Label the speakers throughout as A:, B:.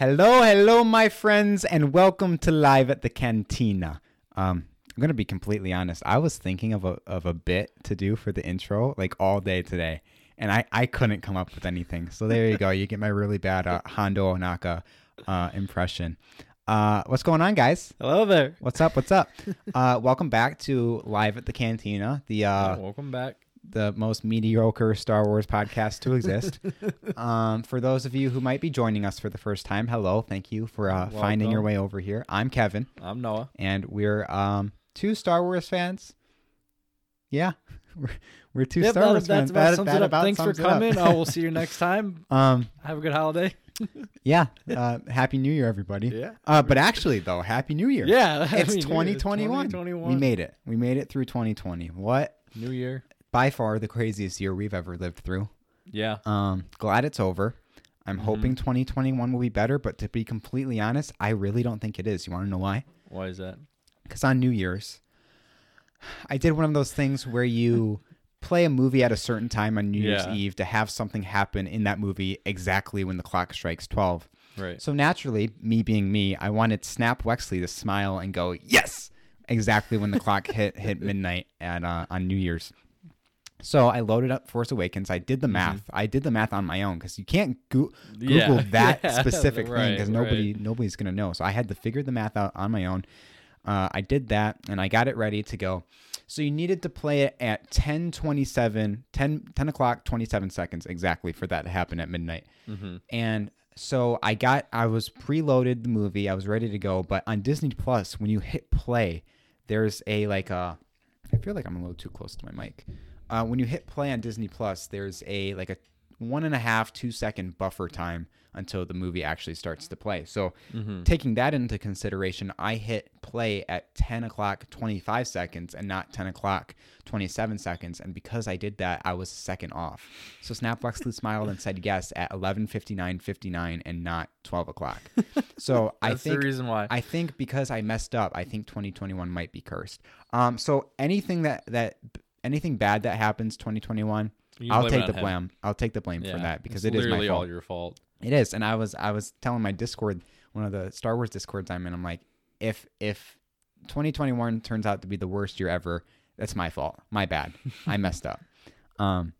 A: Hello, hello, my friends, and welcome to Live at the Cantina. Um, I'm gonna be completely honest. I was thinking of a of a bit to do for the intro like all day today, and I I couldn't come up with anything. So there you go. You get my really bad uh, Hondo Onaka uh, impression. Uh, what's going on, guys?
B: Hello there.
A: What's up? What's up? Uh, welcome back to Live at the Cantina, the uh,
B: Welcome back.
A: the most mediocre Star Wars podcast to exist. um, for those of you who might be joining us for the first time, hello. Thank you for uh, finding your
B: Welcome.
A: way over here. I'm Kevin,
B: I'm Noah.
A: and we're um, two Star Wars fans. Yeah, we're, we're two
B: Yep,
A: Star
B: that-
A: Wars
B: that's
A: fans.
B: about
A: That-
B: sums
A: that
B: it up.
A: about
B: Thanks for
A: sums it up.
B: coming. I will see you next time.
A: um,
B: Have a good holiday.
A: yeah, uh, Happy New Year, everybody.
B: Yeah.
A: Uh, but actually, though, Happy New Year.
B: Yeah. Happy
A: It's
B: New Year.
A: 2021.
B: 2021.
A: We made it. We made it through 2020. What
B: New Year.
A: by far the craziest year we've ever lived through.
B: Yeah.
A: Um, glad it's over. I'm hoping 2021 will be better, but to be completely honest, I really don't think it is. You want to know why?
B: Why is that?
A: Because on New Year's, I did one of those things where you play a movie at a certain time on New Year's
B: Yeah.
A: Eve to have something happen in that movie exactly when the clock strikes 12.
B: Right.
A: So naturally, me being me, I wanted Snap Wexley to smile and go, "Yes!" exactly when the clock hit hit midnight at uh, on New Year's. So I loaded up Force Awakens. I did the math. I did the math on my own because you can't go-
B: Mm-hmm. Yeah.
A: Google that
B: Yeah.
A: specific thing
B: Right,
A: because nobody nobody's gonna know. So I had to figure the math out on my own. Uh, I did that and I got it ready to go. So you needed to play it at 10, 10, 10 o'clock, 27 seconds exactly for that to happen at midnight.
B: Mm-hmm.
A: And so I got, I was preloaded the movie, I was ready to go. But on Disney Plus, when you hit play, there's a like a, I feel like I'm a little too close to my mic. Uh, when you hit play on Disney Plus, there's a like a one and a half, two second buffer time until the movie actually starts to play. So taking that into consideration, I hit play at 10 o'clock, 25 seconds and not 10 o'clock, 27 seconds. And because I did that, I was a second off. So Snap Wexley smiled and said yes at 11:59:59 and not 12 o'clock. So I
B: That's the
A: think
B: reason why.
A: I think because I messed up, I think 2021 might be cursed. Um, so anything that that anything bad that happens 2021,
B: You can
A: I'll
B: blame it
A: take
B: on
A: the
B: him.
A: blame. I'll take the blame
B: Yeah.
A: for that because
B: it's
A: it is my
B: literally
A: fault.
B: all your fault.
A: It is, and I was I was telling my Discord, one of the Star Wars Discords I'm in, I'm like, if if 2021 turns out to be the worst year ever, that's my fault, my bad, I messed up. Um,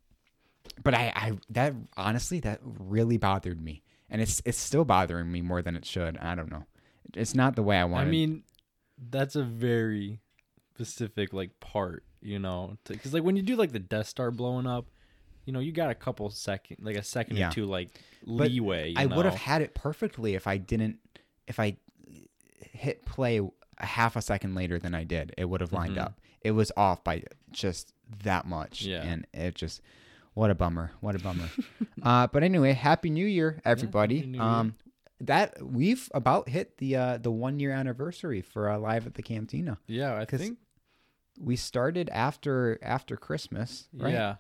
A: but I I that honestly that really bothered me, and it's it's still bothering me more than it should. I don't know, it's not the way I wanted.
B: I mean, that's a very specific like part, you know, because like when you do like the Death Star blowing up, you know, you got a couple second, like a second
A: Yeah.
B: or two, like
A: But
B: leeway. you
A: I would have
B: know?
A: had it perfectly if I didn't if I hit play a half a second later than I did. It would have lined
B: Mhm.
A: up. It was off by just that much.
B: Yeah.
A: And it just what a bummer. What a bummer. uh but anyway, happy new year everybody.
B: Happy New Year.
A: um that we've about hit the uh the 1 year anniversary for uh, live at the cantina.
B: Yeah, I
A: 'Cause-
B: think.
A: We started after after Christmas, right?
B: Yeah,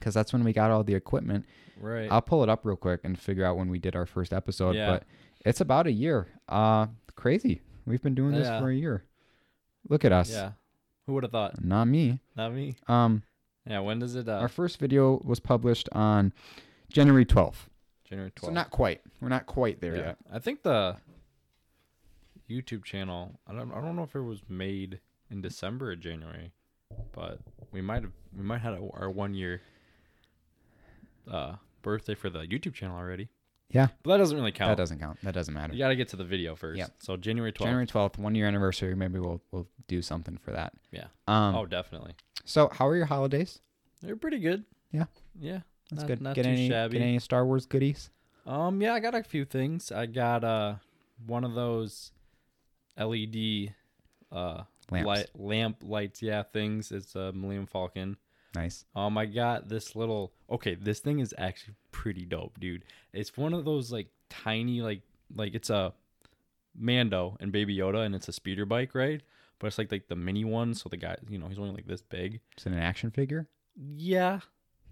A: Cuz that's when we got all the equipment.
B: right.
A: I'll pull it up real quick and figure out when we did our first episode,
B: Yeah.
A: but it's about a year. Uh crazy. We've been doing this
B: Yeah.
A: for a year. Look at us.
B: Yeah, who would have thought?
A: Not me.
B: Not me.
A: Um
B: Yeah, when does it? Uh,
A: our first video was published on January 12th.
B: January
A: So
B: twelfth.
A: not quite. We're not quite there
B: yeah.
A: yet.
B: I think the YouTube channel. I don't. I don't know if it was made in December or January, but we might have. We might have had our one year uh, birthday for the YouTube channel already.
A: Yeah.
B: but that doesn't really count.
A: That doesn't count. That doesn't matter.
B: You gotta get to the video first.
A: Yeah.
B: So January twelfth.
A: January 12th, 1 year anniversary, maybe we'll we'll do something for that.
B: Yeah.
A: Um
B: oh, definitely.
A: so how are your holidays?
B: They're pretty good.
A: Yeah.
B: Yeah.
A: That's
B: Not-
A: good.
B: Not
A: get
B: too
A: any
B: shabby.
A: get any Star Wars goodies?
B: Um, yeah, I got a few things. I got uh one of those LED uh
A: Lamps.
B: light lamp lights, yeah, things. It's a Millennium Falcon.
A: Nice.
B: Um, I got this little. Okay, this thing is actually pretty dope, dude. It's one of those like tiny like like it's a Mando and Baby Yoda, and it's a speeder bike, right? But it's like like the mini one, so the guy, you know, he's only like this big.
A: Is it an action figure?
B: Yeah.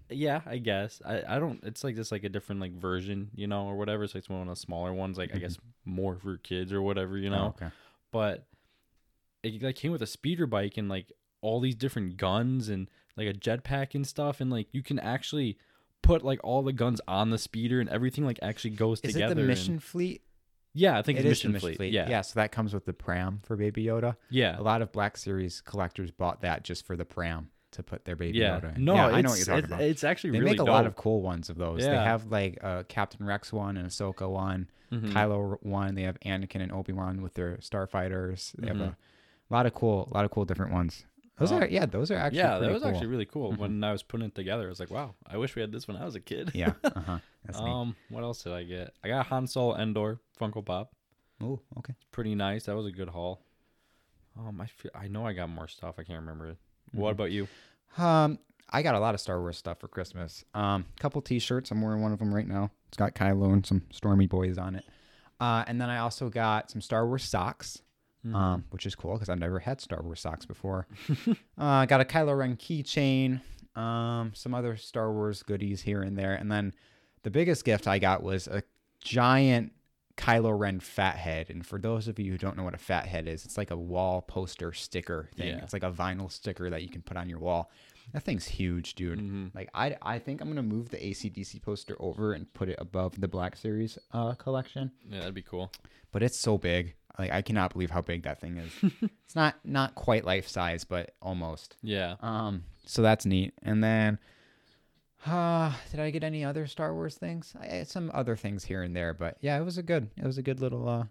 B: Yeah, I guess. I, I don't it's like just like a different like version, you know, or whatever. It's like one of the smaller ones,
A: Mm-hmm.
B: like I guess more for kids or whatever, you
A: Oh,
B: know.
A: okay.
B: But it like came with a speeder bike and like all these different guns and like a jetpack and stuff and like you can actually put like all the guns on the speeder and everything like actually goes
A: Is it
B: together.
A: the
B: and-
A: Mission Fleet
B: Yeah, I think
A: It
B: it's
A: is
B: Mission,
A: the Mission Fleet.
B: Yeah. yeah,
A: yeah. Oh, So that comes with the pram for Baby Yoda.
B: yeah,
A: A lot of Black Series collectors bought that just for the pram to put their Baby Yoda in.
B: No,
A: yeah,
B: it's,
A: I know what you're talking
B: it's,
A: about.
B: It's actually
A: they
B: really
A: make a lot of
B: dope.
A: cool ones of those. They
B: Yeah.
A: have like a Captain Rex one, an Ahsoka one,
B: Mhm.
A: Kylo one. They have Anakin and Obi Wan with their starfighters. They have
B: Mhm.
A: a lot of cool, lot of cool different ones. Those
B: Oh.
A: are yeah, those are actually
B: yeah, that
A: pretty
B: was
A: cool. Mm-hmm.
B: actually really cool. When I was putting it together, I was like, wow, I wish we had this when I was a kid.
A: yeah. Uh huh. That's neat.
B: um, what else did I get? I got Han Solo Endor Funko Pop.
A: Oh, okay.
B: Pretty nice. That was a good haul. Um, I feel, I know I got more stuff. I can't remember it.
A: Mm-hmm.
B: What about you?
A: Um, I got a lot of Star Wars stuff for Christmas. Um, couple T-shirts. I'm wearing one of them right now. It's got Kylo and some Stormy boys on it. Uh, and then I also got some Star Wars socks, um, which is cool because I've never had Star Wars socks before. uh, I got a Kylo Ren keychain, um, some other Star Wars goodies here and there, and then the biggest gift I got was a giant Kylo Ren fat head. And for those of you who don't know what a fat head is, it's like a wall poster sticker thing.
B: Yeah.
A: It's like a vinyl sticker that you can put on your wall. That thing's huge, dude. Like I, I think I'm gonna move the ACDC poster over and put it above the Black Series uh, collection.
B: Yeah, that'd be cool.
A: But it's so big. Like I cannot believe how big that thing is. it's not not quite life size, but almost.
B: Yeah.
A: Um, so that's neat. And then, uh, did I get any other Star Wars things? I had some other things here and there, but yeah, it was a good, it was a good little uh,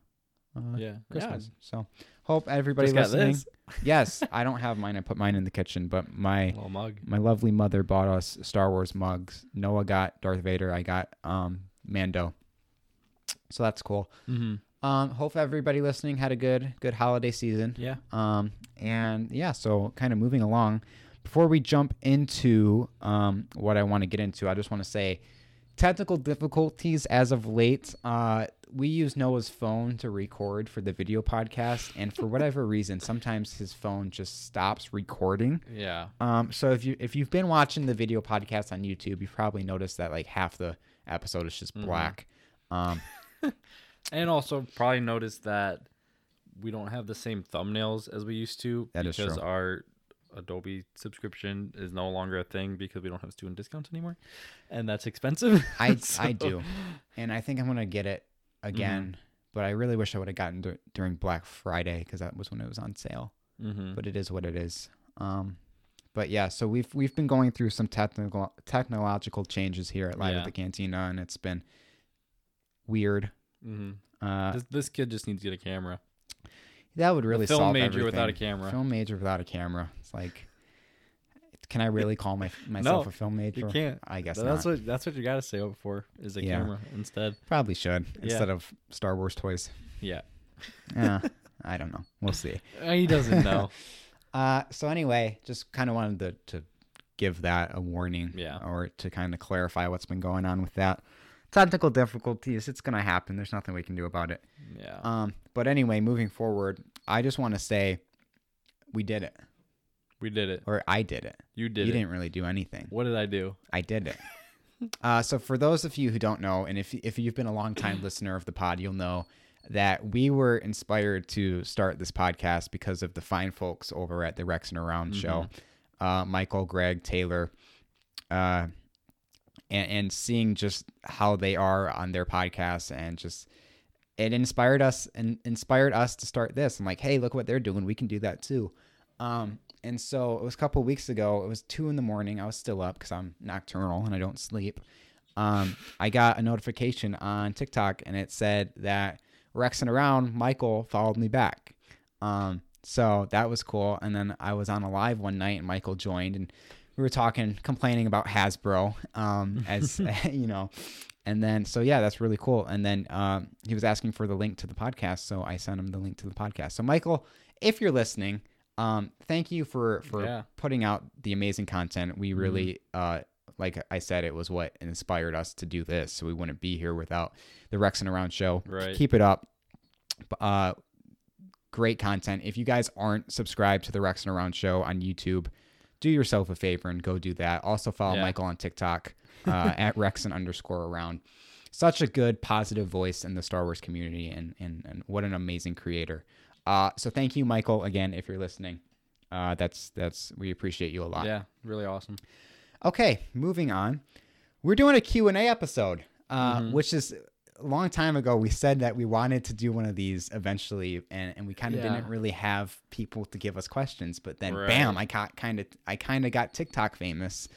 A: uh
B: Yeah.
A: Christmas. So hope everybody
B: Just got
A: listening.
B: this.
A: yes, I don't have mine. I put mine in the kitchen, but my
B: Yeah. Little mug.
A: my lovely mother bought us Star Wars mugs. Noah got Darth Vader. I got um Mando. So that's cool.
B: Mm-hmm.
A: Um, hope everybody listening had a good good holiday season.
B: Yeah.
A: Um, and yeah, so kind of moving along, before we jump into um, what I want to get into, I just want to say technical difficulties as of late. Uh, we use Noah's phone to record for the video podcast, and for whatever reason, sometimes his phone just stops recording.
B: Yeah.
A: Um, so if you if you've been watching the video podcast on YouTube, you've probably noticed that like half the episode is just black. Um,
B: And also probably notice that we don't have the same thumbnails as we used to
A: That is
B: because
A: true.
B: our Adobe subscription is no longer a thing because we don't have student discounts anymore. And that's expensive.
A: I
B: So- Mm-hmm.
A: I do, and I think I'm gonna get it again. But I really wish I would have gotten dur- during Black Friday because that was when it was on sale.
B: Mhm.
A: But it is what it is. Um, but yeah, so we've we've been going through some technical technological changes here at Live
B: Yeah.
A: at the Cantina, and it's been weird.
B: Mhm.
A: Uh,
B: This, this kid just needs to get a camera.
A: that would really
B: film
A: solve
B: major
A: everything.
B: without a camera.
A: Film major without a camera. It's like, can I really call my myself
B: No,
A: a film major?
B: You can't.
A: I guess
B: Th-
A: not.
B: that's what that's what you gotta say up for is a
A: Yeah.
B: camera instead.
A: Probably should
B: Yeah.
A: instead of Star Wars toys.
B: Yeah.
A: Uh, I don't know. We'll see.
B: Uh, He doesn't know.
A: Uh, so anyway, just kind of wanted to, to give that a warning,
B: Yeah.
A: or to kind of clarify what's been going on with that technical difficulties. It's gonna happen. There's nothing we can do about it.
B: yeah.
A: Um, but anyway, moving forward, I just want to say we did it,
B: we did it.
A: or I did it.
B: You did
A: you
B: it.
A: didn't really do anything.
B: What did I do?
A: I did it. uh, so for those of you who don't know, and if if you've been a long time listener of the pod, you'll know that we were inspired to start this podcast because of the fine folks over at the Rex and Around show, uh, Michael, Greg, Taylor, uh, and, and seeing just how they are on their podcasts and just. It inspired us and inspired us to start this. I'm like, hey, look what they're doing. We can do that too. Um, and so it was a couple weeks ago. It was two in the morning. I was still up because I'm nocturnal and I don't sleep. Um, I got a notification on TikTok and it said that Rexing around Michael followed me back. Um, so that was cool. And then I was on a live one night and Michael joined and we were talking, complaining about Hasbro, um, as you know. And then, so yeah, that's really cool. And then um, he was asking for the link to the podcast, so I sent him the link to the podcast. So Michael, if you're listening, um, thank you for for
B: Yeah.
A: putting out the amazing content. We really, uh, like I said, it was what inspired us to do this. So we wouldn't be here without the Rex and Around show.
B: Right.
A: Keep it up. B- Uh, great content. If you guys aren't subscribed to the Rex and Around show on YouTube, do yourself a favor and go do that. Also follow
B: Yeah.
A: Michael on TikTok uh, at Rex and underscore around. Such a good positive voice in the Star Wars community, and and, and what an amazing creator. Uh, so thank you, Michael, again if you're listening. Uh, that's that's we appreciate you a lot.
B: Yeah. Really awesome. Mm-hmm.
A: Okay, moving on. We're doing a Q&A episode, uh, which is a long time ago we said that we wanted to do one of these eventually and, and we kind of
B: Yeah.
A: didn't really have people to give us questions but then
B: Right.
A: bam i got kind of i kind of got tiktok famous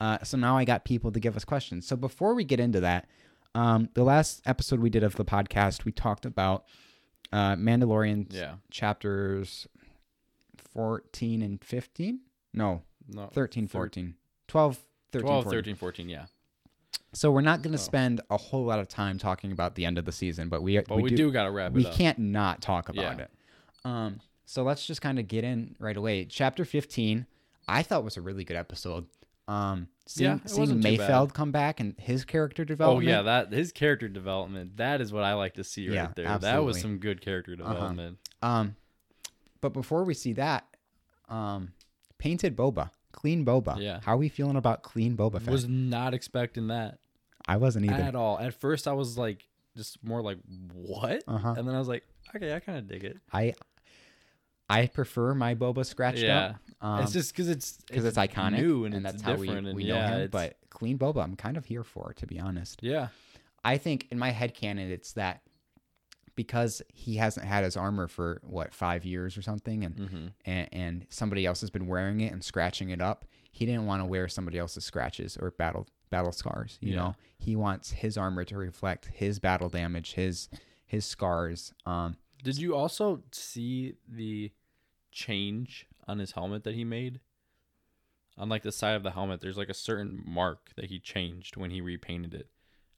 A: uh, so now i got people to give us questions so before we get into that um, the last episode we did of the podcast we talked about uh, mandalorian
B: Yeah.
A: chapters 14 and 15 no
B: No.
A: 13
B: Thir-
A: 14 12 13
B: 12,
A: 14.
B: 13, 14, yeah.
A: So we're not going to
B: So-
A: spend a whole lot of time talking about the end of the season, but we
B: But we, do, got to wrap
A: we
B: it up.
A: can't not talk about
B: Yeah.
A: it. Um, so let's just kind of get in right away. Chapter fifteen, I thought was a really good episode. Um, seeing,
B: Yeah, it
A: seeing
B: wasn't too bad.
A: Mayfeld come back and his character
B: Oh
A: development.
B: yeah, that his character development. That is what I like to see right
A: Yeah,
B: there. That was
A: absolutely. Uh-huh.
B: some good character development.
A: Um, but before we see that, um, painted Boba, clean Boba.
B: Yeah.
A: How are we feeling about clean Boba Fett?
B: Was not expecting that
A: I wasn't either.
B: at all. At first, I was like, just more like, what?
A: Uh-huh.
B: And then I was like, okay, I kind of dig it.
A: I I prefer my Boba scratched
B: Yeah.
A: up. Um,
B: it's just because it's
A: because it's, iconic
B: new
A: and,
B: and,
A: that's
B: it's
A: how we,
B: different and
A: we
B: yeah,
A: know him.
B: it's-
A: But Clean Boba, I'm kind of here for, to be honest.
B: yeah,
A: I think in my head canon, it's that because he hasn't had his armor for what five years or something, and
B: hmm
A: and, and somebody else has been wearing it and scratching it up. He didn't want to wear somebody else's scratches or battle battle scars. You
B: Yeah.
A: know, he wants his armor to reflect his battle damage, his his scars. Um,
B: Did you also see the change on his helmet that he made? On like the side of the helmet, there's like a certain mark that he changed when he repainted it.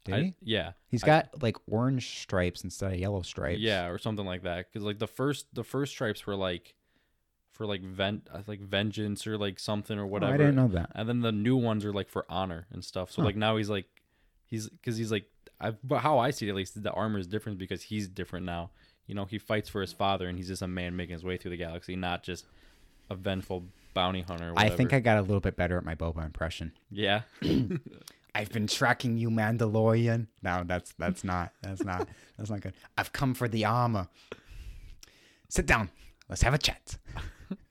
A: did
B: I-
A: he?
B: Yeah,
A: He's
B: I-
A: got like orange stripes instead of yellow stripes.
B: yeah, or something like that. Because like the first, the first stripes were like for like vent, like vengeance or like something or
A: Oh,
B: whatever.
A: I didn't know that.
B: And then the new ones are like for honor and stuff. So
A: Huh.
B: like now he's like, he's because he's like, I, but how I see it at least, the armor is different because he's different now. You know, he fights for his father, and he's just a man making his way through the galaxy, not just a vengeful bounty hunter. Or
A: I
B: whatever.
A: think I got a little bit better at my Boba impression.
B: yeah,
A: I've been tracking you, Mandalorian. No, that's that's not that's not that's not good. I've come for the armor. Sit down. Let's have a chat.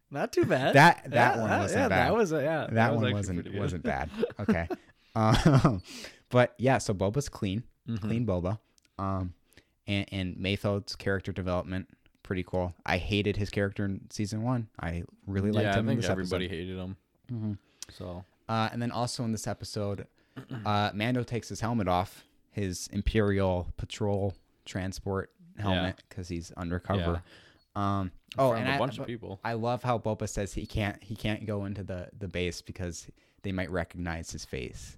B: not too bad.
A: That- that Yeah, one that- wasn't yeah, that bad.
B: Uh, That
A: was
B: was yeah.
A: That, one wasn't wasn't bad. Okay. um, but yeah, so Boba's clean,
B: Mm-hmm.
A: clean Boba. Um, and and Mayfeld's character development pretty cool. I hated his character in season one. I really liked
B: yeah, I
A: him in
B: think
A: this
B: everybody
A: episode.
B: hated him.
A: Mhm.
B: So
A: Uh, and then also in this episode, uh, Mando takes his helmet off, his Imperial Patrol transport helmet, because he's undercover. Um, oh,
B: from
A: and
B: a
A: I,
B: bunch of
A: but
B: people.
A: I love how Boba says he can't he can't go into the the base because they might recognize his face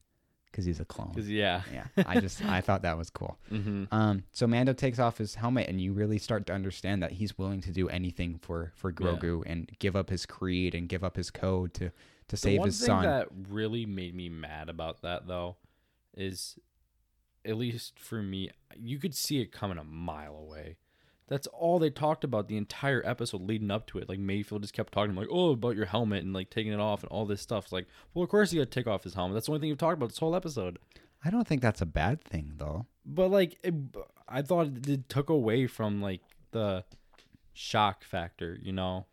A: because he's a clone.
B: Cause yeah,
A: yeah, I just I thought that was cool.
B: hmm
A: Um, so Mando takes off his helmet, and you really start to understand that he's willing to do anything for for
B: Yeah.
A: Grogu and give up his creed and give up his code to to save
B: the one
A: his
B: thing
A: son.
B: that really made me mad about that though is at least for me you could see it coming a mile away that's all they talked about the entire episode leading up to it like mayfield just kept talking like oh about your helmet and like taking it off and all this stuff it's like well of course you gotta take off his helmet that's the only thing you've talked about this whole episode
A: I don't think that's a bad thing though.
B: but like it, i thought it, it took away from like the shock factor you know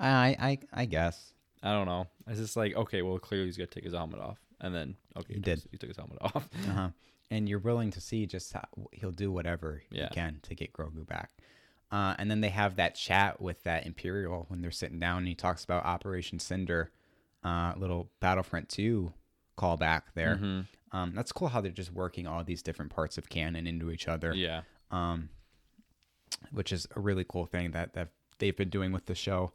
A: I I I guess.
B: I don't know. It's just like, okay, well, clearly he's gonna take his helmet off, and then okay,
A: He
B: took his-
A: did.
B: He took his helmet off.
A: Uh-huh. And you're willing to see just how, he'll do whatever
B: Yeah.
A: he can to get Grogu back. Uh, and then they have that chat with that Imperial when they're sitting down and he talks about Operation Cinder, uh, little Battlefront 2 callback there.
B: Mhm.
A: Um, that's cool how they're just working all these different parts of canon into each other.
B: Yeah.
A: um, which is a really cool thing that, that they've been doing with the show.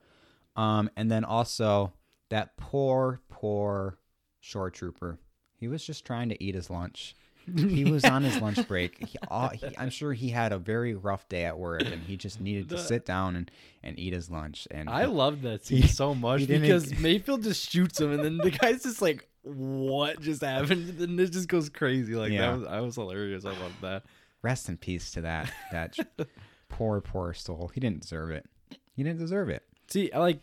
A: Um, and then also that poor, poor shore trooper. He was just trying to eat his lunch. He was on his lunch break. He, all, he, I'm sure he had a very rough day at work, and he just needed to
B: The-
A: sit down and, and eat his lunch. And
B: I
A: he-
B: love that
A: He-
B: scene so much
A: he didn't-
B: because Mayfield just shoots him, and then the guy's just like, "What just happened?" And it just goes crazy. Like
A: Yeah.
B: that was, I was hilarious. I love that.
A: rest in peace to that that poor, poor soul. He didn't deserve it. He didn't deserve it.
B: See, I like,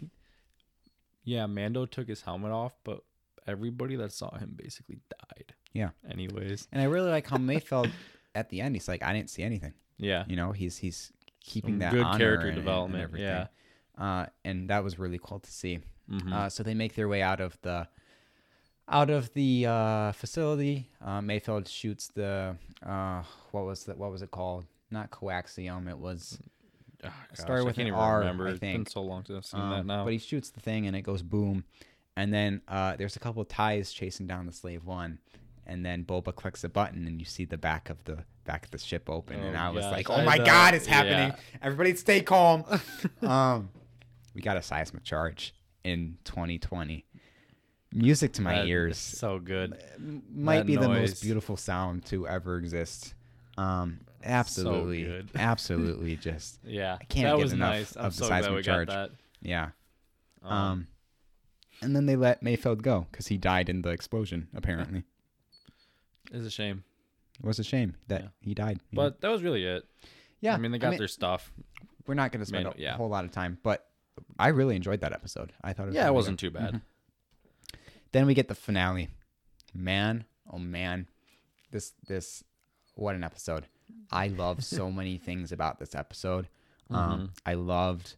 B: yeah, Mando took his helmet off, but everybody that saw him basically died.
A: Yeah.
B: Anyways,
A: And I really like how Mayfeld at the end. He's like, I didn't see anything.
B: yeah,
A: you know he's he's keeping
B: Some
A: that
B: good
A: honor
B: character
A: and- and
B: development.
A: everything.
B: yeah.
A: uh, and that was really cool to see
B: Mhm.
A: uh, so they make their way out of the out of the uh, facility. Uh, Mayfield shoots the uh, what was that? What was it called? Not coaxium. It was
B: Oh,
A: started
B: gosh,
A: with
B: I can't
A: an
B: even
A: R,
B: remember.
A: I
B: It's been
A: think.
B: so long since I've seen
A: um,
B: that now.
A: but he shoots the thing and it goes boom. And then uh, there's a couple of ties chasing down the slave one, and then Boba clicks a button and you see the back of the back of the ship open. and
B: Oh,
A: I was
B: gosh,
A: like, oh
B: I
A: my
B: know.
A: god, it's happening!
B: Yeah.
A: Everybody, stay calm. um, we got a seismic charge in 2020. Music to my
B: That is
A: ears
B: So good.
A: might
B: That
A: be the
B: noise.
A: most beautiful sound to ever exist. Um, absolutely,
B: good.
A: absolutely, just
B: Yeah. I
A: can't
B: that
A: get
B: was
A: enough
B: nice. I'm
A: of the
B: so glad
A: seismic
B: we
A: charge.
B: got
A: yeah.
B: that.
A: Um, and then they let Mayfield go because he died in the explosion. Apparently,
B: it's a shame.
A: it was a shame that
B: Yeah.
A: he died. you know?
B: But that was really it.
A: yeah,
B: I mean, they got their stuff.
A: We're not going to spend
B: main-
A: a
B: yeah.
A: whole lot of time, but I really enjoyed that episode. I thought it was
B: Yeah,
A: really
B: it
A: good.
B: wasn't too bad.
A: Then we get the finale. Man, oh man, this this what an episode! I love so many things about this episode.
B: Mm-hmm.
A: Um, I loved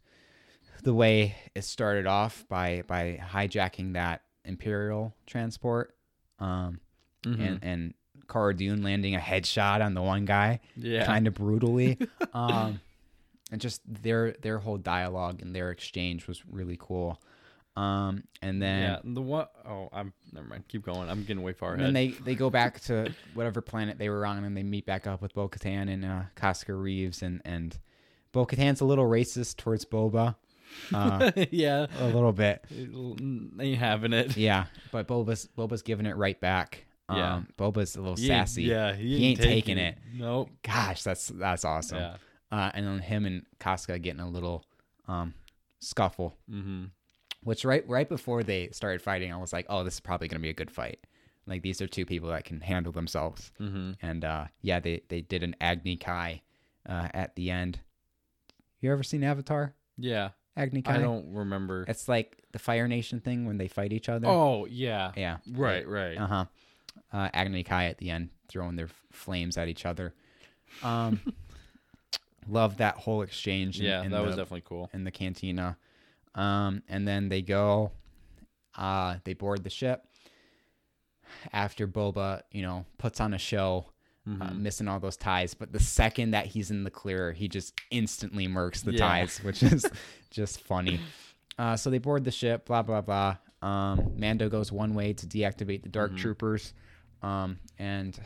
A: the way it started off by by hijacking that imperial transport, um,
B: Mm-hmm.
A: and and Cara Dune landing a headshot on the one guy
B: Yeah.
A: kind of brutally. um, and just their their whole dialogue and their exchange was really cool. Um, and then
B: yeah. and The one oh, I'm never mind. Keep going. I'm getting way far
A: and then
B: ahead.
A: they, they go back to whatever planet they were on, and they meet back up with Bo Katan and uh, Casca Reeves, and and Bo Katan's a little racist towards Boba, uh,
B: yeah.
A: a little bit,
B: It'll- mm, Ain't having it.
A: yeah. But Boba's Boba's giving it right back. Um,
B: Yeah.
A: Boba's a little
B: He ain't-
A: sassy.
B: Yeah. He,
A: He ain't taking
B: Nope.
A: Gosh, that's that's awesome.
B: Yeah.
A: Uh, and then him and Casca getting a little um, scuffle.
B: Mm-hmm.
A: Which right right before they started fighting, I was like, oh, this is probably gonna be a good fight. Like these are two people that can handle themselves.
B: Mm-hmm.
A: And uh, yeah, they they did an Agni Kai uh, at the end. You ever seen Avatar?
B: Yeah.
A: Agni
B: I
A: Kai.
B: don't remember.
A: It's like the Fire Nation thing when they fight each other.
B: Oh yeah.
A: yeah.
B: Right. Right.
A: Uh huh. Uh, Agni Kai at the end throwing their f- flames at each other. Um, love that whole exchange. in-
B: yeah.
A: in
B: That was
A: the-
B: definitely cool.
A: in the cantina. Um, and then they go, uh, they board the ship after Boba, you know, puts on a show, uh,
B: Mm-hmm.
A: missing all those ties. But the second that he's in the clear, he just instantly murks the
B: Yeah.
A: ties, which is just funny. Uh, so they board the ship, blah, blah, blah. Um, Mando goes one way to deactivate the dark
B: Mm-hmm.
A: troopers. Um, and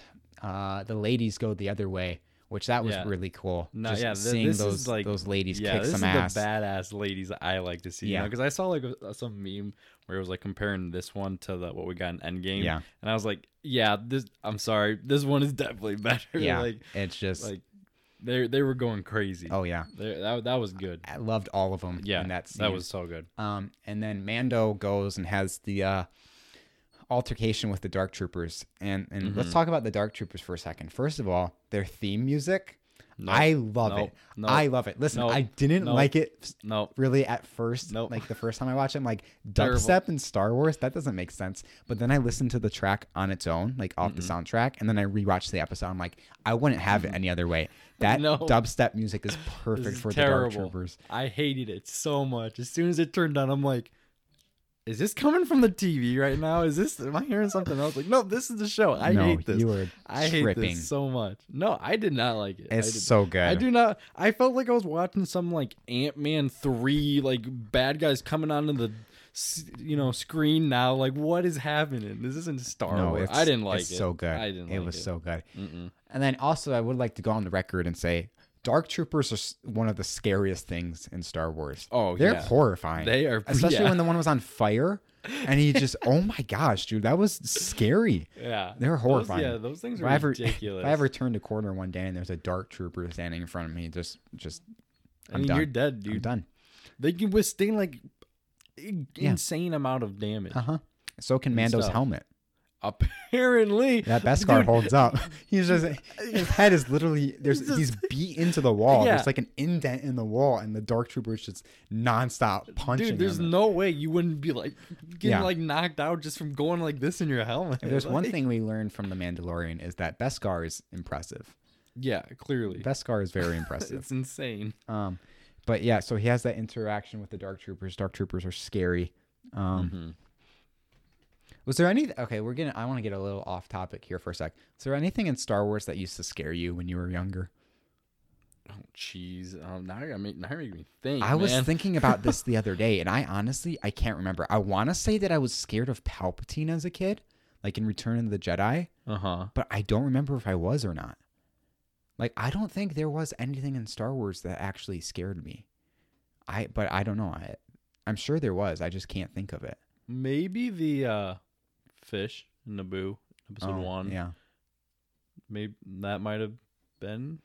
A: uh, the ladies go the other way, which that was
B: Yeah.
A: really cool.
B: No,
A: just
B: yeah, th-
A: seeing
B: this is
A: those
B: like-
A: those ladies
B: yeah,
A: kick
B: this
A: some
B: is
A: ass.
B: the badass ladies I like to see.
A: Yeah.
B: Yeah, because I saw like a, some meme where it was like comparing this one to the what we got in Endgame.
A: Yeah.
B: and I was like, yeah, this. I'm sorry, this one is definitely better.
A: Yeah,
B: like
A: it's just
B: like they they were going crazy.
A: oh yeah,
B: They- that that was good.
A: I loved all of them.
B: Yeah,
A: in that
B: that,
A: scene.
B: was so good.
A: um, and then Mando goes and has the uh, altercation with the Dark Troopers, and and let's
B: Mm-hmm.
A: talk about the Dark Troopers for a second. First of all, their theme music, I love
B: nope,
A: it.
B: nope,
A: I love it. Listen,
B: nope,
A: I didn't
B: nope.
A: like it
B: No,
A: really at first.
B: Nope.
A: Like the first time I watched it, I'm like
B: Terrible.
A: dubstep in Star Wars, that doesn't make sense. But then I listened to the track on its own, like off the
B: Mm-hmm.
A: soundtrack, and then I rewatched the episode. I'm like, I wouldn't have it any other way. That
B: No.
A: dubstep music is perfect
B: this is
A: for
B: terrible.
A: the Dark Troopers.
B: I hated it so much. As soon as it turned on, I'm like. Is this coming from the TV right now? Is this? Am I hearing something else? Like, no, this is the show. I
A: no,
B: hate this.
A: you are
B: I
A: tripping.
B: hate this so much. No, I did not like it. I
A: it's
B: did-
A: so good.
B: I do not. I felt like I was watching some like Ant Man three, like bad guys coming onto the, s- you know, screen now. Like, what is happening? This isn't Star
A: No,
B: Wars.
A: it's,
B: I didn't like
A: it's
B: it.
A: So good.
B: I didn't.
A: It
B: like
A: was so good.
B: Mm-mm.
A: And then also, I would like to go on the record and say, Dark Troopers are s- one of the scariest things in Star Wars.
B: Oh,
A: they're
B: yeah.
A: horrifying.
B: They are-
A: especially
B: yeah.
A: when the one was on fire, and he just, oh my gosh, dude, that was scary.
B: Yeah,
A: They're
B: Those-
A: horrifying.
B: yeah, those things
A: If
B: are
A: I ever,
B: ridiculous.
A: If I ever turned a corner one day and there's a Dark Trooper standing in front of me, just, just,
B: I
A: I'm
B: mean,
A: done.
B: you're dead,
A: I'm
B: dude.
A: done.
B: They can withstand like i- insane amount of damage.
A: Uh huh. So can Mando's
B: stuff.
A: helmet.
B: Apparently,
A: That Beskar
B: Dude,
A: holds up. He's just his head is literally there's
B: It's just-
A: he's beat into the wall.
B: Yeah.
A: There's like an indent in the wall, and the dark trooper is just nonstop punching.
B: Dude, there's
A: him.
B: no way you wouldn't be like getting
A: Yeah.
B: like knocked out just from going like this in your helmet.
A: If there's one
B: Like-
A: thing we learned from the Mandalorian is that Beskar is impressive.
B: Yeah, clearly.
A: Beskar is very impressive.
B: it's insane.
A: um, but yeah, so he has that interaction with the dark troopers. Dark troopers are scary. Um, Was there any? Okay, we're gonna. I want to get a little off topic here for a sec. Is there anything in Star Wars that used to scare you when you were younger?
B: Oh, jeez. Um, now you're making now you're making me think.
A: I was
B: man.
A: thinking about this the other day, and I honestly I can't remember. I want to say that I was scared of Palpatine as a kid, like in Return of the Jedi,
B: Uh huh.
A: but I don't remember if I was or not. Like I don't think there was anything in Star Wars that actually scared me. I but I don't know. I I'm sure there was. I just can't think of it.
B: Maybe the uh, fish in Naboo episode
A: Oh,
B: one.
A: Yeah.
B: Maybe that might have been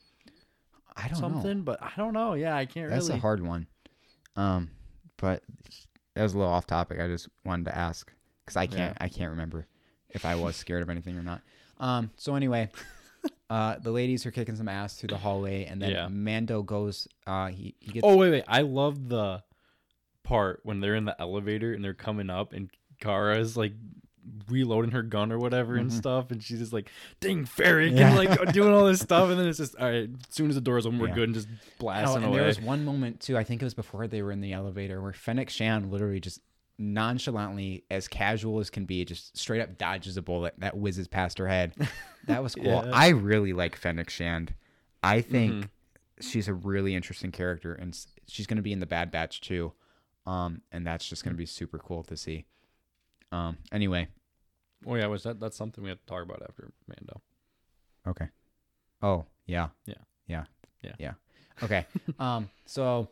A: I don't know.
B: something, but I don't know. Yeah, I can't
A: That's
B: really.
A: a hard one. Um, but that was a little off topic. I just wanted to ask because I can't I can't remember if I was scared of anything or not. Um, so anyway, uh, the ladies are kicking some ass through the hallway, and then
B: Yeah.
A: Mando goes. Uh, he he gets.
B: Oh wait, wait! I love the part when they're in the elevator and they're coming up, and Kara's like reloading her gun or whatever and
A: Mhm.
B: stuff, and she's just like, "Ding, ferric,"
A: Yeah.
B: and like doing all this stuff, and then it's just all right. As soon as the doors open, we're
A: Yeah.
B: good, and just
A: Oh,
B: blasting
A: and
B: away.
A: there was one moment too. I think it was before they were in the elevator where Fennec Shan literally just nonchalantly, as casual as can be, just straight up dodges a bullet that whizzes past her head. That was cool.
B: Yeah. Mm-hmm.
A: I really like Fennec Shand. I think she's a really interesting character, and s- she's going to be in the Bad Batch too. Um, and that's just going to be super cool to see. Um, anyway,
B: oh yeah, was that? That's something we have to talk about after Mando.
A: Okay. Oh, yeah.
B: Yeah.
A: Yeah.
B: Yeah.
A: Yeah. Okay. um so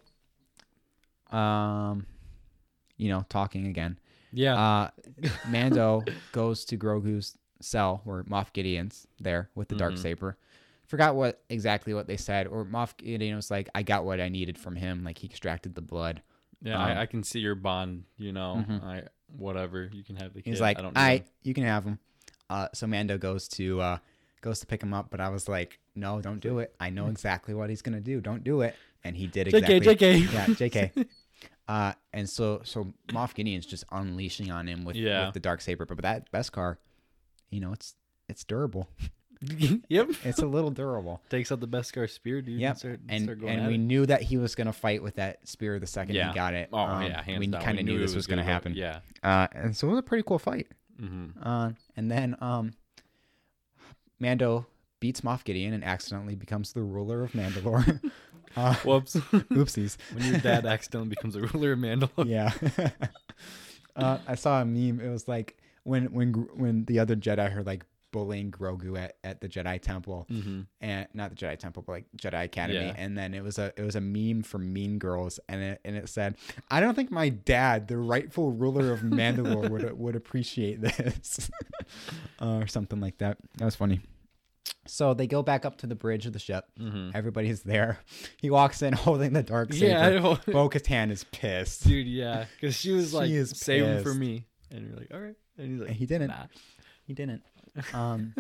A: um you know, talking again.
B: Yeah,
A: Uh Mando goes to Grogu's cell or Moff Gideon's there with the dark
B: Mhm.
A: saber. Forgot what exactly what they said or Moff Gideon was like I got what I needed from him like he extracted the blood.
B: yeah,
A: um,
B: I, I can see your bond. You know,
A: Mhm.
B: I whatever you can have the kid.
A: He's like,
B: I
A: I
B: don't. need him."
A: you can have him. Uh, so Mando goes to uh, goes to pick him up, but I was like, no, don't do it. I know exactly what he's gonna do. Don't do it. And he did exactly.
B: Jk, Jk.
A: Yeah, Jk. uh, and so so Moff Gideon's just unleashing on him with,
B: Yeah.
A: with the dark saber, but that Beskar, you know, it's it's durable.
B: yep.
A: It's a little durable.
B: Takes out the Beskar spear, dude.
A: Yep.
B: Start,
A: And
B: start going
A: and
B: at
A: we
B: it.
A: knew that he was gonna fight with that spear the second
B: Yeah.
A: he got it.
B: Oh
A: Um,
B: yeah, hands
A: we
B: down.
A: kind of knew,
B: it
A: this was, gonna
B: go-
A: happen.
B: Yeah.
A: Uh, and so it was a pretty cool fight.
B: Mm-hmm.
A: Uh, and then um, Mando beats Moff Gideon and accidentally becomes the ruler of Mandalore. uh,
B: Whoops. when
A: oopsies.
B: your dad accidentally becomes a ruler of Mandalore.
A: yeah. uh, I saw a meme. It was like when when Gr- when the other Jedi are like bullying Grogu at, at the Jedi Temple
B: Mm-hmm.
A: and not the Jedi Temple but like Jedi Academy
B: Yeah.
A: and then it was a it was a meme from Mean Girls and it and it said I don't think my dad the rightful ruler of Mandalore would would appreciate this uh, or something like that that was funny so they go back up to the bridge of the ship
B: Mm-hmm.
A: everybody's there he walks in holding the dark saber
B: Yeah, I know.
A: Bo Katan is pissed
B: dude. Yeah, because she was
A: She
B: like,
A: is
B: "Save him for
A: pissed.
B: me," and you're like, "All right," and he's like,
A: And he didn't
B: "Nah."
A: he didn't um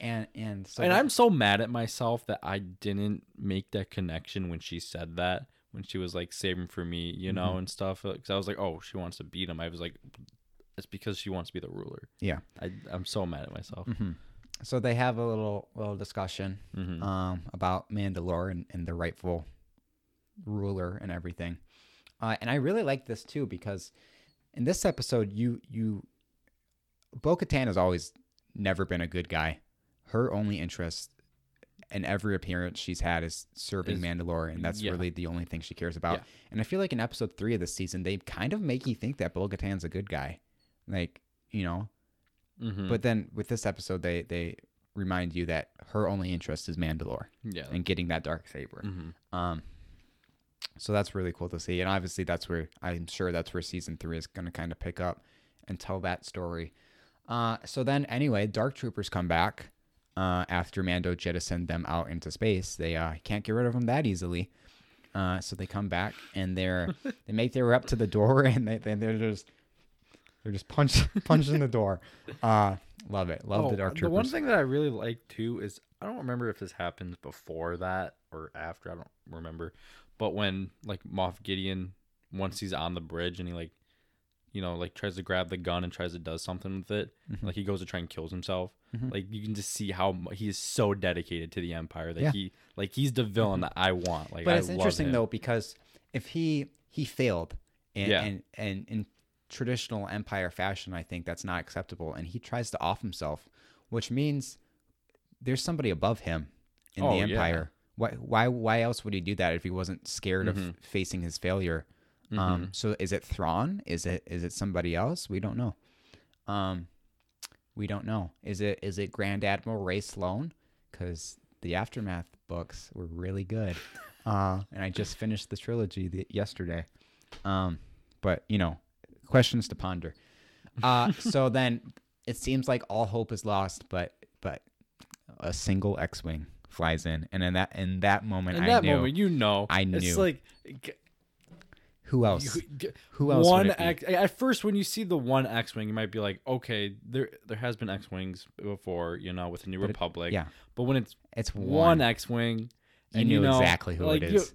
A: and and so
B: and I'm so mad at myself that I didn't make that connection when she said that. When she was like, "Save him for me," you know,
A: Mm-hmm.
B: and stuff. Because I was like, "Oh, she wants to beat him." I was like, "It's because she wants to be the ruler."
A: Yeah.
B: I, I'm so mad at myself.
A: Mhm. so they have a little little discussion
B: Mm-hmm.
A: um, about Mandalore and, and the rightful ruler and everything. Uh, and I really like this too because in this episode, you you Bo Katan has always never been a good guy. Her only interest in every appearance she's had is serving
B: Is-
A: Mandalore, and that's
B: yeah.
A: really the only thing she cares about.
B: Yeah.
A: And I feel like in episode three of this season, they kind of make you think that Bo Katan's a good guy, like you know,
B: Mm-hmm.
A: but then with this episode, they they remind you that her only interest is Mandalore
B: yeah.
A: and getting that dark saber.
B: Mm-hmm.
A: Um, so that's really cool to see, and obviously that's where I'm sure that's where season three is going to kind of pick up and tell that story. Uh, so then anyway, dark troopers come back. Uh, after Mando jettisoned them out into space, they uh, can't get rid of them that easily. Uh, so they come back and they're they make their way up to the door and they they- they're just they're just punch punching the door. Uh, love it, love the
B: Oh,
A: dark
B: The
A: troopers.
B: one thing that I really like too is I don't remember if this happens before that or after. I don't remember, but when like Moff Gideon, once he's on the bridge and he like, you know, like tries to grab the gun and tries to does something with it,
A: Mhm.
B: like he goes to try and kills himself.
A: Mhm.
B: Like you can just see how mu- he is so dedicated to the Empire that
A: Yeah. Mm-hmm.
B: he like he's the villain that I want. Like,
A: but
B: I
A: it's
B: love
A: interesting
B: him.
A: though because if he he failed and
B: Yeah.
A: and, and and traditional empire fashion i think that's not acceptable and he tries to off himself which means there's somebody above him in
B: Oh,
A: the
B: yeah.
A: empire why why why else would he do that if he wasn't scared of
B: Mhm.
A: facing his failure
B: Mm-hmm.
A: um so is it thrawn is it is it somebody else we don't know um we don't know is it is it grand admiral ray sloan because the aftermath books were really good
B: Uh-huh.
A: uh and i just finished the trilogy the, yesterday um but you know questions to ponder uh so then it seems like all hope is lost but but a single x-wing flies in and in that in that moment
B: In
A: i
B: that
A: knew
B: moment, you know,
A: I knew. Oh,
B: It's like g-
A: who else
B: you- g-
A: who else would
B: One
A: it be?
B: X. At first, when you see the one X wing, you might be like, okay, there there has been X wings before, you know, with the New
A: But it-
B: Republic.
A: yeah.
B: But when it's
A: it's
B: one
A: one
B: X wing,
A: You
B: and
A: knew
B: you know,
A: exactly who
B: like,
A: it
B: you-
A: is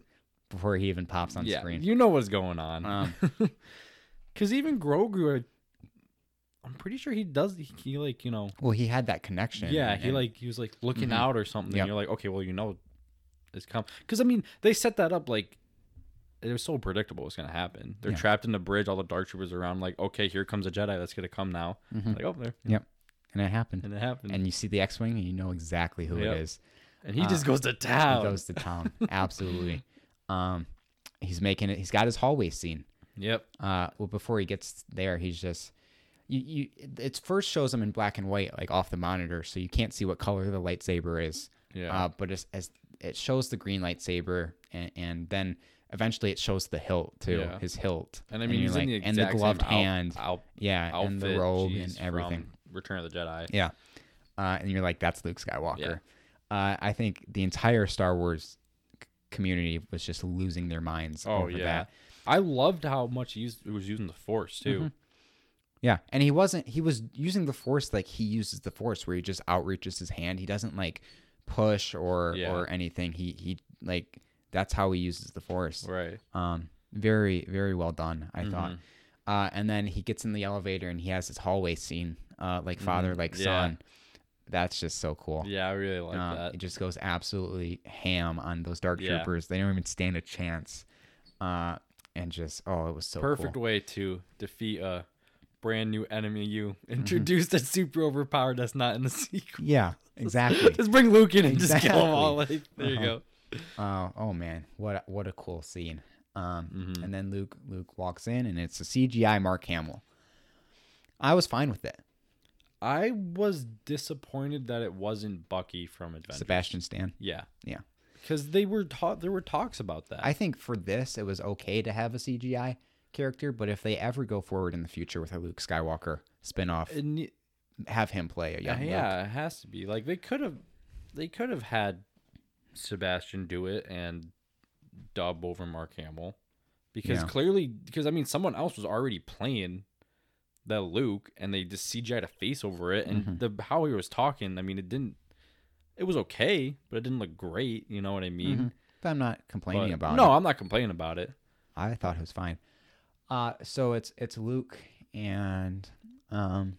A: before he even pops on
B: yeah,
A: screen.
B: you know what's going on.
A: Um,
B: Because even Grogu, I- I'm pretty sure he does. He, he like you know,
A: well, he had that connection.
B: yeah, he
A: and-
B: like he was like looking
A: Mhm.
B: out or something.
A: Yep.
B: And you're like, okay, well, you know, it's come. Because I mean, they set that up like it was so predictable what's gonna happen. They're
A: Yeah.
B: trapped in the bridge. All the dark troopers around. Like, okay, here comes a Jedi. That's gonna come now.
A: Mhm.
B: Like, oh, there,
A: and it happened.
B: and it happened.
A: And you see the X-wing, and you know exactly who
B: Yep.
A: it is.
B: And he
A: Uh,
B: just goes to
A: He
B: town.
A: goes to town. Absolutely. Um, he's making it. He's got his hallway scene.
B: yep.
A: Uh, well, before he gets there, he's just you. You. It first shows him in black and white, like off the monitor, so you can't see what color the lightsaber is.
B: Yeah.
A: Uh, but as, as it shows the green lightsaber, and, and then eventually it shows the hilt too,
B: Yeah.
A: his hilt.
B: and I mean,
A: you're
B: he's in
A: like-
B: the
A: and
B: exact
A: the gloved
B: same out-
A: hand,
B: out-
A: yeah,
B: outfit,
A: and the robe
B: geez,
A: and everything.
B: from Return of the Jedi.
A: Yeah. Uh, and you're like, that's Luke Skywalker. Uh, I think the entire Star Wars c- community was just losing their minds
B: Oh
A: over
B: yeah.
A: that.
B: I loved how much he, used, he was using the Force too.
A: Yeah. And he wasn't, he was using the Force like he uses the Force, where he just outreaches his hand. He doesn't like push or
B: Yeah.
A: or anything. He, he, like, that's how he uses the Force.
B: Right. Mm-hmm.
A: Um, very, very well done, I thought. Uh, and then he gets in the elevator and he has his hallway scene, uh, like father, like
B: Mm-hmm. Yeah.
A: son. That's just so cool.
B: Yeah, I really like
A: Um,
B: that.
A: It just goes absolutely ham on those dark
B: Yeah.
A: troopers. They don't even stand a chance. Uh, and just oh, it was so
B: Perfect
A: Cool.
B: way to defeat a brand new enemy you
A: Mm-hmm.
B: introduced that's super overpowered that's not in the sequel.
A: Yeah, exactly.
B: Just bring Luke in and just kill them all. Like,
A: Exactly.
B: there you
A: Uh-huh.
B: go.
A: uh, oh man, what a, what a cool scene. Um,
B: Mhm.
A: and then Luke Luke walks in, and it's a CGI Mark Hamill. I was fine with it.
B: I was disappointed that it wasn't Bucky from Adventure.
A: Sebastian Stan.
B: Yeah.
A: Yeah.
B: Because they were taught there were talks about that.
A: I think for this, it was okay to have a CGI character, but if they ever go forward in the future with a Luke Skykewalker spinoff,
B: It ne-
A: have him play a
B: Uh, yeah,
A: young Luke.
B: it has to be. Like they could have they could have had Sebastian do it and dub over Mark Hamill. Because
A: Yeah.
B: clearly because I mean someone else was already playing that Luke and they just CGI'd a face over it and
A: Mm-hmm.
B: the how he was talking, I mean it didn't it was okay, but it didn't look great, you know what I mean?
A: Mhm. I'm not complaining
B: But-
A: about it.
B: no, I'm not complaining about it.
A: I thought it was fine. Uh, so it's it's Luke and um,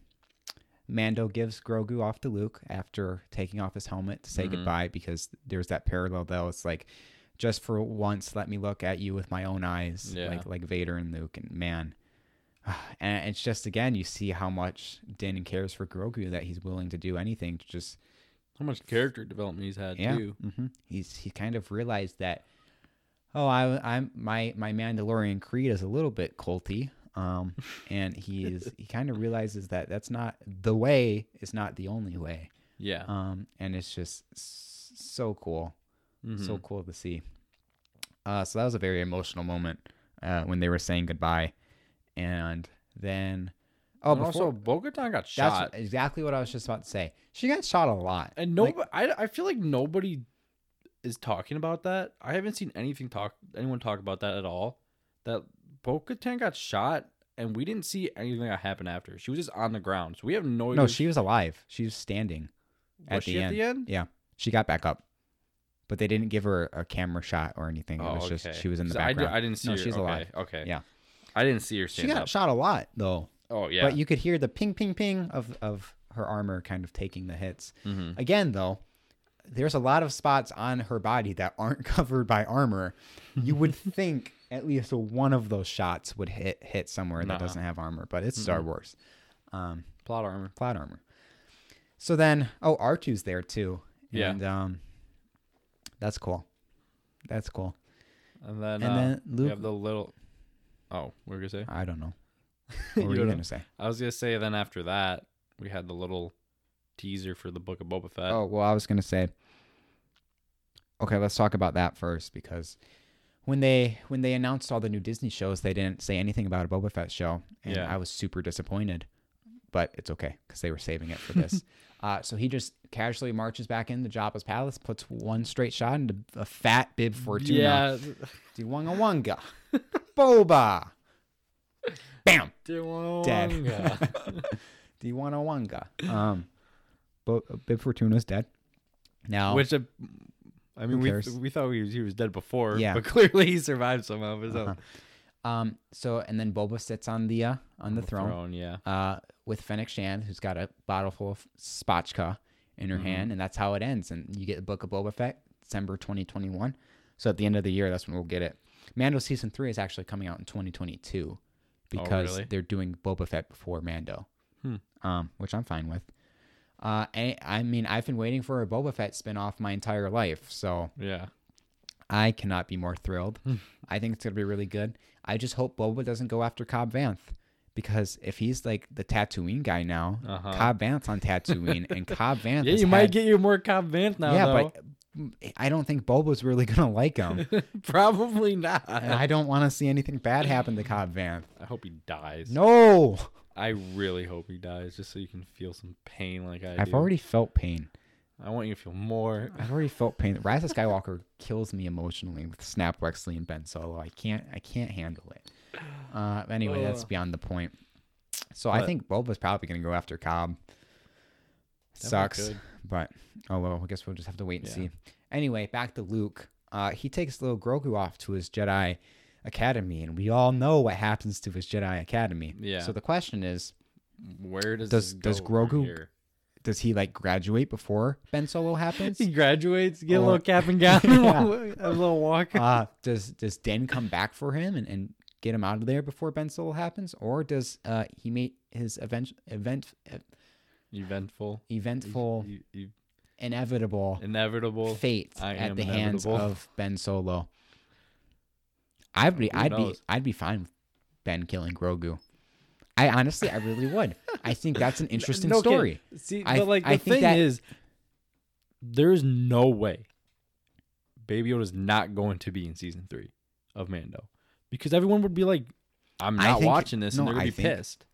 A: Mando gives Grogu off to Luke after taking off his helmet to say
B: Mhm.
A: goodbye because there's that parallel though. It's like just for once, let me look at you with my own eyes,
B: Yeah.
A: like like Vader and Luke. And man, and it's just again you see how much Din cares for Grogu that he's willing to do anything to just
B: How much character development he's had
A: yeah.
B: too.
A: hmm He's he kind of realized that. Oh, I, I'm my my Mandalorian creed is a little bit culty, um, and he is he kind of realizes that that's not the way. It's not the only way,
B: Yeah.
A: um, and it's just s- so cool, so
B: Mhm.
A: cool to see. Uh, so that was a very emotional moment uh, when they were saying goodbye, and then oh,
B: and
A: before,
B: also Bogota got
A: that's
B: shot.
A: exactly what I was just about to say. She got shot a lot.
B: And
A: Like-
B: nobody, I, I feel like nobody is talking about that. I haven't seen anything talk, anyone talk about that at all. That Bo-Katan got shot, and we didn't see anything that happened after. She was just on the ground, so we have
A: No,
B: no. idea-
A: she was alive. She was standing.
B: was
A: at
B: she
A: the
B: at the end.
A: Yeah, she got back up, but they didn't give her a camera shot or anything. It was just she was in the
B: Oh, So I,
A: background.
B: di- I didn't see
A: No,
B: her.
A: she's
B: okay,
A: alive.
B: Okay.
A: Yeah.
B: I didn't see her
A: she
B: stand
A: got
B: up.
A: shot a lot though,
B: Oh yeah.
A: but you could hear the ping, ping, ping of of her armor kind of taking the hits.
B: hmm
A: Again, though, there's a lot of spots on her body that aren't covered by armor. You would think at least one of those shots would hit hit somewhere that
B: Nuh-uh.
A: doesn't have armor, but it's Star Wars. Um,
B: Plot armor.
A: plot armor. So then, oh, R2's there too.
B: Yeah.
A: And um, that's cool. That's cool.
B: And then,
A: And
B: uh,
A: then
B: we
A: Luke-
B: have the little. Oh, what were you gonna say?
A: I don't know. What were
B: You
A: you
B: don't
A: going
B: know.
A: to say?
B: I was gonna say. Then after that, we had the little teaser for the book of Boba Fett.
A: Oh, well, I was going to say Okay, let's talk about that first because when they when they announced all the new Disney shows, they didn't say anything about a Boba Fett show, and
B: Yeah.
A: I was super disappointed. But it's okay because they were saving it for this. uh, so he just casually marches back into Jabba's palace, puts one straight shot into a fat Bib Fortuna.
B: yeah.
A: Diwanga Wanga. Boba. Bam.
B: Dead.
A: Diwana Wanga. Um, Bo- uh, Bib Fortuna's dead. Now,
B: Which, uh, I mean, we
A: cares?
B: we thought he was, he was dead before,
A: Yeah.
B: but clearly he survived somehow. But
A: Uh-huh. um, so and then Boba sits on the uh, on the throne,
B: yeah.
A: uh, with Fennec Shan, who's got a bottle full of spotchka in
B: Mm-hmm.
A: her hand, and that's how it ends. And you get the Book of Boba Fett, December 2021. So at the end of the year, that's when we'll get it. Mando season three is actually coming out in 2022 because
B: Oh, really?
A: they're doing Boba Fett before Mando,
B: Hmm.
A: um, which I'm fine with. Uh, I, I mean, I've been waiting for a Boba Fett spinoff my entire life, so
B: Yeah.
A: I cannot be more thrilled.
B: Hmm.
A: I think it's gonna be really good. I just hope Boba doesn't go after Cobb Vanth because if he's like the Tatooine guy now,
B: Uh-huh.
A: Cobb Vanth's on Tatooine, and Cobb Vanth.
B: Yeah,
A: has
B: you might
A: had-
B: get your more Cobb Vanth now.
A: yeah,
B: though.
A: but I don't think Boba's really gonna like him,
B: probably not.
A: and I don't want to see anything bad happen to Cobb Vanth.
B: I hope he dies.
A: No,
B: I really hope he dies, just so you can feel some pain like I
A: I've
B: do.
A: already felt pain.
B: I want you to feel more.
A: I've already felt pain. Rise of Skywalker kills me emotionally with Snap Wexley and Ben Solo. I can't I can't handle it. Uh, anyway, that's
B: Ugh.
A: beyond the point. So I
B: But-
A: think Boba's probably gonna go after Cobb. Sucks,
B: could.
A: but oh well. I guess we'll just have to wait and
B: Yeah.
A: see. Anyway, back to Luke. Uh, he takes little Grogu off to his Jedi Academy, and we all know what happens to his Jedi Academy.
B: Yeah.
A: So the question is,
B: Where does
A: Does-
B: this
A: does
B: go from
A: Grogu-
B: here?
A: does he like graduate before Ben Solo happens?
B: He graduates, get a
A: Or-
B: little cap and gown,
A: Yeah.
B: a little walk.
A: uh, does does Den come back for him and, and get him out of there before Ben Solo happens, or does uh, he make his event event uh,
B: Eventful.
A: eventful
B: E- e-
A: inevitable
B: inevitable.
A: fate
B: I
A: at
B: am
A: the hands
B: inevitable.
A: of Ben Solo? I'd be
B: Who
A: I'd
B: knows?
A: be I'd be fine with Ben killing Grogu. I honestly I really would. I think that's an interesting
B: No, okay,
A: story.
B: See,
A: I-
B: but like the
A: I think
B: thing
A: that-
B: is, there's no way Baby Yoda's not going to be in season three of Mando because everyone would be like, "I'm
A: I
B: not
A: think-
B: watching this,"
A: no,
B: and they're
A: I
B: gonna be
A: think-
B: pissed.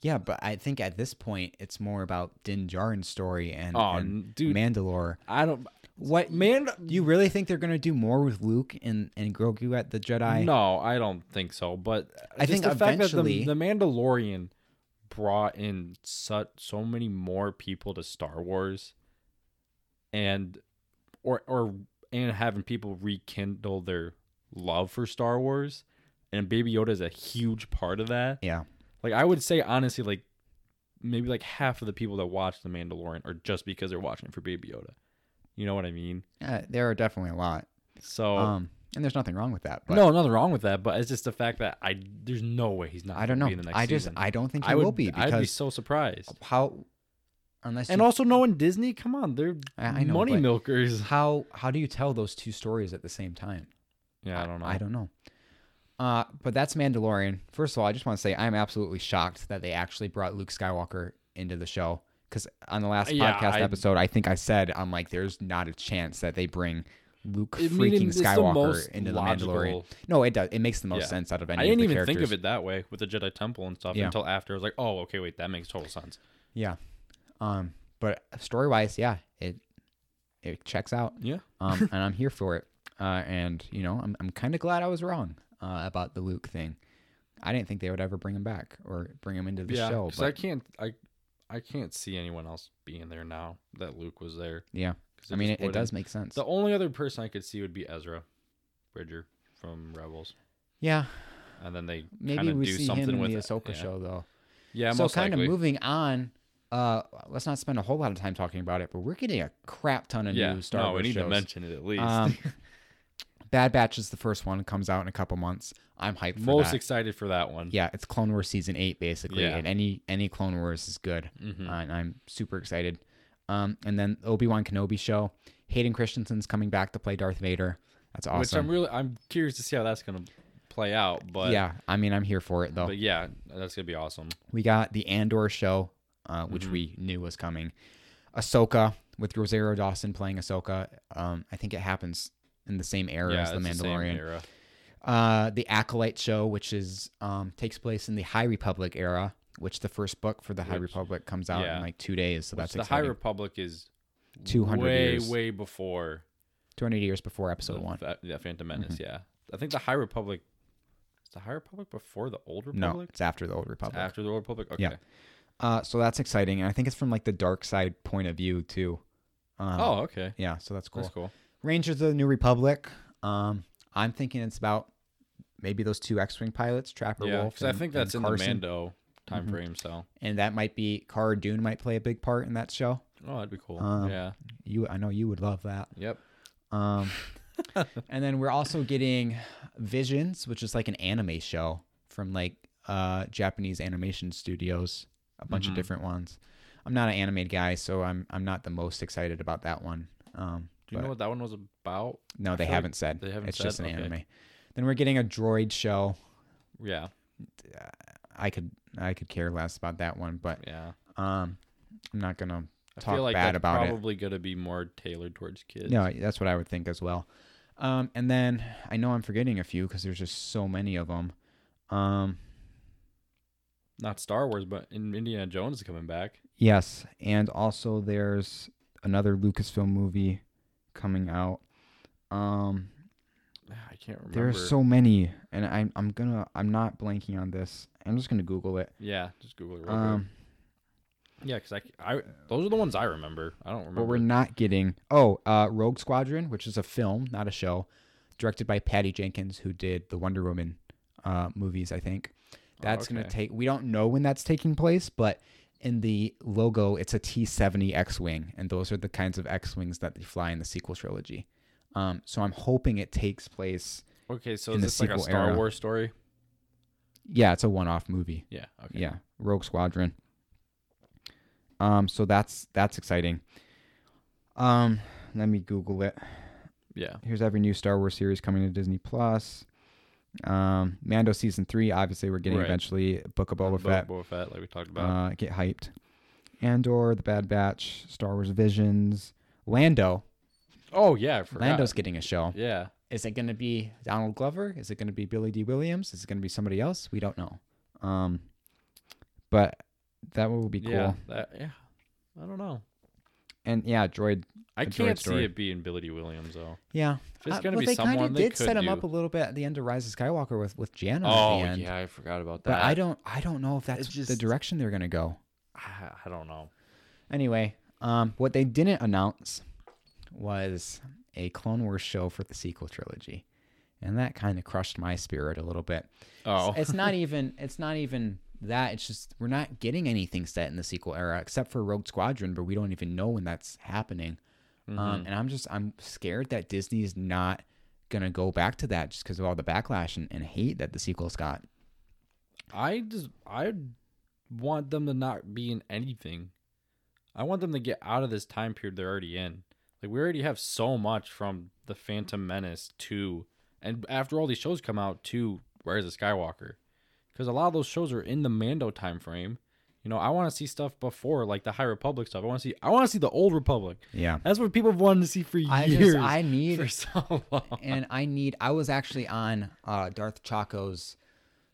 A: Yeah, but I think at this point it's more about Din Djarin's story and,
B: Oh,
A: and
B: dude.
A: Mandalore.
B: I don't.
A: What
B: Mando?
A: You really think they're gonna do more with Luke and and Grogu at the Jedi?
B: No, I don't think so. But
A: I
B: just
A: think
B: the fact that
A: eventually-
B: the, the Mandalorian brought in such so many more people to Star Wars, and or or and having people rekindle their love for Star Wars, and Baby Yoda is a huge part of that.
A: Yeah.
B: Like I would say honestly, like maybe like half of the people that watch The Mandalorian are just because they're watching it for Baby Yoda. You know what I mean?
A: Uh, there are definitely a lot.
B: So
A: Um, and there's nothing wrong with that. But
B: Oh. no, nothing wrong with that, but it's just the fact that I there's no way he's not.
A: I don't
B: gonna
A: know.
B: Be in the next
A: I just
B: season.
A: I don't think he
B: I
A: will be
B: I'd be
A: because
B: so surprised.
A: how unless
B: And
A: you,
B: also knowing Disney, come on, they're
A: I- I know,
B: money
A: but-
B: milkers.
A: how how do you tell those two stories at the same time?
B: Yeah, I don't know.
A: I don't know. Uh, but that's Mandalorian. First of all, I just want to say I'm absolutely shocked that they actually brought Luke Skywalker into the show. Because on the last
B: Uh, Yeah,
A: podcast
B: I-
A: episode, I think I said I'm like, there's not a chance that they bring Luke
B: I mean,
A: freaking
B: it's the
A: Skywalker
B: most
A: into the
B: logical-
A: Mandalorian. No, it does. It makes the most
B: Yeah.
A: sense out of any.
B: I didn't
A: of the
B: even
A: characters.
B: think of it that way with the Jedi Temple and stuff
A: Yeah.
B: until after. I was like, oh, okay, wait, that makes total sense.
A: Yeah. Um, but story wise, yeah, it it checks out.
B: Yeah,
A: Um, and I'm here for it. Uh, and you know, I'm I'm kind of glad I was wrong uh, about the Luke thing. I didn't think they would ever bring him back or bring him into the
B: yeah.
A: show.
B: Because
A: But
B: I can't, I, I can't see anyone else being there now that Luke was there.
A: yeah,
B: 'Cause
A: I mean,
B: just
A: it, it
B: wouldn't.
A: does make sense.
B: The only other person I could see would be Ezra Bridger from Rebels,
A: yeah,
B: and then they
A: maybe
B: kinda
A: we
B: do
A: see
B: something
A: him in
B: with
A: the Ahsoka
B: yeah.
A: show though.
B: Yeah,
A: so
B: most
A: kind of
B: likely.
A: moving on. Uh, let's not spend a whole lot of time talking about it, but we're getting a crap ton of
B: yeah,
A: new Star
B: no,
A: Wars Um,
B: we need
A: shows.
B: to mention it at least.
A: Um, Bad Batch is the first one. It comes out in a couple months. I'm hyped for
B: Most
A: that.
B: excited for that one.
A: yeah, it's Clone Wars season eight basically,
B: Yeah.
A: and any any Clone Wars is good,
B: Mhm.
A: Uh, and I'm super excited. Um, and then Obi Wan Kenobi show. Hayden Christensen's coming back to play Darth Vader. That's awesome.
B: Which I'm really I'm curious to see how that's gonna play out. But
A: yeah, I mean, I'm here for it though.
B: but yeah, that's gonna be awesome.
A: We got the Andor show, uh, which
B: Mm-hmm.
A: we knew was coming. Ahsoka with Rosario Dawson playing Ahsoka. Um, I think it happens in the same era
B: yeah,
A: as the
B: it's same
A: Mandalorian.
B: era.
A: uh, the Acolyte show, which is um, takes place in the High Republic era, which the first book for the High
B: Which-
A: Republic comes out
B: yeah.
A: in like two days. So
B: Which
A: that's
B: the
A: exciting.
B: High Republic is
A: 200
B: way
A: years.
B: way before
A: 200 years before Episode
B: the,
A: One. Mm-hmm.
B: Fa- yeah, Phantom Menace. Yeah, I think the High Republic is the High Republic before the Old
A: No,
B: Republic.
A: it's after the Old Republic.
B: After the Old Republic. Okay.
A: Yeah. Uh, so that's exciting, and I think it's from like the dark side point of view too. Um,
B: oh, okay.
A: yeah, so that's cool.
B: That's cool.
A: Rangers of the New Republic. Um, I'm thinking it's about maybe those two X-wing pilots, Trapper
B: Yeah,
A: Wolf.
B: because I
A: and-
B: think that's
A: and
B: in
A: Carson, Mm-hmm.
B: the Mando time frame. So
A: and that might be Cara Dune might play a big part in that show.
B: oh, that'd be cool.
A: Um,
B: yeah.
A: You, I know you would love that.
B: Yep.
A: Um, and then we're also getting Visions, which is like an anime show from like uh, Japanese animation studios, a bunch
B: Mhm.
A: of different ones. I'm not an anime guy, so I'm I'm not the most excited about that one. Um,
B: Do you
A: but-
B: know what that one was about?
A: No, they
B: feel like
A: haven't said.
B: they haven't
A: it's
B: said?
A: just an
B: Okay.
A: anime. Then we're getting a droid show.
B: Yeah.
A: I could I could care less about that one, but
B: Yeah.
A: um, I'm not gonna
B: I
A: talk
B: feel like
A: bad
B: that's
A: about it.
B: probably gonna be more tailored towards kids.
A: No, that's what I would think as well. Um, and then I know I'm forgetting a few because there's just so many of them. Um,
B: Not Star Wars, but in Indiana Jones is coming back.
A: yes, and also there's another Lucasfilm movie coming out. Um,
B: Ah, I can't remember.
A: there are so many, and I'm I'm gonna I'm not blanking on this. I'm just gonna Google it.
B: yeah, just Google it. Real
A: Um.
B: quick. Yeah, because I, c- I- those are the ones I remember. I don't remember.
A: But we're not getting. Oh, uh, Rogue Squadron, which is a film, not a show, directed by Patty Jenkins, who did the Wonder Woman uh, movies, I think. That's going
B: Oh, okay.
A: to take. We don't know when that's taking place, but in the logo, it's a T 70 X Wing, and those are the kinds of X Wings that they fly in the sequel trilogy. Um, so I'm hoping it takes place.
B: okay, so
A: in
B: is
A: the
B: this like a
A: sequel
B: Star
A: era.
B: Wars story?
A: Yeah, it's a one off movie.
B: Yeah. Okay.
A: Yeah, Rogue Squadron. Um, so that's that's exciting. Um, let me Google it.
B: Yeah.
A: here's every new Star Wars series coming to Disney Plus. Um, Mando season three, obviously we're getting
B: Right.
A: eventually. Book of Boba
B: Bo-
A: Fett,
B: Boba Fett, like we talked about.
A: uh, get hyped. Andor, The Bad Batch, Star Wars Visions, Lando.
B: oh yeah, I forgot.
A: Lando's getting a show.
B: Yeah.
A: Is it going to be Donald Glover? Is it going to be Billy D. Williams? Is it going to be somebody else? We don't know. Um, but that will be cool.
B: Yeah. That, yeah. I don't know.
A: And yeah, Droid.
B: I
A: A droid
B: can't see
A: story.
B: it being Billy D. Williams though.
A: Yeah,
B: If it's
A: Uh,
B: gonna
A: well,
B: be
A: they kinda
B: someone,
A: did
B: they could
A: set him
B: do.
A: up a little bit at the end of Rise of Skywalker with with Jan
B: oh
A: at the end.
B: yeah, I forgot about that.
A: But I don't I don't know if that's
B: It's just-
A: the direction they're gonna go.
B: I, I don't know.
A: Anyway, um, what they didn't announce was a Clone Wars show for the sequel trilogy, and that kind of crushed my spirit a little bit.
B: Oh.
A: It's not even it's not even that. It's just we're not getting anything set in the sequel era except for Rogue Squadron, but we don't even know when that's happening.
B: Mm-hmm.
A: Um, and I'm just I'm scared that Disney's not gonna go back to that just because of all the backlash and, and hate that the sequels got.
B: I just I want them to not be in anything. I want them to get out of this time period they're already in. Like we already have so much from the Phantom Menace to, and after all these shows come out to Rise of Skywalker, because a lot of those shows are in the Mando time frame. You know, I want to see stuff before like the High Republic stuff. I want to see I want to see the Old Republic.
A: Yeah.
B: That's what people have wanted to see for
A: I
B: years.
A: just I need
B: for so long.
A: and I need. I was actually on uh, Darth Chaco's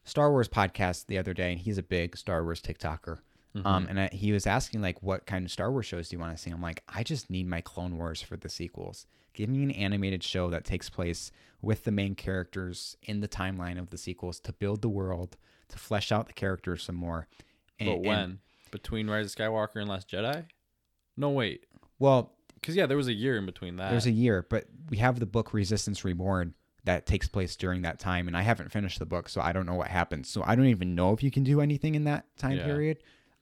A: Star Wars podcast the other day, and he's a big Star Wars TikToker.
B: Mm-hmm.
A: Um, and I, he was asking like, what kind of Star Wars shows do you want to see? I'm like, I just need my Clone Wars for the sequels. Give me an animated show that takes place with the main characters in the timeline of the sequels to build the world, to flesh out the characters some more. And,
B: But
A: and-
B: when between Rise of Skywalker and Last Jedi? No wait.
A: well,
B: Because yeah, there was a year in between that.
A: there's a year, but we have the book Resistance Reborn that takes place during that time, and I haven't finished the book, so I don't know what happens. So I don't even know if you can do anything in that time
B: Yeah.
A: period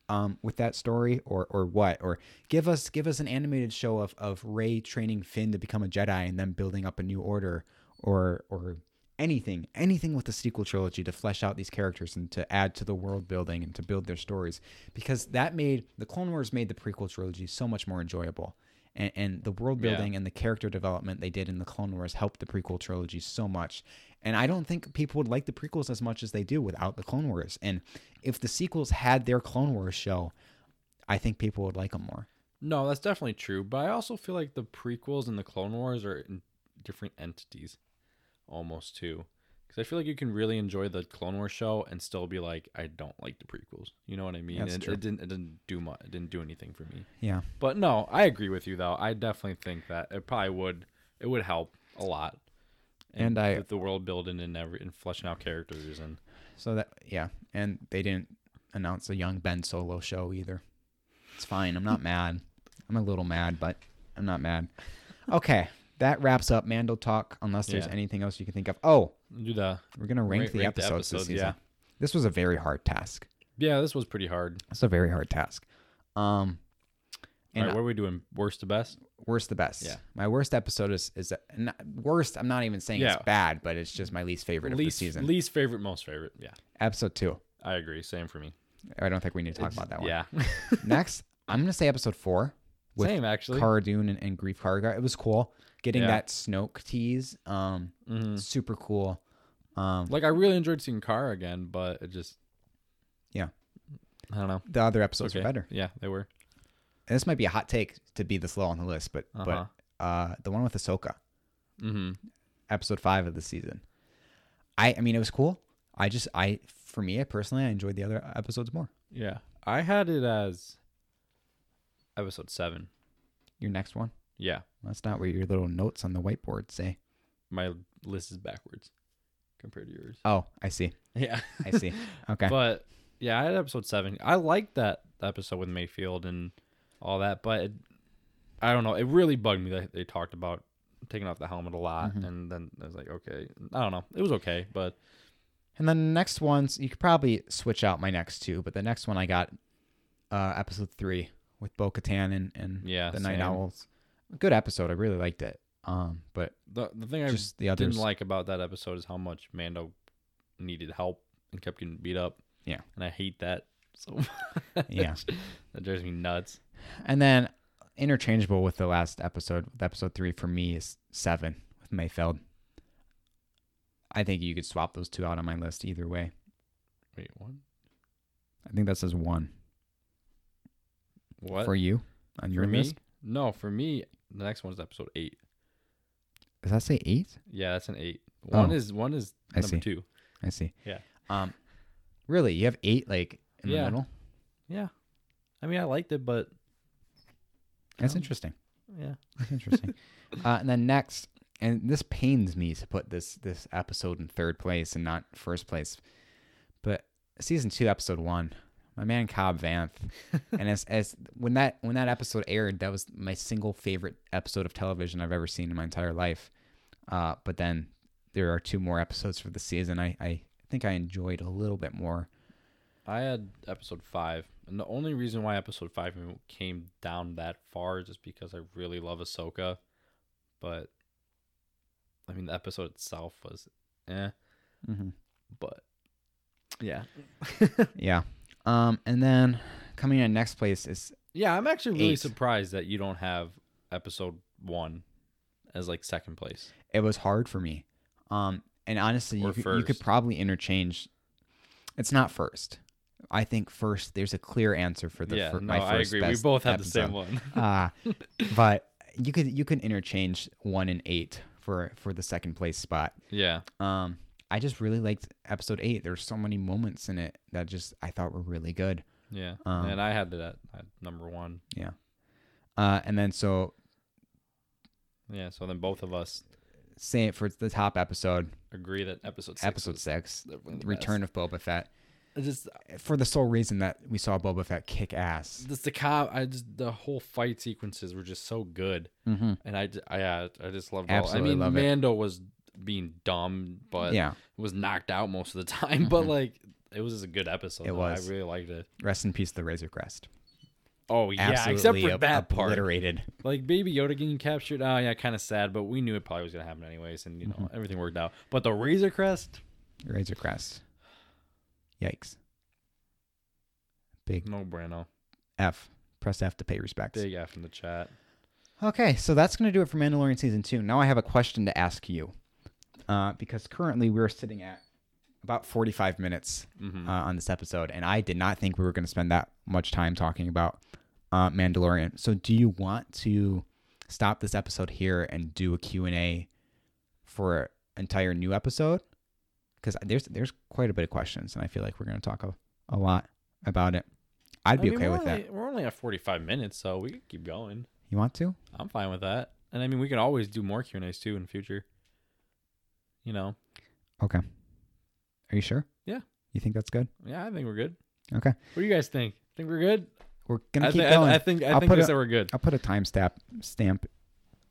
A: um, with that story or or what. Or give us give us an animated show of of Ray training Finn to become a Jedi and then building up a new order. or or anything, anything with the sequel trilogy to flesh out these characters and to add to the world building and to build their stories. Because that made the Clone Wars made the prequel trilogy so much more enjoyable. And, and the world
B: Yeah.
A: building and the character development they did in the Clone Wars helped the prequel trilogy so much. And I don't think people would like the prequels as much as they do without the Clone Wars. And if the sequels had their Clone Wars show, I think people would like them more.
B: No, that's definitely true. But I also feel like the prequels and the Clone Wars are in different entities, almost too. Because I feel like you can really enjoy the Clone Wars show and still be like, I don't like the prequels. You know what I mean?
A: That's
B: it,
A: true.
B: it didn't. It didn't do much. It didn't do anything for me.
A: Yeah.
B: But no, I agree with you though. I definitely think that it probably would. It would help a lot.
A: And I-
B: with the world building and every and fleshing out characters and
A: So that yeah, and they didn't announce a young Ben Solo show either. It's fine. I'm not mad. I'm a little mad, but I'm not mad. Okay, that wraps up Mandel talk. Unless there's
B: Yeah.
A: anything else you can think of. Oh,
B: do the
A: we're gonna rank,
B: Rank-
A: the,
B: rank the
A: episodes
B: episodes,
A: this season.
B: yeah.
A: This was a very hard task.
B: yeah. This was pretty hard.
A: It's a very hard task. Um,
B: All
A: and
B: right, what are we doing? Worst to best?
A: worst the best.
B: Yeah.
A: My worst episode is is not, worst. I'm not even saying
B: Yeah.
A: it's bad, but it's just my least favorite of the
B: Least
A: season.
B: least favorite, most favorite. Yeah.
A: episode two.
B: I agree. Same for me.
A: I don't think we need to talk about that one.
B: Yeah.
A: Next, I'm gonna say episode four with
B: Same actually.
A: Cara Dune and, and Grief Karga. It was cool getting
B: Yeah.
A: that Snoke tease. Um,
B: Mhm.
A: super cool. Um,
B: Like I really enjoyed seeing Car again, but it just
A: Yeah.
B: I don't know.
A: the other episodes
B: Okay.
A: are better.
B: Yeah, they were.
A: And this might be a hot take to be this low on the list, but
B: Uh-huh.
A: but uh, the one with Ahsoka,
B: Mm-hmm.
A: episode five of the season. I I mean it was cool. I just I for me I personally I enjoyed the other episodes more.
B: Yeah. I had it as episode seven.
A: Your next one.
B: Yeah.
A: That's not what your little notes on the whiteboard say.
B: My list is backwards compared to yours.
A: Oh, I see.
B: Yeah.
A: I see. Okay.
B: But yeah, I had episode seven. I liked that episode with Mayfield and all that, but it, I don't know. It really bugged me that they talked about taking off the helmet a lot,
A: Mm-hmm.
B: and then I was like, okay, I don't know. It was okay, but
A: And then the next ones, you could probably switch out my next two, but the next one I got uh, episode three with Bo Katan and, and
B: Yeah,
A: the Night
B: same.
A: Owls. Good episode. I really liked it. Um, but
B: the the thing I
A: just the
B: didn't
A: others.
B: like about that episode is how much Mando needed help and kept getting beat up.
A: Yeah.
B: and I hate that so much.
A: Yeah.
B: that drives me nuts.
A: and then interchangeable with the last episode, with episode three for me is seven with Mayfeld. I think you could swap those two out on my list either way.
B: Wait, what?
A: I think that says one
B: What
A: for you on your
B: For me?
A: list.
B: No, for me, the next one is episode eight.
A: Does that say eight?
B: Yeah, that's an eight. One
A: Oh.
B: is one is
A: I
B: number
A: see.
B: two.
A: I see.
B: Yeah.
A: Um, really, you have eight like in
B: Yeah.
A: the middle.
B: Yeah. I mean, I liked it, but
A: That's
B: Um,
A: interesting.
B: yeah.
A: That's interesting. uh, and then next, and this pains me to put this this episode in third place and not first place, but season two, episode one, my man Cobb Vanth, and as as when that when that episode aired, that was my single favorite episode of television I've ever seen in my entire life. Uh, but then there are two more episodes for the season. I I think I enjoyed a little bit more.
B: I had episode five, and the only reason why episode five even came down that far is just because I really love Ahsoka, but I mean the episode itself was eh,
A: Mm-hmm.
B: but yeah,
A: Yeah. Um, and then coming in next place is
B: yeah. I'm actually really
A: Eight.
B: surprised that you don't have episode one as like second place.
A: it was hard for me. Um, and honestly,
B: Or
A: you, could- you could
B: first.
A: probably interchange. It's not first. I think first. There's a clear answer for the
B: yeah,
A: fir-
B: no,
A: my
B: I
A: first.
B: agree. We
A: best
B: both had
A: episode.
B: the same one.
A: Uh, but you could you could interchange one and eight for for the second place spot.
B: yeah,
A: Um, I just really liked episode eight. There's so many moments in it that just I thought were really good.
B: yeah.
A: Um,
B: and I had that at number one.
A: Uh, and then so
B: Yeah, so then both of us
A: say it for the top episode,
B: agree that episode six
A: episode
B: was
A: six,
B: definitely the
A: Return of Boba Fett.
B: It's just
A: for the sole reason that we saw Boba Fett kick ass.
B: just the cop. I just the whole fight sequences were just so good,
A: Mm-hmm.
B: and I j- I uh, I just loved.
A: Absolutely
B: all. I mean,
A: love it.
B: Mando was being dumb, but
A: yeah. Mm-hmm.
B: was knocked out most of the time. But like, it was just a good episode.
A: It
B: though.
A: was.
B: I really liked it.
A: Rest in peace, the Razor Crest.
B: Oh yeah, except
A: absolutely
B: for
A: ob-
B: that part.
A: obliterated.
B: Like Baby Yoda getting captured. Oh yeah, kind of sad, but we knew it probably was gonna happen anyways, and you know
A: Mm-hmm.
B: everything worked out. But the Razor Crest,
A: Razor Crest. Yikes. Big
B: no bueno.
A: F. Press F to pay respects.
B: Big F in the chat.
A: Okay, so that's going to do it for Mandalorian season two. Now I have a question to ask you, uh, because currently we're sitting at about forty-five minutes
B: Mhm.
A: uh, on this episode, and I did not think we were going to spend that much time talking about uh, Mandalorian. So, do you want to stop this episode here and do a Q and A for an entire new episode? Because there's there's quite a bit of questions, and I feel like we're going to talk a, a lot about it. I'd be
B: I mean,
A: okay
B: we're
A: with
B: only,
A: that.
B: We're only at forty-five minutes, so we can keep going.
A: You want to?
B: I'm fine with that. And I mean, we can always do more Q and A's too in the future. You know,
A: Okay. Are you sure?
B: Yeah.
A: You think that's good?
B: yeah, I think we're good.
A: Okay.
B: What do you guys think? Think we're good?
A: We're gonna
B: I,
A: keep
B: thi- I-
A: going.
B: I,
A: I,
B: think I
A: I'll
B: think
A: put
B: we
A: a-
B: said we're good.
A: will put a timestamp stamp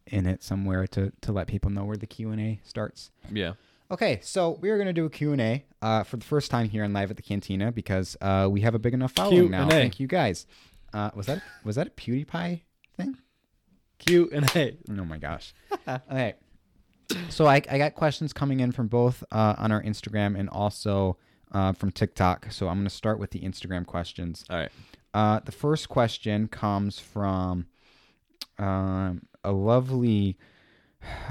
A: in it somewhere to to let people know where the Q and A starts.
B: Yeah.
A: Okay, so we are gonna do a Q and A uh, for the first time here on Live at the Cantina because uh, we have a big enough following now.
B: Q&A.
A: Thank you guys. Uh, was that was that a PewDiePie thing?
B: Q and A.
A: Oh my gosh. okay. So I, I got questions coming in from both uh, on our Instagram and also uh, from TikTok. So I'm going to start with the Instagram questions.
B: All right.
A: Uh, the first question comes from um, a lovely,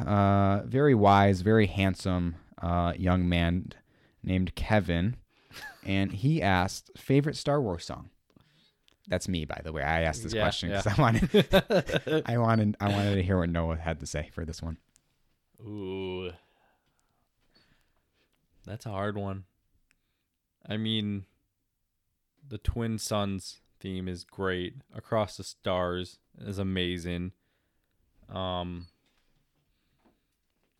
A: uh, very wise, very handsome uh, young man named Kevin. And he asked, favorite Star Wars song? That's me, by the way. I asked this
B: Yeah,
A: question because
B: yeah.
A: I wanted, I wanted, I wanted to hear what Noah had to say for this one.
B: Ooh. That's a hard one. I mean, the Twin Suns theme is great. Across the Stars is amazing. Um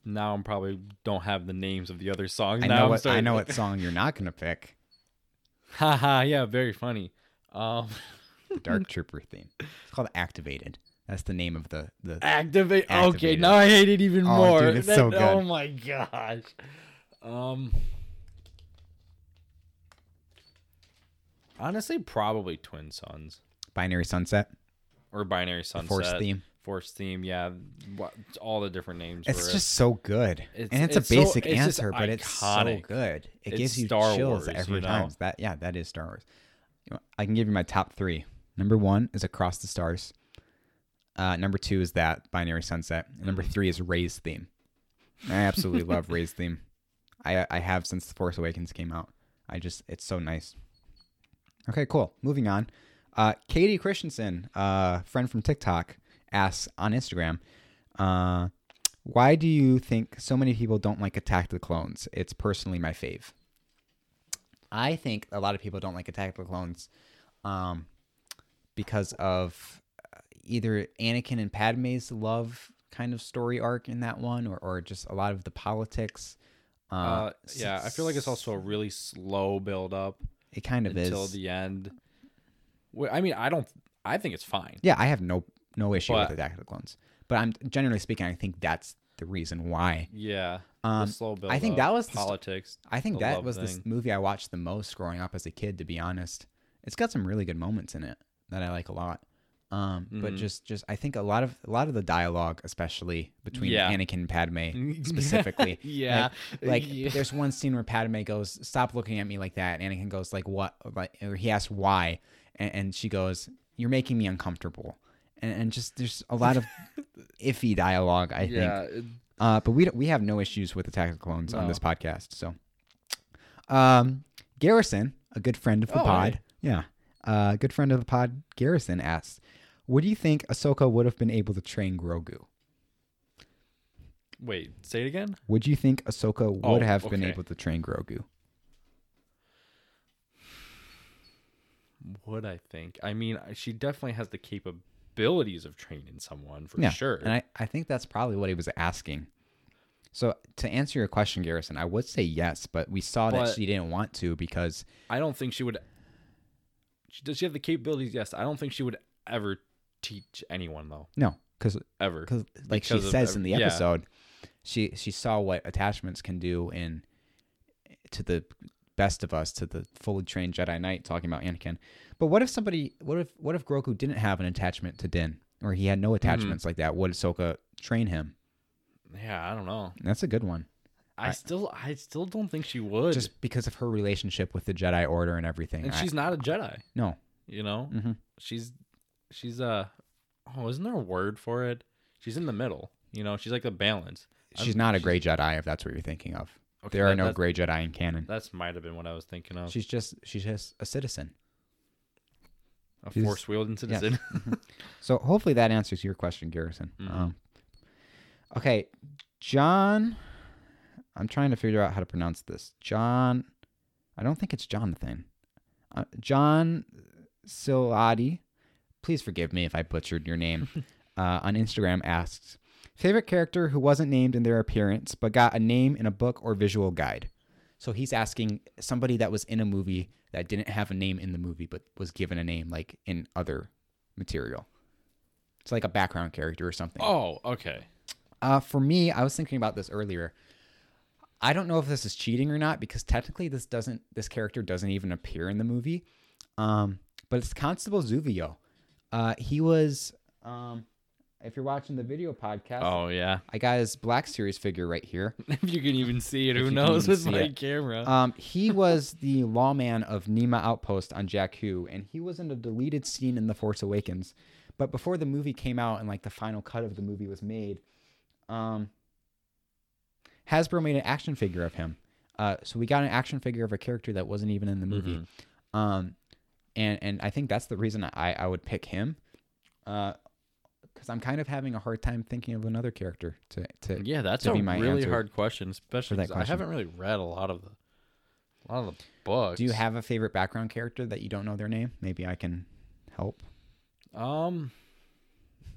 B: now I'm probably don't have the names of the other songs.
A: I
B: now
A: know
B: I'm
A: what I
B: starting-
A: know what song you're not gonna pick.
B: Haha, yeah, very funny. Um
A: The Dark Trooper theme. It's called Activated. That's the name of the the.
B: Activate. Okay,
A: Activated.
B: now I hate it even
A: Oh,
B: more.
A: dude, it's so good.
B: Oh my gosh. Um. Honestly, probably Twin Suns
A: Binary Sunset.
B: or Binary
A: The
B: Sunset.
A: Force theme.
B: Force theme. Yeah, wha- all the different names.
A: It's
B: for
A: just so good,
B: It's-
A: and it's,
B: it's
A: a
B: so-
A: basic
B: it's just
A: answer, but it's so
B: iconic.
A: good. It
B: It's
A: gives you
B: Star
A: chills
B: Wars,
A: every
B: you know?
A: time. That yeah, that is Star Wars. You know, I can give you my top three. Number one is Across the Stars. Uh, number two is that Binary Sunset. And number three is Ray's theme. I absolutely love Ray's theme. I I have since the Force Awakens came out. I just it's so nice. Okay, cool. Moving on. Uh, Katie Christensen, uh, friend from TikTok, asks on Instagram, uh, why do you think so many people don't like Attack of the Clones? It's personally my fave. I think a lot of people don't like Attack of the Clones um, because of uh, either Anakin and Padme's love kind of story arc in that one, or, or just a lot of the politics. Uh,
B: uh, yeah, I feel like it's also a really slow build up
A: it kind of
B: until
A: is.
B: the end. Well, I mean, I don't. I think it's fine.
A: Yeah, I have no no issue
B: But-
A: with Attack of the Clones, but I'm generally speaking, I think that's the reason why.
B: Yeah,
A: Um,
B: the slow build.
A: I think that was the st-
B: politics.
A: I think
B: The
A: that
B: love
A: was this
B: thing.
A: movie I watched the most growing up as a kid. To be honest, it's got some really good moments in it that I like a lot. Um, but
B: Mhm.
A: just just I think a lot of a lot of the dialogue, especially between
B: Yeah.
A: Anakin and Padme specifically.
B: yeah,
A: Like
B: Yeah.
A: there's one scene where Padme goes, "Stop looking at me like that," and Anakin goes, "Like what?" Like or he asks why, and, and she goes, "You're making me uncomfortable," and, and just there's a lot of iffy dialogue. I think.
B: yeah, it-
A: Uh, but we don't, we have no issues with Attack of the Clones on
B: No.
A: this podcast. So, um, Garrison, a good friend of the
B: Oh,
A: pod,
B: hey.
A: yeah, uh, good friend of the pod, Garrison asks, "What do you think Ahsoka would have been able to train Grogu?
B: Wait, say it again.
A: Would you think Ahsoka would
B: Oh,
A: have been
B: okay.
A: able to train Grogu?
B: What I think. I mean, I- she definitely has the capabilities of training someone for sure.
A: And I, I think that's probably what he was asking. So to answer your question, Garrison, I would say yes, but we saw that
B: But-
A: she didn't want to because
B: I don't think she would. She, does she have the capabilities? Yes. I don't think she would ever teach anyone though.
A: no, because
B: Ever.
A: because like she
B: Because of
A: says
B: ev-
A: in the
B: yeah.
A: episode she she saw what attachments can do in to the Best of Us to the fully trained Jedi Knight talking about Anakin. But what if somebody? What if what if Grogu didn't have an attachment to Din, or he had
B: Mm-hmm.
A: no attachments like that? Would Ahsoka train him?
B: Yeah, I don't know.
A: That's a good one.
B: I,
A: I-
B: still, I still don't think she would.
A: Just because of her relationship with the Jedi Order and everything.
B: and
A: I-
B: she's not a Jedi.
A: no.
B: You know,
A: Mhm.
B: she's, she's uh, oh, isn't there a word for it? She's in the middle. You know, she's like the balance. I-
A: She's not a gray Jedi, if that's what you're thinking of.
B: Okay,
A: there are
B: that-
A: no
B: that-
A: gray Jedi in canon.
B: That's might have been what I was thinking of.
A: She's just she's just a citizen.
B: a
A: she's-
B: force wielding citizen.
A: Mm-hmm. So hopefully that answers your question, Garrison.
B: Mhm.
A: Um, okay, John. I'm trying to figure out how to pronounce this. John. I don't think it's Jonathan. Uh, John Siladi. Please forgive me if I butchered your name. uh, on Instagram asks favorite character who wasn't named in their appearance but got a name in a book or visual guide. So he's asking somebody that was in a movie that didn't have a name in the movie but was given a name like in other material. It's like a background character or something.
B: oh, okay.
A: Uh, for me, I was thinking about this earlier. I don't know if this is cheating or not because technically this doesn't this character doesn't even appear in the movie. Um, but it's Constable Zuvio. Uh, he was um, if you're watching the video podcast,
B: Oh yeah.
A: I got his Black Series figure right here.
B: if you can even see it,
A: If
B: who
A: you can
B: knows
A: even
B: with
A: see
B: my
A: it.
B: camera?
A: Um, he was the lawman of Nima Outpost on Jakku, and he was in a deleted scene in The Force Awakens. But before the movie came out and like the final cut of the movie was made, um, Hasbro made an action figure of him. Uh, so we got an action figure of a character that wasn't even in the movie. Um, and and I think that's the reason I I would pick him. Uh, because I'm kind of having a hard time thinking of another character to to
B: yeah, that's
A: to
B: a
A: be my
B: really
A: answer
B: hard question, especially
A: that
B: 'cause I
A: question.
B: haven't really read a lot of the, a lot of the books.
A: Do you have a favorite background character that you don't know their name? Maybe I can help.
B: Um,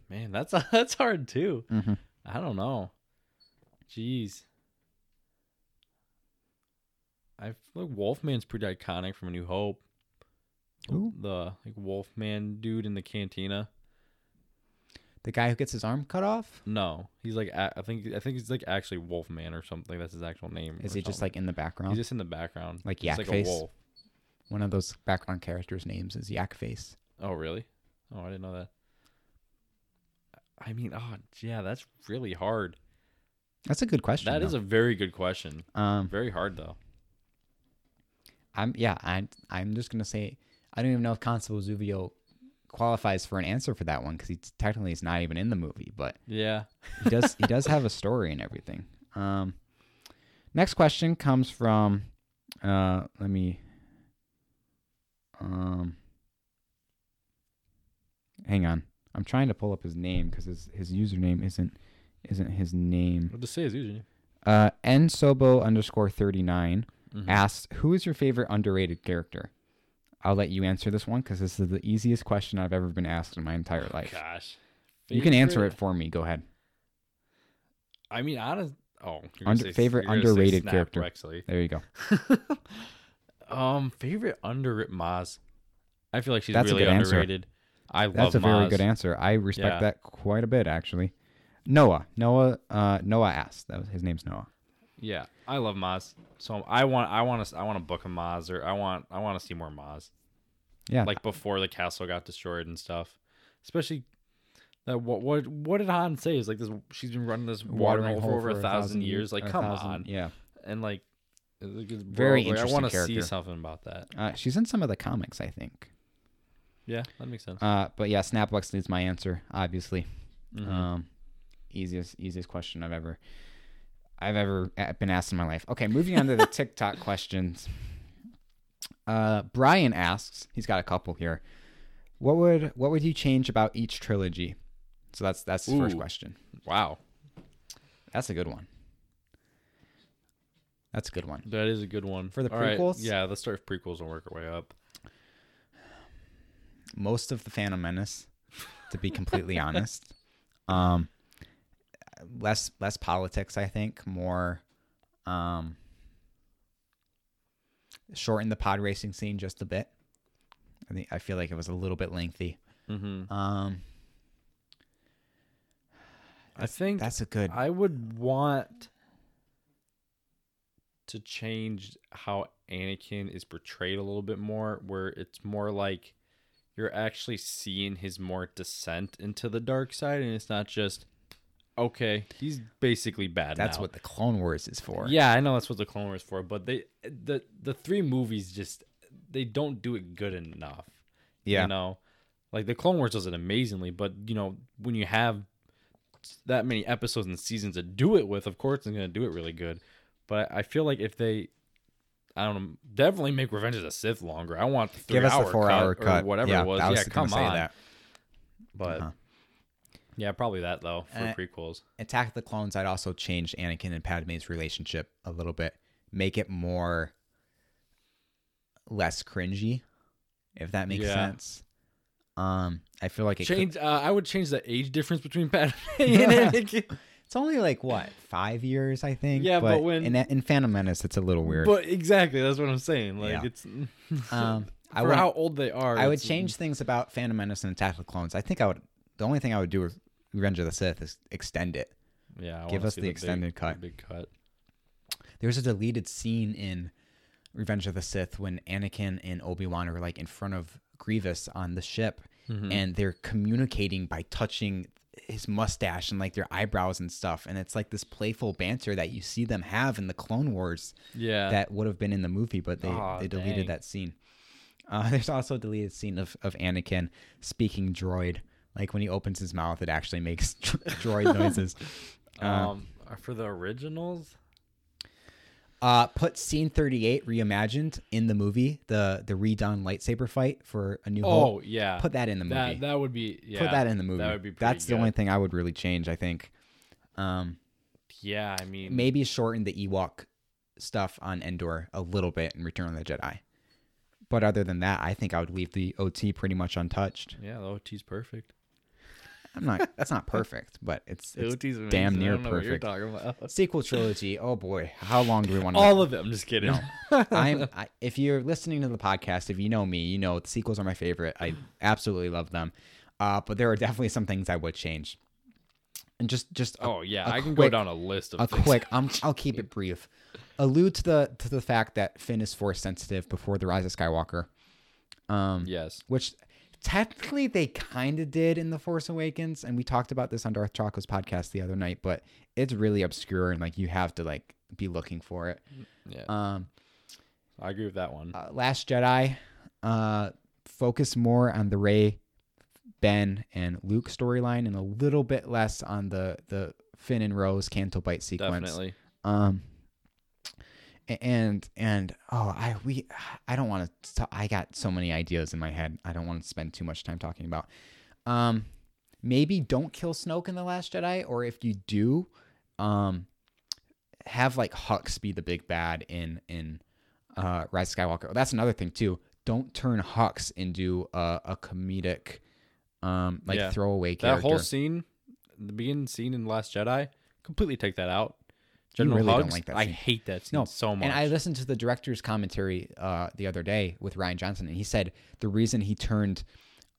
B: man, that's that's hard too.
A: Mhm.
B: I don't know. Jeez. I feel like Wolfman's pretty iconic from A New Hope.
A: Ooh.
B: The like Wolfman dude in the cantina.
A: The guy who gets his arm cut off?
B: No, he's like a- I think I think he's like actually Wolfman or something. That's his actual name.
A: Is
B: or
A: he just
B: something.
A: like in the background?
B: he's just in the background?
A: Like
B: He's like
A: Yak-Face?
B: a wolf.
A: One of those background characters' names is Yak Face.
B: Oh really? Oh, I didn't know that. I mean, oh yeah, that's really hard.
A: That's a good question.
B: That is a very good question.
A: a um
B: Very hard though.
A: I'm yeah, I'm I'm just gonna say I don't even know if Constable Zuvio qualifies for an answer for that one because he technically is not even in the movie, but
B: Yeah.
A: he does he does have a story and everything. Um, next question comes from uh, let me um, hang on. I'm trying to pull up his name because his his username isn't isn't his name.
B: What to say is usually.
A: Uh, nsobo underscore thirty nine
B: Mm-hmm.
A: asks, "Who is your favorite underrated character?" I'll let you answer this one because this is the easiest question I've ever been asked in my entire life.
B: Gosh.
A: you can answer it
B: Favorite-
A: for me. Go ahead.
B: I mean, honest. Oh, you're gonna
A: Under-
B: say-
A: favorite
B: you're gonna say
A: underrated
B: Snap,
A: character.
B: Rexley.
A: There you go.
B: um, favorite under Maz. I feel like she's
A: That's a
B: really
A: good answer.
B: underrated. I love
A: That's a very
B: Maz.
A: good answer. I respect
B: Yeah.
A: that quite a bit, actually. Noah, Noah, uh, Noah asked. That was his name's Noah.
B: Yeah, I love Maz. So I want, I want to, I want to book a Maz, or I want, I want to see more Maz.
A: Yeah,
B: like before the castle got destroyed and stuff. Especially that what what what did Han say is like this she's been running this water
A: watering
B: hole
A: hole
B: for over a thousand years. Like
A: a
B: come
A: thousand-
B: on,
A: Yeah,
B: and like it's like, it's
A: Very
B: broke. Like,
A: interesting
B: I want to see
A: character.
B: something about that.
A: uh, she's in some of the comics, I think.
B: Yeah, that makes sense.
A: Uh, but yeah, Snaplex needs my answer, obviously.
B: Mhm.
A: Um, easiest easiest question I've ever I've ever a- been asked in my life. Okay, moving on to the TikTok questions. Uh, Brian asks, he's got a couple here. What would what would you change about each trilogy? So that's that's the first
B: Ooh.
A: question.
B: wow,
A: That's a good one. That's a good one.
B: that is a good one
A: For the
B: All right,
A: prequels?
B: Yeah, let's start with prequels and work our way up.
A: Most of the Phantom Menace, to be completely honest. Um, less less politics, I think. More, um, shorten the pod racing scene just a bit. I think I feel like it was a little bit lengthy.
B: hmm
A: Um,
B: I think
A: that's a good.
B: I would want to change how Anakin is portrayed a little bit more, where it's more like you're actually seeing his more descent into the dark side, and it's not just okay, he's basically bad.
A: That's
B: now.
A: what the Clone Wars is for.
B: Yeah, I know that's what the Clone Wars for, but they the the three movies just they don't do it good enough.
A: Yeah.
B: You know, like the Clone Wars does it amazingly, but you know when you have that many episodes and seasons to do it with, of course it's gonna do it really good. But I feel like if they, I don't know, definitely make Revenge of the Sith longer. I want the three
A: Give us
B: hour
A: the four hour
B: cut,
A: cut.
B: or whatever
A: yeah,
B: it was.
A: I was
B: yeah,
A: gonna
B: come
A: say
B: on.
A: That.
B: But
A: Uh-huh.
B: yeah, probably that though for
A: Uh,
B: prequels.
A: Attack of the Clones, I'd also changed Anakin and Padme's relationship a little bit, make it more less cringy, if that makes
B: Yeah.
A: sense. Um, I feel like it could-
B: Change. Uh, I would change the age difference between Padme and Anakin.
A: it's only like what five years, I think.
B: Yeah, but
A: but
B: when-
A: in, in Phantom Menace, it's a little weird.
B: But exactly, that's what I'm saying. Like
A: Yeah.
B: it's
A: um, I
B: for
A: would
B: how old they are.
A: I would
B: it's-
A: change things about Phantom Menace and Attack of the Clones. I think I would. The only thing I would do with Revenge of the Sith is extend it.
B: Yeah, I
A: give
B: wanna
A: us
B: see
A: the
B: big-
A: extended cut.
B: the Big cut.
A: There's a deleted scene in Revenge of the Sith when Anakin and Obi Wan are like in front of Grievous on the ship,
B: Mm-hmm.
A: and they're communicating by touching his mustache and like their eyebrows and stuff. And it's like this playful banter that you see them have in the Clone Wars
B: Yeah,
A: that would have been in the movie, but they,
B: Aw,
A: they deleted
B: dang.
A: that scene. Uh, there's also a deleted scene of, of Anakin speaking droid. Like when he opens his mouth, it actually makes droid noises.
B: um, are for the originals.
A: Uh, put scene 38 reimagined in the movie, the the redone lightsaber fight for A New Hope.
B: Oh yeah,
A: Put that in the movie.
B: that that would be yeah.
A: put that in the movie.
B: That would be pretty
A: That's the
B: good.
A: only thing I would really change, I think. Um,
B: Yeah, I mean,
A: maybe shorten the Ewok stuff on Endor a little bit in Return of the Jedi. But other than that, I think I would leave the OT pretty much untouched.
B: yeah, the OT's perfect.
A: I'm not. That's not perfect, but it's, it's
B: OT's amazing.
A: damn
B: I
A: near
B: don't know what you're
A: perfect.
B: talking about.
A: Sequel trilogy. Oh boy, how long do we want to?
B: All of it. I'm just kidding.
A: I'm I, if you're listening to the podcast, if you know me, you know the sequels are my favorite. I absolutely love them, uh, but there are definitely some things I would change, and just just a,
B: oh yeah,
A: a
B: I can
A: quick-
B: go down a list of
A: a
B: things.
A: quick. I'm, I'll keep it brief. Allude to the to the fact that Finn is force sensitive before the Rise of Skywalker, um,
B: Yes.
A: which technically they kind of did in the Force Awakens, and we talked about this on Darth Chaco's podcast the other night. But it's really obscure, and like you have to like be looking for it.
B: Mm, Yeah,
A: Um,
B: I agree with that one.
A: uh, Last Jedi uh, focus more on the Ray, Ben, and Luke storyline, and a little bit less on the the Finn and Rose Canto Bite sequence.
B: Definitely.
A: Um, a- and and oh, I we I don't want to. I got so many ideas in my head. I don't want to spend too much time talking about. Um, maybe don't kill Snoke in the Last Jedi, or if you do, um, have like Hux be the big bad in in uh, Rise of Skywalker. That's another thing too. Don't turn Hux into a, a comedic, um, like
B: Yeah.
A: throwaway
B: That
A: character.
B: whole scene, the beginning scene in Last Jedi, completely take that out. General
A: really don't
B: Hux,
A: like that
B: I
A: scene.
B: hate that scene
A: No,
B: so much.
A: And I listened to the director's commentary uh, the other day with Ryan Johnson, and he said the reason he turned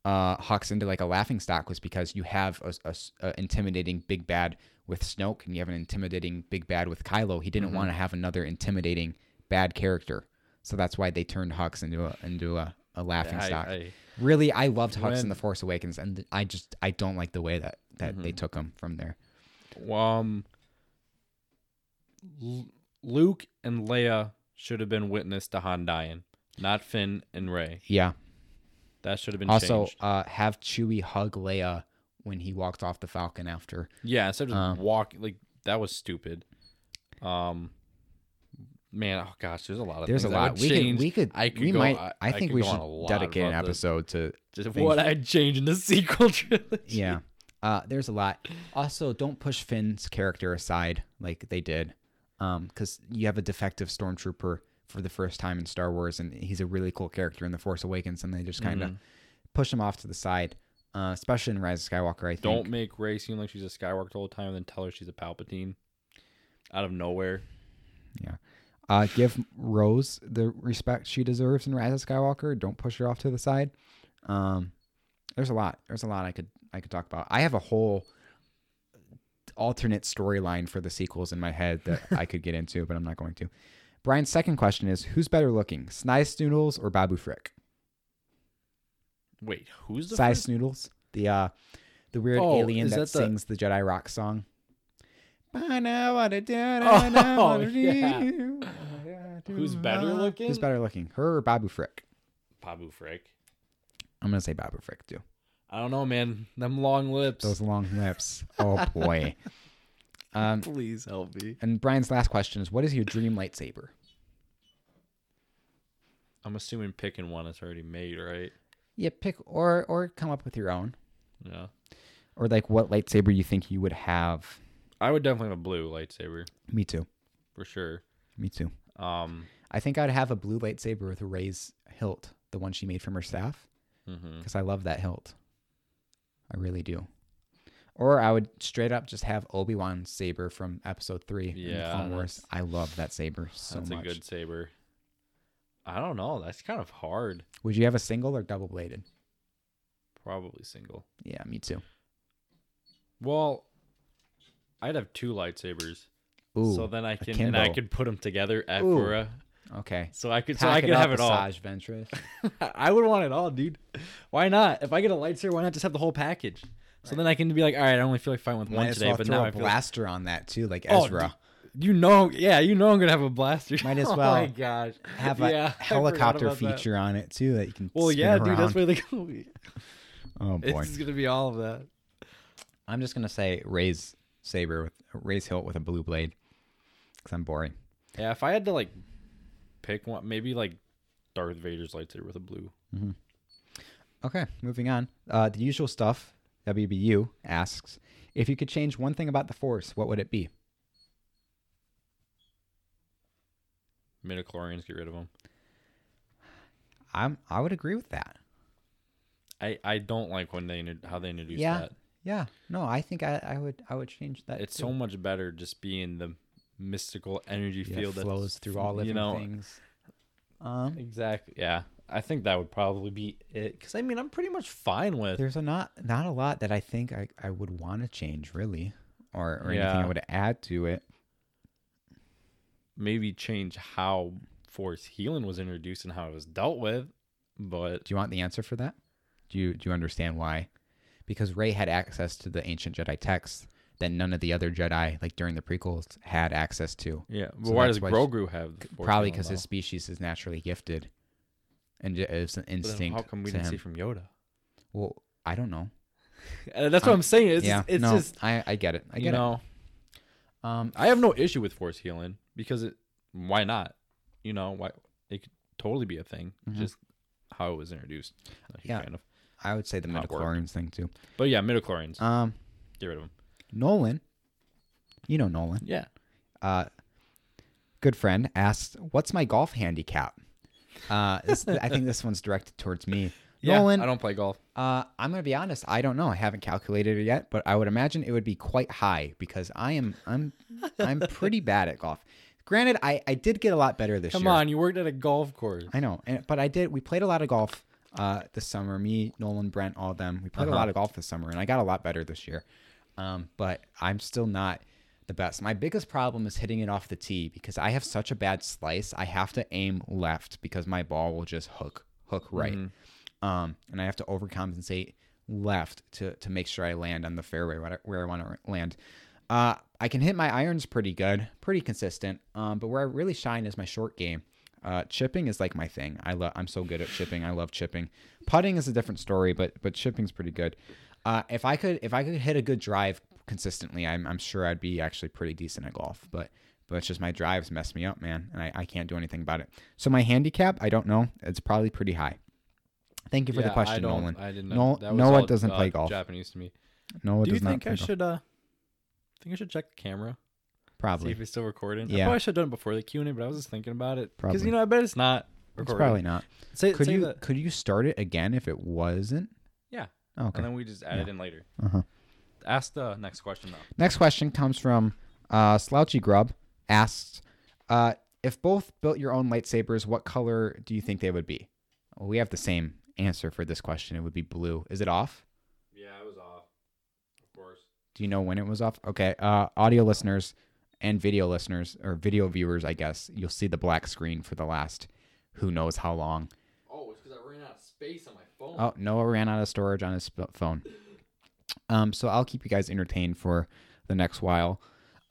A: uh, Hawks into like a laughing stock was because you have a, a s- a intimidating big bad with Snoke, and you have an intimidating big bad with Kylo. He
B: Mm-hmm.
A: didn't want to have another intimidating bad character, so that's why they turned Hawks into a into a, a laughing
B: I-
A: stock.
B: I-
A: really, I loved Hawks in
B: When-
A: the Force Awakens, and I just I don't like the way that that they
B: Mm-hmm.
A: took him from there.
B: um L- Luke and Leia should have been witness to Han dying, not Finn and Ray.
A: Yeah.
B: That should have been
A: Also,
B: changed.
A: uh, have Chewie hug Leia when he walked off the Falcon after.
B: Yeah, instead of
A: um,
B: walk like that was stupid. Um man, oh gosh, there's a lot of
A: There's a
B: things I
A: lot
B: would
A: we could
B: change.
A: we could
B: I could
A: we
B: go-
A: might
B: I,
A: I,
B: I
A: think
B: could
A: we
B: go on
A: should
B: a lot
A: dedicate an
B: about this.
A: episode to
B: Just
A: things.
B: what I'd change in the sequel trilogy.
A: yeah. Uh, there's a lot. Also, don't push Finn's character aside like they did, because you have a defective stormtrooper for the first time in Star Wars, and he's a really cool character in The Force Awakens, and they just kind
B: Mm-hmm.
A: of push him off to the side, uh, especially in Rise of Skywalker. I think.
B: Don't make Ray seem like she's a Skywalker the whole time and then tell her she's a Palpatine out of nowhere.
A: Uh, give Rose the respect she deserves in Rise of Skywalker. Don't push her off to the side. Um, there's a lot. There's a lot I could I could talk about. I have a whole alternate storyline for the sequels in my head that I could get into, but I'm not going to. Brian's second question is Who's better looking, Snice Noodles or Babu Frick?
B: Wait, who's the
A: Snice
B: first?
A: Noodles, the uh, the weird
B: Oh,
A: alien
B: is
A: that,
B: that the-
A: sings the Jedi rock song.
B: Oh, yeah. Who's better looking?
A: Who's better looking, her or Babu Frick?
B: Babu Frick?
A: I'm gonna say Babu Frick too.
B: I don't know, man. Them long lips.
A: Those long lips. Oh boy. Um,
B: Please help me.
A: and Brian's last question is, what is your dream lightsaber?
B: I'm assuming picking one that's already made, right?
A: Yeah, pick or or come up with your own,
B: Yeah.
A: or like what lightsaber you think you would have.
B: I would definitely have a blue lightsaber
A: Me too.
B: for sure.
A: Me too.
B: Um,
A: I think I'd have a blue lightsaber with Ray's hilt, the one she made from her staff,
B: mhm.
A: because I love that hilt. I really do. Or I would straight up just have Obi Wan's saber from Episode Three in the
B: Yeah,
A: Clone Wars. I love that saber so
B: that's
A: much.
B: a good saber. I don't know. That's kind of hard.
A: Would you have a single or double bladed?
B: Probably single.
A: Yeah, me too.
B: Well, I'd have two lightsabers.
A: Ooh,
B: so then I can and I
A: akimbo.
B: could put them together at
A: Ooh.
B: Fura.
A: okay.
B: So I could so
A: Pack
B: I could
A: up,
B: have it all.
A: Asajj Ventress.
B: I would want it all, dude. Why not? If I get a lightsaber, why not just have the whole package? So then I can be like, all right, I only feel like fighting with
A: Might
B: one
A: as
B: today,
A: well
B: but
A: throw
B: now
A: a
B: I feel like,
A: blaster on that too, like
B: Oh,
A: Ezra.
B: you know, yeah, you know, I'm gonna have a blaster.
A: Might as
B: Oh
A: well
B: my gosh,
A: have a
B: Yeah, I forgot
A: helicopter
B: about that.
A: feature on it too that you can.
B: Well,
A: spin
B: yeah, dude,
A: around.
B: that's where they go. It's
A: Oh boy,
B: gonna be all of that.
A: I'm just gonna say Ray's saber with Ray's hilt with a blue blade, because I'm boring.
B: Yeah, if I had to like pick one, maybe like Darth Vader's lightsaber with a blue.
A: Mm-hmm. Okay, moving on. Uh, the usual stuff. WBU asks if you could change one thing about the Force, what would it be?
B: Midichlorians, get rid of them.
A: I'm I would agree with that.
B: I I don't like when they inter- how they introduce
A: Yeah,
B: that.
A: Yeah, no, I think I, I would I would change that.
B: It's
A: too.
B: so much better just being the mystical energy
A: Yeah, it
B: field that
A: flows through all living
B: you know,
A: things. Um,
B: Exactly. Yeah. I think that would probably be it. Because, I mean, I'm pretty much fine with.
A: there's a not not a lot that I think I, I would want to change really, or or anything I
B: Yeah.
A: would add to it.
B: Maybe change how force healing was introduced and how it was dealt with. But
A: Do you want the answer for that? Do you do you understand why? Because Ray had access to the ancient Jedi texts that none of the other Jedi, like during the prequels, had access to.
B: yeah. But
A: So
B: why
A: that's
B: does
A: why she-
B: Grogu have the force
A: Probably
B: healing,
A: because his
B: though?
A: species is naturally gifted, and j- it's an
B: But then
A: instinct
B: How come we
A: to
B: didn't
A: him.
B: see from Yoda?
A: well, I don't know.
B: Uh, that's what I'm saying. It's
A: Um, yeah,
B: just, it's
A: no,
B: just
A: I I get it. I
B: you
A: get
B: know,
A: it. Um,
B: I have no issue with force healing because it. Why not? You know, why it could totally be a thing.
A: Mhm.
B: Just how it was introduced. Not a huge
A: Yeah.
B: fan of.
A: I would say the
B: Not work.
A: midichlorians thing too.
B: But yeah, midichlorians.
A: Um,
B: get rid of them.
A: Nolan, you know Nolan.
B: Yeah.
A: uh, good friend asks, "What's my golf handicap?" Uh, this, I think this one's directed towards me.
B: Yeah.
A: Nolan,
B: I don't play golf.
A: uh, I'm gonna be honest. I don't know. I haven't calculated it yet, but I would imagine it would be quite high because I am I'm I'm pretty bad at golf. Granted, I I did get a lot better this
B: Come
A: year.
B: on, you worked at a golf course.
A: I know, and, but I did. We played a lot of golf uh, this summer. Me, Nolan, Brent, all of them. We played a
B: Uh-huh.
A: lot of golf this summer, and I got a lot better this year. Um, but I'm still not the best. My biggest problem is hitting it off the tee because I have such a bad slice. I have to aim left because my ball will just hook hook right,
B: Mhm.
A: um, and I have to overcompensate left to to make sure I land on the fairway where I- where I want to land. Uh, I can hit my irons pretty good, pretty consistent. Um, but where I really shine is my short game. Uh, chipping is like my thing. I love. I'm so good at chipping. I love chipping. Putting is a different story, but but chipping's pretty good. Uh, if I could if I could hit a good drive consistently, I'm I'm sure I'd be actually pretty decent at golf. But but it's just my drives mess me up, man, and I, I can't do anything about it. So my handicap, I don't know. It's probably pretty high. Thank you for the
B: Yeah, I
A: question,
B: don't,
A: Nolan.
B: I didn't
A: Nol-
B: know. That was
A: Noah
B: all,
A: doesn't
B: uh,
A: play golf.
B: Japanese to me.
A: Noah
B: Do you
A: does not
B: think
A: play
B: I
A: golf.
B: should? Uh, think I should check the camera. See
A: Probably,
B: if it's still recording. I
A: Yeah.
B: probably should have done it before the Q and A, but I was just thinking about it because
A: Probably.
B: you know I bet it's not
A: it's
B: recording.
A: probably not.
B: Say,
A: Could
B: say
A: you
B: that-
A: could you start it again if it wasn't?
B: Yeah.
A: Oh, okay.
B: and then we just add it in later.
A: Uh-huh.
B: Ask the next question though.
A: Next question comes from uh, Slouchy Grub asks uh, if both built your own lightsabers, what color do you think they would be? Well, we have the same answer for this question. It would be blue. Is it off?
B: Yeah, I was off. Of course.
A: Do you know when it was off? Okay, uh, audio listeners, and video listeners or video viewers, I guess, you'll see the black screen for the last who knows how long.
B: Oh, it's because I ran out of space on my phone.
A: Oh, Noah ran out of storage on his sp- phone. Um, so I'll keep you guys entertained for the next while.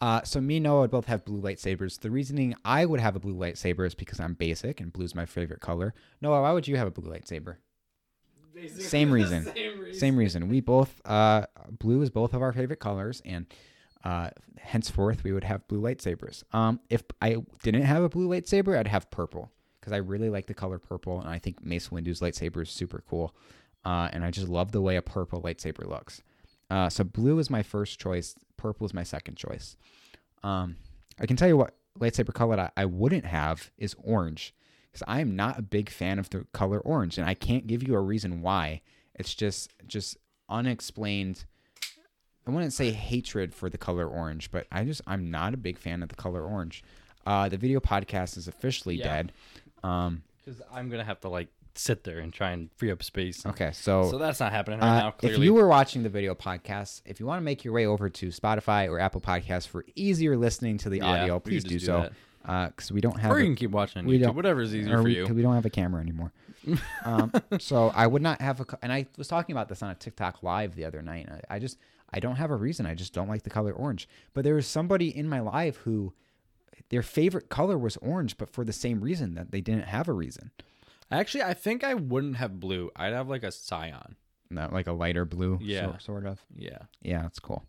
A: Uh, so me and Noah would both have blue lightsabers. The reasoning I would have a blue lightsaber is because I'm basic and blue's my favorite color. Noah, why would you have a blue lightsaber?
B: Basically
A: same
B: the
A: reason.
B: Same reason.
A: Same reason. We both uh, blue is both of our favorite colors, and uh, henceforth we would have blue lightsabers. Um, if I didn't have a blue lightsaber, I'd have purple because I really like the color purple, and I think Mace Windu's lightsaber is super cool, uh, and I just love the way a purple lightsaber looks. Uh, so blue is my first choice. Purple is my second choice. Um, I can tell you what lightsaber color I, I wouldn't have is orange because I am not a big fan of the color orange, and I can't give you a reason why. It's just just unexplained. I wouldn't say hatred for the color orange, but I just I'm not a big fan of the color orange. Uh, the video podcast is officially
B: Yeah.
A: dead. Um,
B: Because I'm gonna have to like sit there and try and free up space.
A: okay, so
B: So that's not happening right
A: Oh. Uh,
B: now.
A: if
B: Clearly.
A: you were watching the video podcast, if you want to make your way over to Spotify or Apple Podcasts for easier listening to the
B: Yeah,
A: audio,
B: we could
A: please
B: just
A: do,
B: do
A: so.
B: that.
A: Because we don't have
B: or
A: a-
B: you can keep watching on
A: we
B: YouTube.
A: don't-
B: Whatever is easier
A: or
B: for
A: we,
B: you.
A: 'cause we don't have a camera anymore. um, so I would not have a. co- And I was talking about this on a TikTok live the other night. and I, I just I don't have a reason. I just don't like the color orange. But there was somebody in my life who their favorite color was orange, but for the same reason that they didn't have a reason.
B: Actually, I think I wouldn't have blue. I'd have like a cyan.
A: Not like a lighter blue.
B: Yeah.
A: sor- sort of.
B: Yeah.
A: Yeah, that's cool.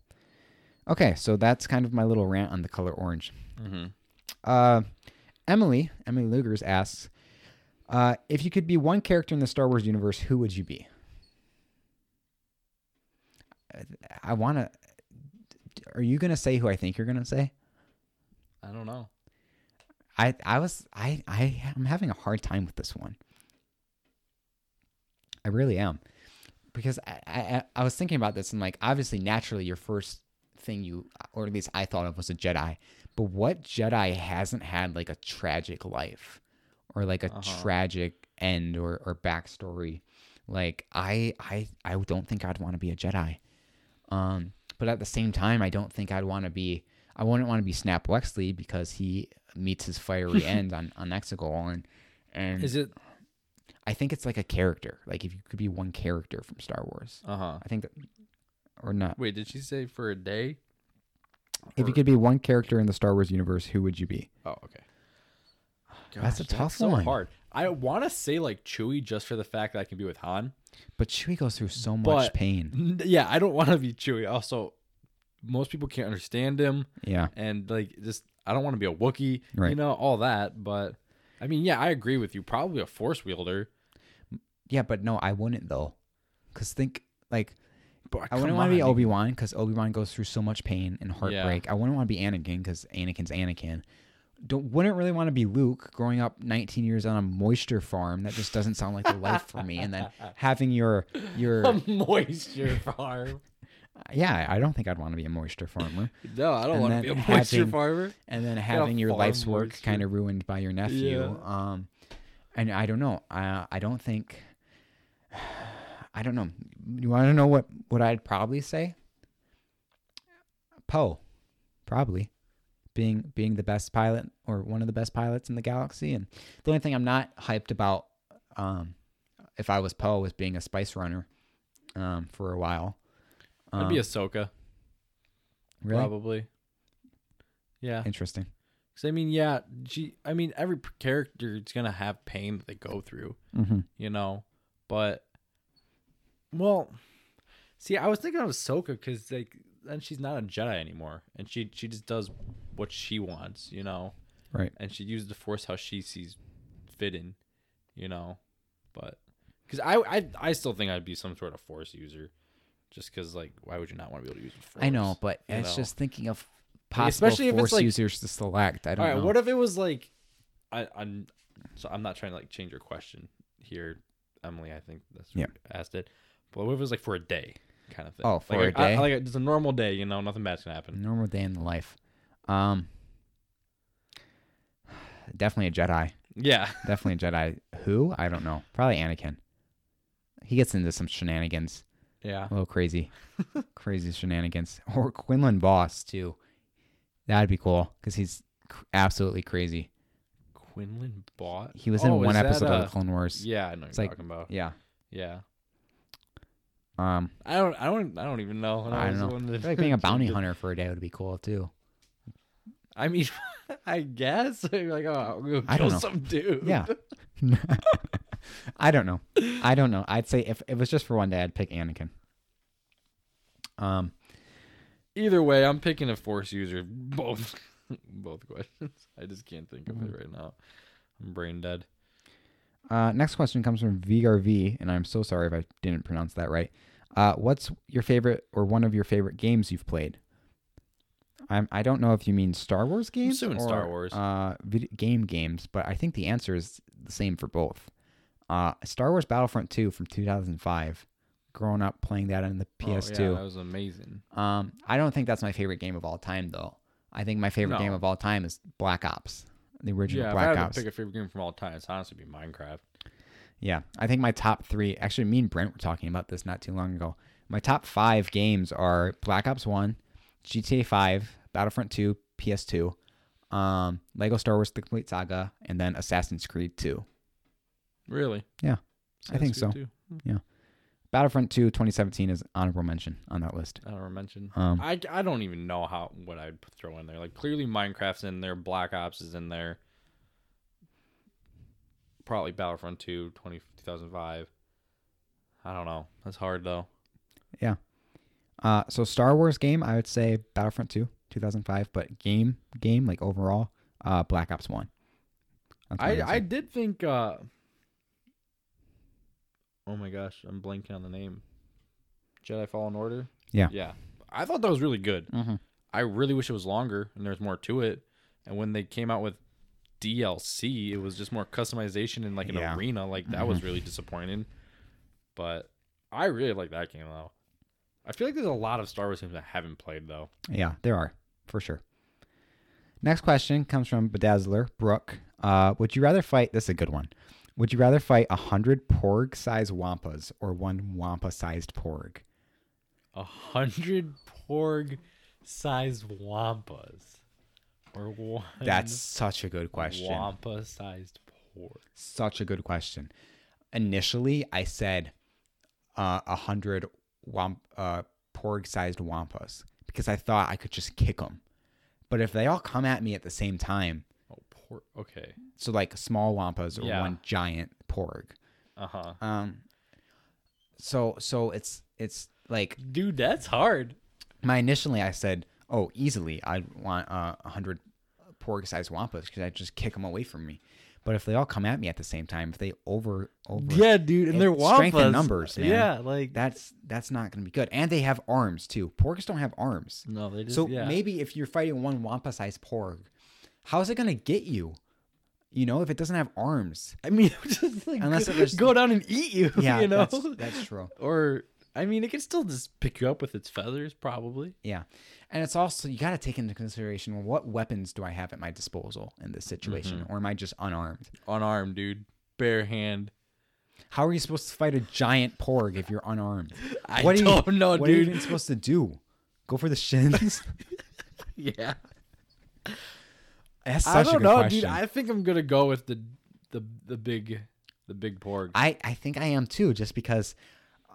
A: Okay, so that's kind of my little rant on the color orange.
B: Mm-hmm.
A: Uh, Emily, Emily Lugers asks, uh, if you could be one character in the Star Wars universe, who would you be? I- I want to. Are you gonna say who I think you're gonna say?
B: I don't know.
A: I I was I I I'm having a hard time with this one. I really am, because I I, I was thinking about this and like obviously naturally your first thing you or at least I thought of was a Jedi, but what Jedi hasn't had like a tragic life, or like a
B: Uh-huh.
A: tragic end or or backstory, like I I I don't think I'd want to be a Jedi, um. But at the same time, I don't think I'd want to be. I wouldn't want to be Snap Wexley because he meets his fiery end on on Exegol, and and
B: Is it?
A: I think it's like a character. Like if you could be one character from Star Wars,
B: Uh huh.
A: I think that, or not.
B: Wait, did she say for a day?
A: If you
B: Or-
A: could be one character in the Star Wars universe, who would you be?
B: Oh, okay.
A: That's a
B: Gosh,
A: tough
B: so
A: one.
B: hard. I want to say like Chewie just for the fact that I can be with Han.
A: But Chewie goes through so much
B: But-
A: pain.
B: N- Yeah, I don't want to be Chewie. Also, most people can't understand him,
A: Yeah,
B: and like just I don't want to be a Wookiee.
A: Right.
B: You know all that, but I mean, yeah, I agree with you. Probably a Force wielder.
A: yeah, but no, I wouldn't though, because think like
B: But
A: I wouldn't want to be Obi Wan because Obi Wan goes through so much pain and heartbreak. I wouldn't want to be Anakin because Anakin's Anakin. Don't wouldn't really want to be Luke growing up 19 years on a moisture farm. That just doesn't sound like the life for me. And then having your your
B: A moisture farm.
A: yeah, I don't think I'd want to be a moisture farmer.
B: No, I don't
A: And
B: want
A: then
B: to be a moisture
A: having-
B: farmer.
A: And then having your
B: farm
A: life's work
B: moisture.
A: kind of ruined by your nephew.
B: Yeah.
A: Um, and I don't know. I I don't think. I don't know. You want to know what what I'd probably say? Poe, probably being being the best pilot or one of the best pilots in the galaxy. And the only thing I'm not hyped about, um, if I was Poe, was being a spice runner, um, for a while. Um,
B: I'd be Ahsoka,
A: Uh, really
B: probably. Yeah,
A: interesting.
B: because I mean, yeah, she. I mean, every p- character is gonna have pain that they go through,
A: Mm-hmm.
B: you know. But, well, see, I was thinking of Ahsoka because like then she's not a Jedi anymore, and she she just does what she wants, you know,
A: Right.
B: and she uses the Force how she sees fit in, you know. But because I, I I still think I'd be some sort of Force user, just because like why would you not want to be able to use the Force?
A: I know, but
B: you
A: it's
B: know?
A: just thinking of
B: Like,
A: possible
B: especially if it's
A: force
B: like-
A: users to select. I don't
B: All right,
A: know.
B: what if it was like, I, I'm so I'm not trying to like change your question here, Emily. I think that's
A: Yeah.
B: what you asked it. But what if it was like for a day kind of thing?
A: Oh,
B: Like,
A: for a
B: I-
A: day?
B: I- like it's a normal day, you know, nothing bad's gonna happen.
A: normal day in the life. Um, definitely a Jedi.
B: Yeah,
A: Definitely a Jedi. Who? I don't know. Probably Anakin. He gets into some shenanigans.
B: yeah.
A: A little crazy, crazy shenanigans. Or Quinlan Boss too. That'd be cool because he's cr- absolutely crazy.
B: Quinlan bought.
A: He was
B: Oh,
A: in one
B: is that,
A: episode
B: uh,
A: of the Clone Wars.
B: Yeah, I know what
A: It's
B: you're
A: like-
B: talking about.
A: Yeah.
B: Yeah,
A: Um,
B: I don't, I don't, I don't even know.
A: I don't
B: was the
A: know.
B: one
A: I
B: that-
A: feel like being a bounty hunter for a day would be cool too.
B: I mean, I guess You're like, oh, we'll
A: I
B: kill
A: don't know.
B: some dude.
A: Yeah. I don't know. I don't know. I'd say if it was just for one day, I'd pick Anakin. Um,
B: Either way, I'm picking a force user. Both, both questions. I just can't think of it
A: Mm.
B: right now. I'm brain dead.
A: Uh, next question comes from VRV, and I'm so sorry if I didn't pronounce that right. Uh, what's your favorite or one of your favorite games you've played? I'm, I don't know if you mean Star Wars games
B: assuming
A: or
B: Star Wars.
A: Uh, vid- game games, but I think the answer is the same for both. Uh, Star Wars Battlefront 2 from 2005, growing up playing that on the
B: Oh, yeah,
A: PS2.
B: that was amazing.
A: Um, I don't think that's my favorite game of all time, though. I think my favorite
B: No.
A: game of all time is Black Ops, the original
B: Yeah, if I
A: Black
B: had
A: Ops.
B: to pick a favorite game from all time, it's honestly be Minecraft.
A: Yeah, I think my top three. Actually, me and Brent were talking about this not too long ago. My top five games are Black Ops One, GTA Five, Battlefront Two, PS Two, um, Lego Star Wars: The Complete Saga, and then Assassin's Creed Two.
B: Really?
A: Yeah, I
B: That's
A: think
B: good
A: so.
B: too.
A: Battlefront Two 2017 is honorable mention on that list.
B: I don't remember mention.
A: Um,
B: I, I don't even know how what I'd p- throw in there. Like clearly Minecraft's in there, Black Ops is in there. Probably Battlefront 2, 20, 2005. I don't know. That's hard though.
A: Uh, so Star Wars game, I would say Battlefront Two 2005, but game game like overall, uh, Black Ops One. That's what
B: I,
A: would
B: I
A: say.
B: did think uh Oh my gosh, I'm blanking on the name. Jedi Fallen Order?
A: Yeah.
B: Yeah. I thought that was really good.
A: Mhm.
B: I really wish it was longer and there's more to it. And when they came out with DLC, it was just more customization in like an
A: Yeah. Mm-hmm.
B: arena. Like that was really disappointing. But I really like that game though. I feel like there's a lot of Star Wars games I haven't played though.
A: Yeah, there are for sure. Next question comes from Bedazzler Brooke. Uh, would you rather fight? This is a good one. Would you rather fight a hundred porg-sized wampas or one wampa-sized porg?
B: A hundred porg sized wampas. Or one
A: That's such a good question.
B: wampa sized porg.
A: Such a good question. Initially, I said uh, a hundred wamp uh, porg-sized wampas because I thought I could just kick them. But if they all come at me at the same time,
B: Oh porg okay.
A: so like small wampas or
B: Yeah.
A: one giant porg,
B: Uh huh.
A: Um so so it's it's like
B: Dude, that's hard.
A: my initially I said, "Oh, easily I want uh, 100 porg-sized wampas cuz I just kick them away from me." But if they all come at me at the same time, if they over over
B: Yeah, dude, and
A: It-
B: they're wampas.
A: strength in numbers, man.
B: Yeah, like
A: that's that's not going to be good. And they have arms too. Porgs don't have arms.
B: No, they just
A: So
B: yeah.
A: maybe if you're fighting one wampa-sized porg, how is it going to get you? You know, if it doesn't have arms.
B: I mean, just like
A: Unless
B: go,
A: it was-
B: go down and eat you,
A: Yeah,
B: you know.
A: that's, that's true.
B: Or I mean, it can still just pick you up with its feathers, probably.
A: Yeah. And it's also, you got to take into consideration what weapons do I have at my disposal in this situation?
B: Mm-hmm.
A: Or am I just unarmed?
B: Unarmed, dude, bare hand.
A: How are you supposed to fight a giant porg if you're unarmed?
B: I
A: What are you-
B: don't know,
A: what are you
B: dude.
A: even supposed to do? Go for the shins?
B: yeah,
A: That's
B: I
A: such a
B: don't
A: good
B: know,
A: question.
B: dude. I think I'm gonna go with the the the big the big porg.
A: I, I think I am too, just because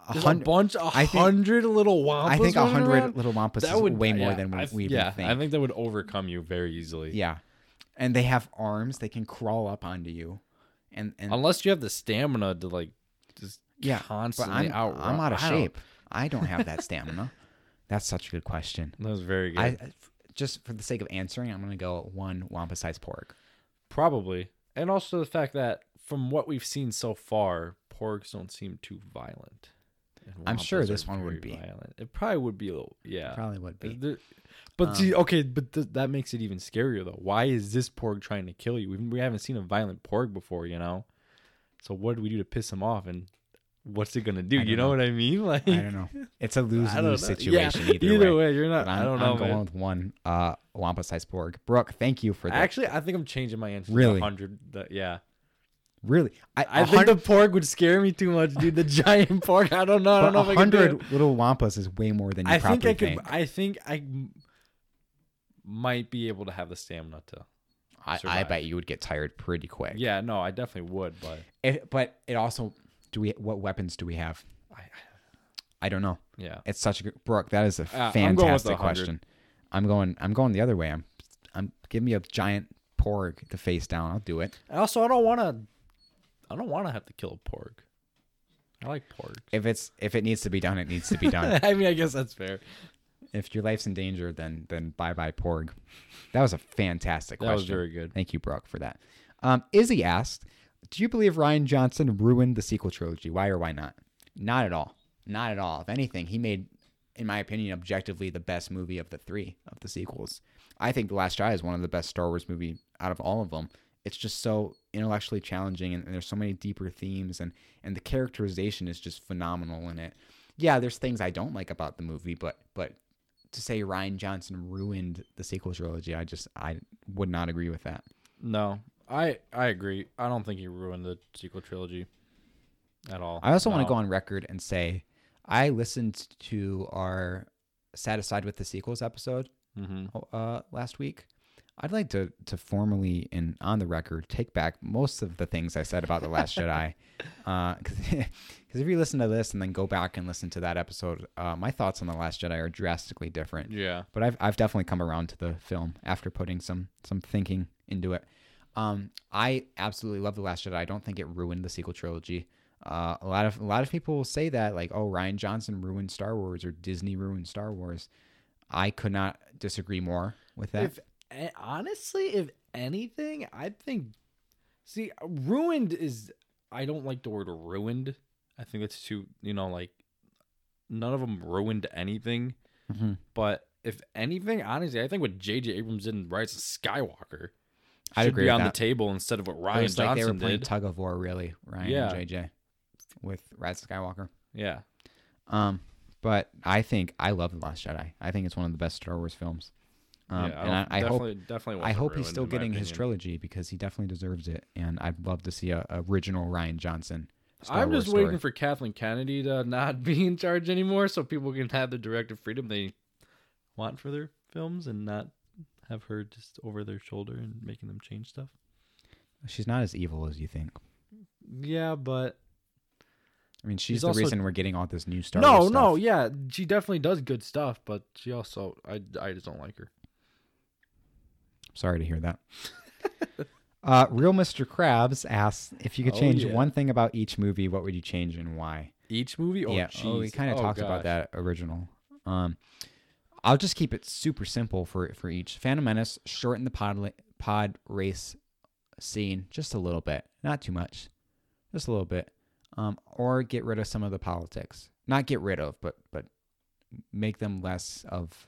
A: a
B: There's a
A: hundred,
B: bunch, a
A: I think-
B: hundred little wampas.
A: I think a
B: running
A: hundred
B: around.
A: little wampas
B: That
A: is
B: would
A: way more
B: yeah,
A: than we,
B: I,
A: we even
B: yeah.
A: think.
B: I think that would overcome you very easily.
A: yeah. And they have arms. They can crawl up onto you. And, and
B: unless you have the stamina to like just
A: yeah, but
B: constantly
A: I'm,
B: out.
A: I'm out of shape. I don't have that stamina. That's such a good question.
B: That was very good.
A: I I- f- just for the sake of answering, I'm gonna go one wampa-sized pork.
B: Probably. And also the fact that from what we've seen so far, porgs don't seem too violent. And
A: I'm sure
B: wampas
A: this
B: are
A: one would be.
B: very violent. It probably would be a little yeah.
A: Probably would
B: Uh,
A: be.
B: there- But see,
A: um,
B: okay, but th- that makes it even scarier though. Why is this porg trying to kill you? We, we haven't seen a violent porg before, you know. So what do we do to piss him off, and what's it gonna do?
A: I
B: You
A: don't
B: know,
A: know.
B: what I mean? Like
A: I don't know. It's a lose
B: I don't know.
A: lose situation
B: Yeah,
A: either, way.
B: You're not.
A: But I'm,
B: I don't know.
A: I'm going
B: man.
A: with one uh, wampa-sized pork. Brooke, thank you for that.
B: Actually, I think I'm changing my answer.
A: Really?
B: to hundred. Yeah,
A: really, I,
B: I think the porg would scare me too much, dude. The giant porg. I don't know. I don't know if I can do it.
A: hundred little wampas is way more than you
B: I think
A: probably
B: I
A: think.
B: could. I think I. might be able to have the stamina to.
A: I, I
B: Survive.
A: bet you would get tired pretty quick.
B: Yeah, no, I definitely would, but
A: It, but it also, do we? What weapons do we have?
B: I,
A: I don't know.
B: yeah,
A: It's such a good, Brooke. That is a
B: Uh, I'm going with
A: fantastic
B: the 100.
A: question. I'm going. I'm going the other way. I'm. I'm. Give me a giant porg to face down. I'll do it.
B: And also, I don't want to. I don't want to have to kill a porg. I like porg.
A: If it's if it needs to be done, it needs to be done.
B: I mean, I guess that's fair.
A: if your life's in danger, then then bye bye porg. That was a fantastic
B: That
A: question.
B: was very good.
A: Thank you, Brooke, for that. Um, Izzy asked, "Do you believe Ryan Johnson ruined the sequel trilogy? Why or why not?" Not at all. Not at all. If anything, he made, in my opinion, objectively the best movie of the three of the sequels. I think The Last Jedi is one of the best Star Wars movie out of all of them. It's just so intellectually challenging, and, and there's so many deeper themes, and and the characterization is just phenomenal in it. Yeah, there's things I don't like about the movie, but but to say Ryan Johnson ruined the sequel trilogy, I just I would not agree with that.
B: No, I I agree. I don't think he ruined the sequel trilogy at all.
A: I also want to
B: No.
A: go on record and say I listened to our satisfied with the sequels episode
B: Mhm.
A: uh, last week. I'd like to to formally and on the record take back most of the things I said about the Last Jedi, because if you listen to this and then go back and listen to that episode, uh, my thoughts on the Last Jedi are drastically different.
B: Yeah.
A: But I've I've definitely come around to the film after putting some some thinking into it. Um, I absolutely love the Last Jedi. I don't think it ruined the sequel trilogy. Uh, a lot of a lot of people will say that like, oh, Ryan Johnson ruined Star Wars or Disney ruined Star Wars. I could not disagree more with that.
B: If eh, honestly, if anything, I think see ruined is I don't like the word ruined. I think it's too you know like none of them ruined anything.
A: Mhm.
B: But if anything, honestly, I think what J.J. Abrams did in Rise of Skywalker
A: I'd
B: should
A: agree
B: be
A: with
B: on
A: that.
B: the table instead of what
A: It
B: Ryan
A: was like they were
B: Johnson
A: playing
B: did.
A: tug of war, really, Ryan
B: Yeah.
A: and JJ with Rise of Skywalker.
B: yeah,
A: Um, but I think I love the Last Jedi. I think it's one of the best Star Wars films. Um,
B: yeah.
A: and I,
B: don't-
A: I hope
B: definitely, definitely.
A: I
B: wasn't
A: hope he's
B: ruined,
A: still
B: in my
A: getting his
B: opinion.
A: trilogy because he definitely deserves it, and I'd love to see a, a original Ryan Johnson. Star
B: I'm
A: Wars
B: just
A: story.
B: waiting for Kathleen Kennedy to not be in charge anymore so people can have the directive freedom they want for their films and not have her just over their shoulder and making them change stuff.
A: She's not as evil as you think.
B: Yeah, but
A: I mean, she's
B: She's
A: the
B: also-
A: reason we're getting all this new Star
B: no,
A: Wars.
B: no,
A: stuff.
B: yeah, she definitely does good stuff, but she also I I just don't like her.
A: Sorry to hear that. uh, Real Mr. Krabs asks if you could
B: Oh,
A: change
B: yeah.
A: one thing about each movie, what would you change and why?
B: Each movie, oh,
A: yeah, oh, we
B: jeez.
A: kind of
B: Oh,
A: talked about
B: gosh.
A: that original. Um, I'll just keep it super simple for for each. Phantom Menace shorten the pod li- pod race scene just a little bit, not too much, just a little bit, um, or get rid of some of the politics. Not get rid of, but but make them less of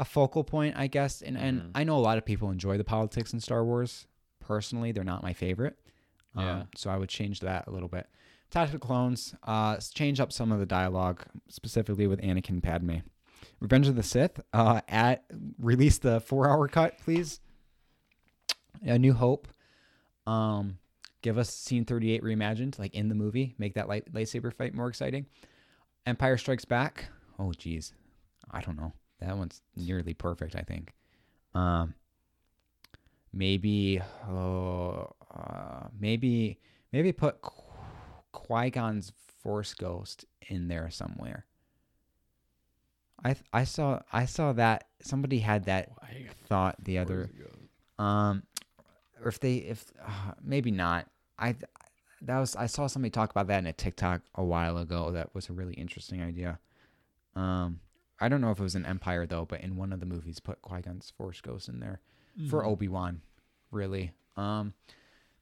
A: a focal point, I guess. And and
B: Mhm.
A: I know a lot of people enjoy the politics in Star Wars. Personally, they're not my favorite. Um,
B: Yeah.
A: So I would change that a little bit. Attack of the Clones, uh, s- change up some of the dialogue, specifically with Anakin and Padme. Revenge of the Sith, uh, at release the four hour cut, please. A New Hope, um, give us scene 38 reimagined, like in the movie, make that light- lightsaber fight more exciting. Empire Strikes Back, oh geez, I don't know. That one's nearly perfect, I think. Um, maybe, oh, uh, maybe, maybe put Qu- Qui Gon's Force Ghost in there somewhere. I th- I saw I saw that somebody had that
B: Why-
A: thought the
B: Oh, where
A: other
B: does it go?
A: um, or if they, if uh, maybe not. I that was I saw somebody talk about that in a TikTok a while ago. That was a really interesting idea. Um, I don't know if it was an Empire though, but in one of the movies, put Qui Gon's Force Ghost in there for Obi Wan, really. Um,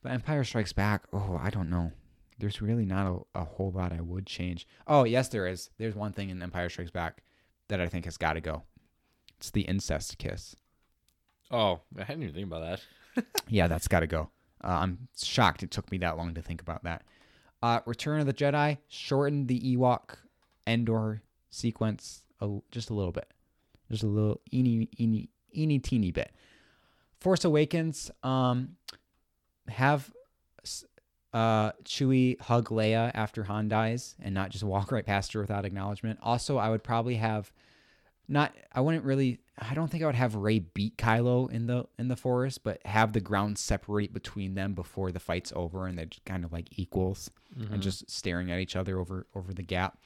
A: but Empire Strikes Back. Oh, I don't know. There's really not a, a whole lot I would change. Oh, yes, there is. There's one thing in Empire Strikes Back that I think has got to go. It's the incest kiss.
B: Oh, I didn't even think about that.
A: Yeah, that's got to go. Uh, I'm shocked it took me that long to think about that. Uh, Return of the Jedi shortened the Ewok Endor sequence a, just a little bit, just a little eeny eeny eeny teeny bit. Force Awakens um, have s- uh, Chewie hug Leia after Han dies and not just walk right past her without acknowledgement. Also, I would probably have not. I wouldn't really I don't think I would have Ray beat Kylo in the in the forest, but have the ground separate between them before the fight's over, and they're just kind of like equals and just staring at each other over over the gap.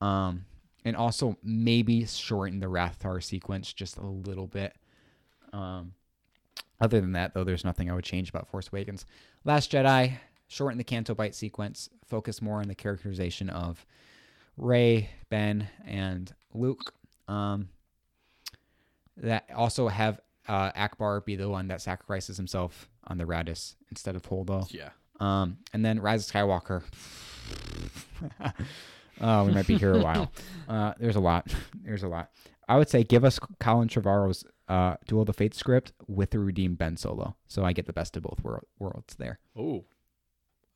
A: Um, and also maybe shorten the Rathar sequence just a little bit. Um, other than that, though, there's nothing I would change about Force Awakens. Last Jedi shorten the Canto Bite sequence, focus more on the characterization of Ray, Ben, and Luke. Um, that also have uh, Akbar be the one that sacrifices himself on the Radis instead of Holdo.
B: Yeah.
A: Um, and then Rise of Skywalker. oh, we might be here a while. Uh, there's a lot. There's a lot. I would say give us Colin Trevorrow's uh, Duel of the Fates script with the redeemed Ben Solo, so I get the best of both wor- worlds there.
B: Oh,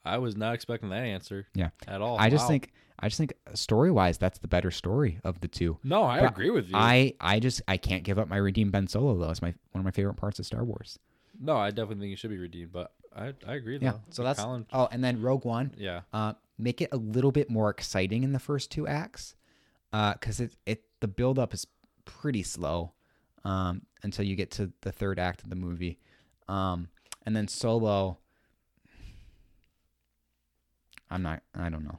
B: I was not expecting that answer.
A: Yeah.
B: At all.
A: I just
B: Wow.
A: think, I just think story wise, that's the better story of the two.
B: No, I
A: but
B: agree with you.
A: I, I just, I can't give up my redeemed Ben Solo though. It's my one of my favorite parts of Star Wars.
B: no, I definitely think you should be redeemed, but I, I agree though.
A: Yeah. So
B: Like
A: that's
B: Colin.
A: oh, and then Rogue One.
B: Yeah.
A: uh, make it a little bit more exciting in the first two acts because it, it the buildup is pretty slow um, until you get to the third act of the movie um, and then solo i'm not i don't know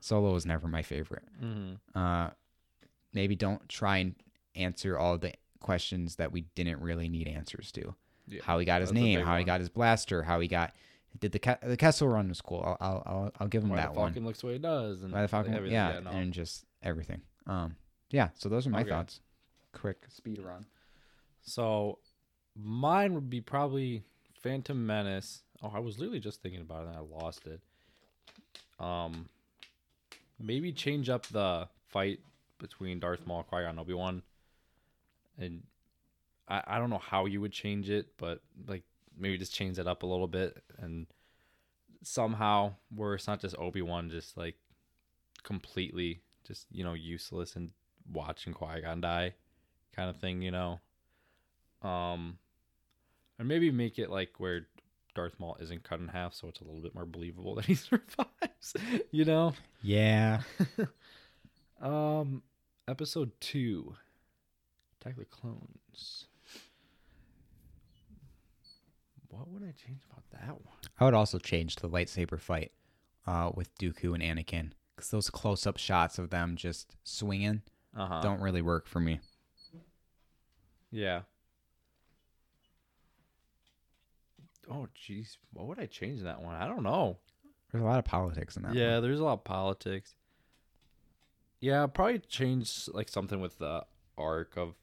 A: solo was never my favorite
B: Mm-hmm.
A: uh, maybe don't try and answer all the questions that we didn't really need answers to
B: Yeah,
A: how he got his
B: that's a
A: name
B: big
A: how he
B: one.
A: got his blaster how he got did the Ke- the Kessel Run was cool. I'll I'll I'll, I'll give him
B: Why
A: that
B: the
A: one.
B: Falcon looks the way it does. And
A: By the Falcon,
B: everything.
A: yeah,
B: no.
A: and just everything. Um, yeah. So those are my
B: Okay.
A: thoughts. Quick speed run.
B: So mine would be probably Phantom Menace. Oh, I was literally just thinking about it and I lost it. Um maybe change up the fight between Darth Maul, Qui-Gon, Obi-Wan. And I, I don't know how you would change it, but like maybe just change it up a little bit and somehow where it's not just Obi-Wan just like completely just, you know, useless and watching Qui-Gon die kind of thing, you know. Um, and maybe make it like where Darth Maul isn't cut in half, so it's a little bit more believable that he survives. you know.
A: Yeah.
B: Um, episode two, Attack of the Clones. What would I change about that one?
A: I would also change the lightsaber fight uh, with Dooku and Anakin because those close-up shots of them just swinging
B: Uh huh.
A: don't really work for me.
B: Yeah. Oh jeez, what would I change in that one? I don't know.
A: There's a lot of politics in that.
B: Yeah, there's a lot of politics. Yeah, I'd probably change like something with the arc of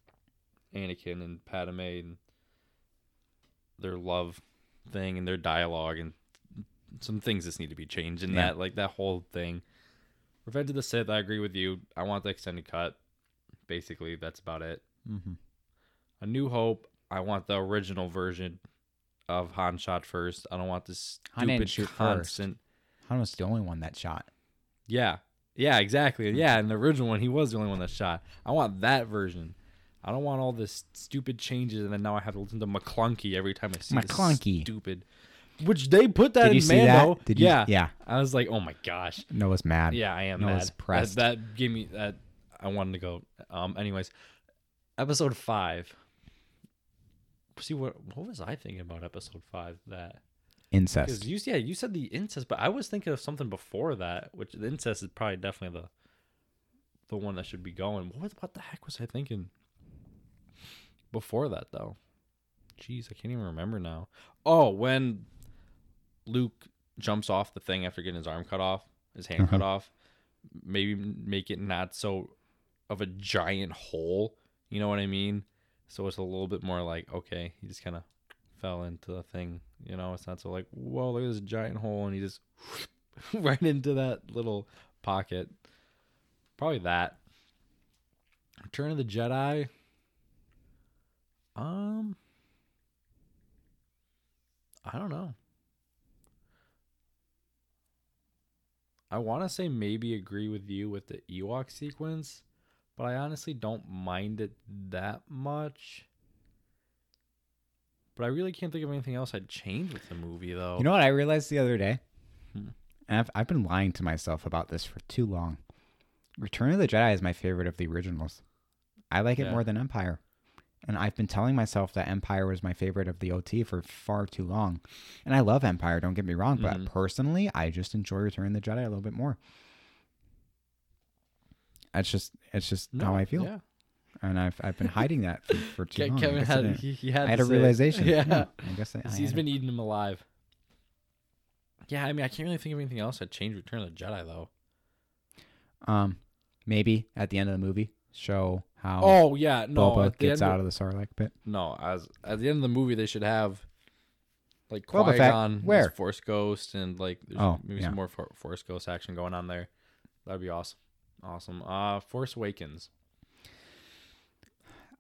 B: Anakin and Padme and their love thing and their dialogue and some things just need to be changed in
A: Yeah.
B: that like that whole thing. Revenge of the Sith, I agree with you. I want the extended cut. Basically, that's about it.
A: One. hmm
B: A New Hope, I want the original version of Han shot first. I don't want this
A: Han didn't
B: stupid
A: shoot first.
B: constant.
A: Han was the only one that shot.
B: Yeah. Yeah, exactly.
A: Mm.
B: Yeah, in the original one, he was the only one that shot. I want that version. I don't want all this stupid changes, and then now I have to listen to McClunky every time I see this
A: McClunky.
B: stupid. Which they put that
A: Did
B: in
A: you see
B: Mando.
A: that? Did you?
B: yeah.
A: Yeah.
B: I was like, oh my gosh.
A: Noah's mad.
B: Yeah, I am
A: I
B: mad.
A: was pressed.
B: That, that gave me that. I wanted to go. Um. Anyways, episode five. See what what was I thinking about episode five? That because
A: Incest.
B: you yeah you said the incest, but I was thinking of something before that, which the incest is probably definitely the the one that should be going. What was, what the heck was I thinking before that though? Jeez, I can't even remember now. Oh, when Luke jumps off the thing after getting his arm cut off, his hand cut off, maybe make it not so of a giant hole. You know what I mean? So it's a little bit more like okay, he just kind of fell into the thing. You know, it's not so like, whoa, look at this giant hole, and he just right into that little pocket. Probably that. Return of the Jedi. Um, I don't know. I want to say maybe agree with you with the Ewok sequence, but I honestly don't mind it that much. But I really can't think of anything else I'd change with the movie, though.
A: You know what I realized the other day?
B: Hmm.
A: And I've, I've been lying to myself about this for too long. Return of the Jedi is my favorite of the originals. I like it
B: Yeah.
A: more than Empire. And I've been telling myself that Empire was my favorite of the OT for far too long. And I love Empire, don't get me wrong, but
B: Mhm.
A: personally, I just enjoy Return of the Jedi a little bit more. That's just it's just how I feel.
B: Yeah.
A: And I've I've been hiding that for, for too
B: Ke-
A: long. I
B: Kevin
A: guess I
B: had,
A: didn't-
B: he, he had
A: I had
B: to
A: a
B: say it.
A: realization. Hmm,
B: Yeah.
A: I guess I, I
B: he's
A: had
B: been eating them alive. Yeah, I mean, I can't really think of anything else that changed Return of the Jedi though.
A: it. um maybe at the end of the movie show how
B: Oh yeah, no.
A: Boba
B: at the
A: gets
B: end
A: out of the Sarlacc pit.
B: No, as at the end of the movie, they should have like
A: Boba
B: Qui
A: Fett,
B: Gon,
A: where?
B: Force Ghost, and like there's
A: Oh,
B: maybe
A: yeah.
B: some more for- Force Ghost action going on there. That'd be awesome. Awesome. Uh, Force Awakens.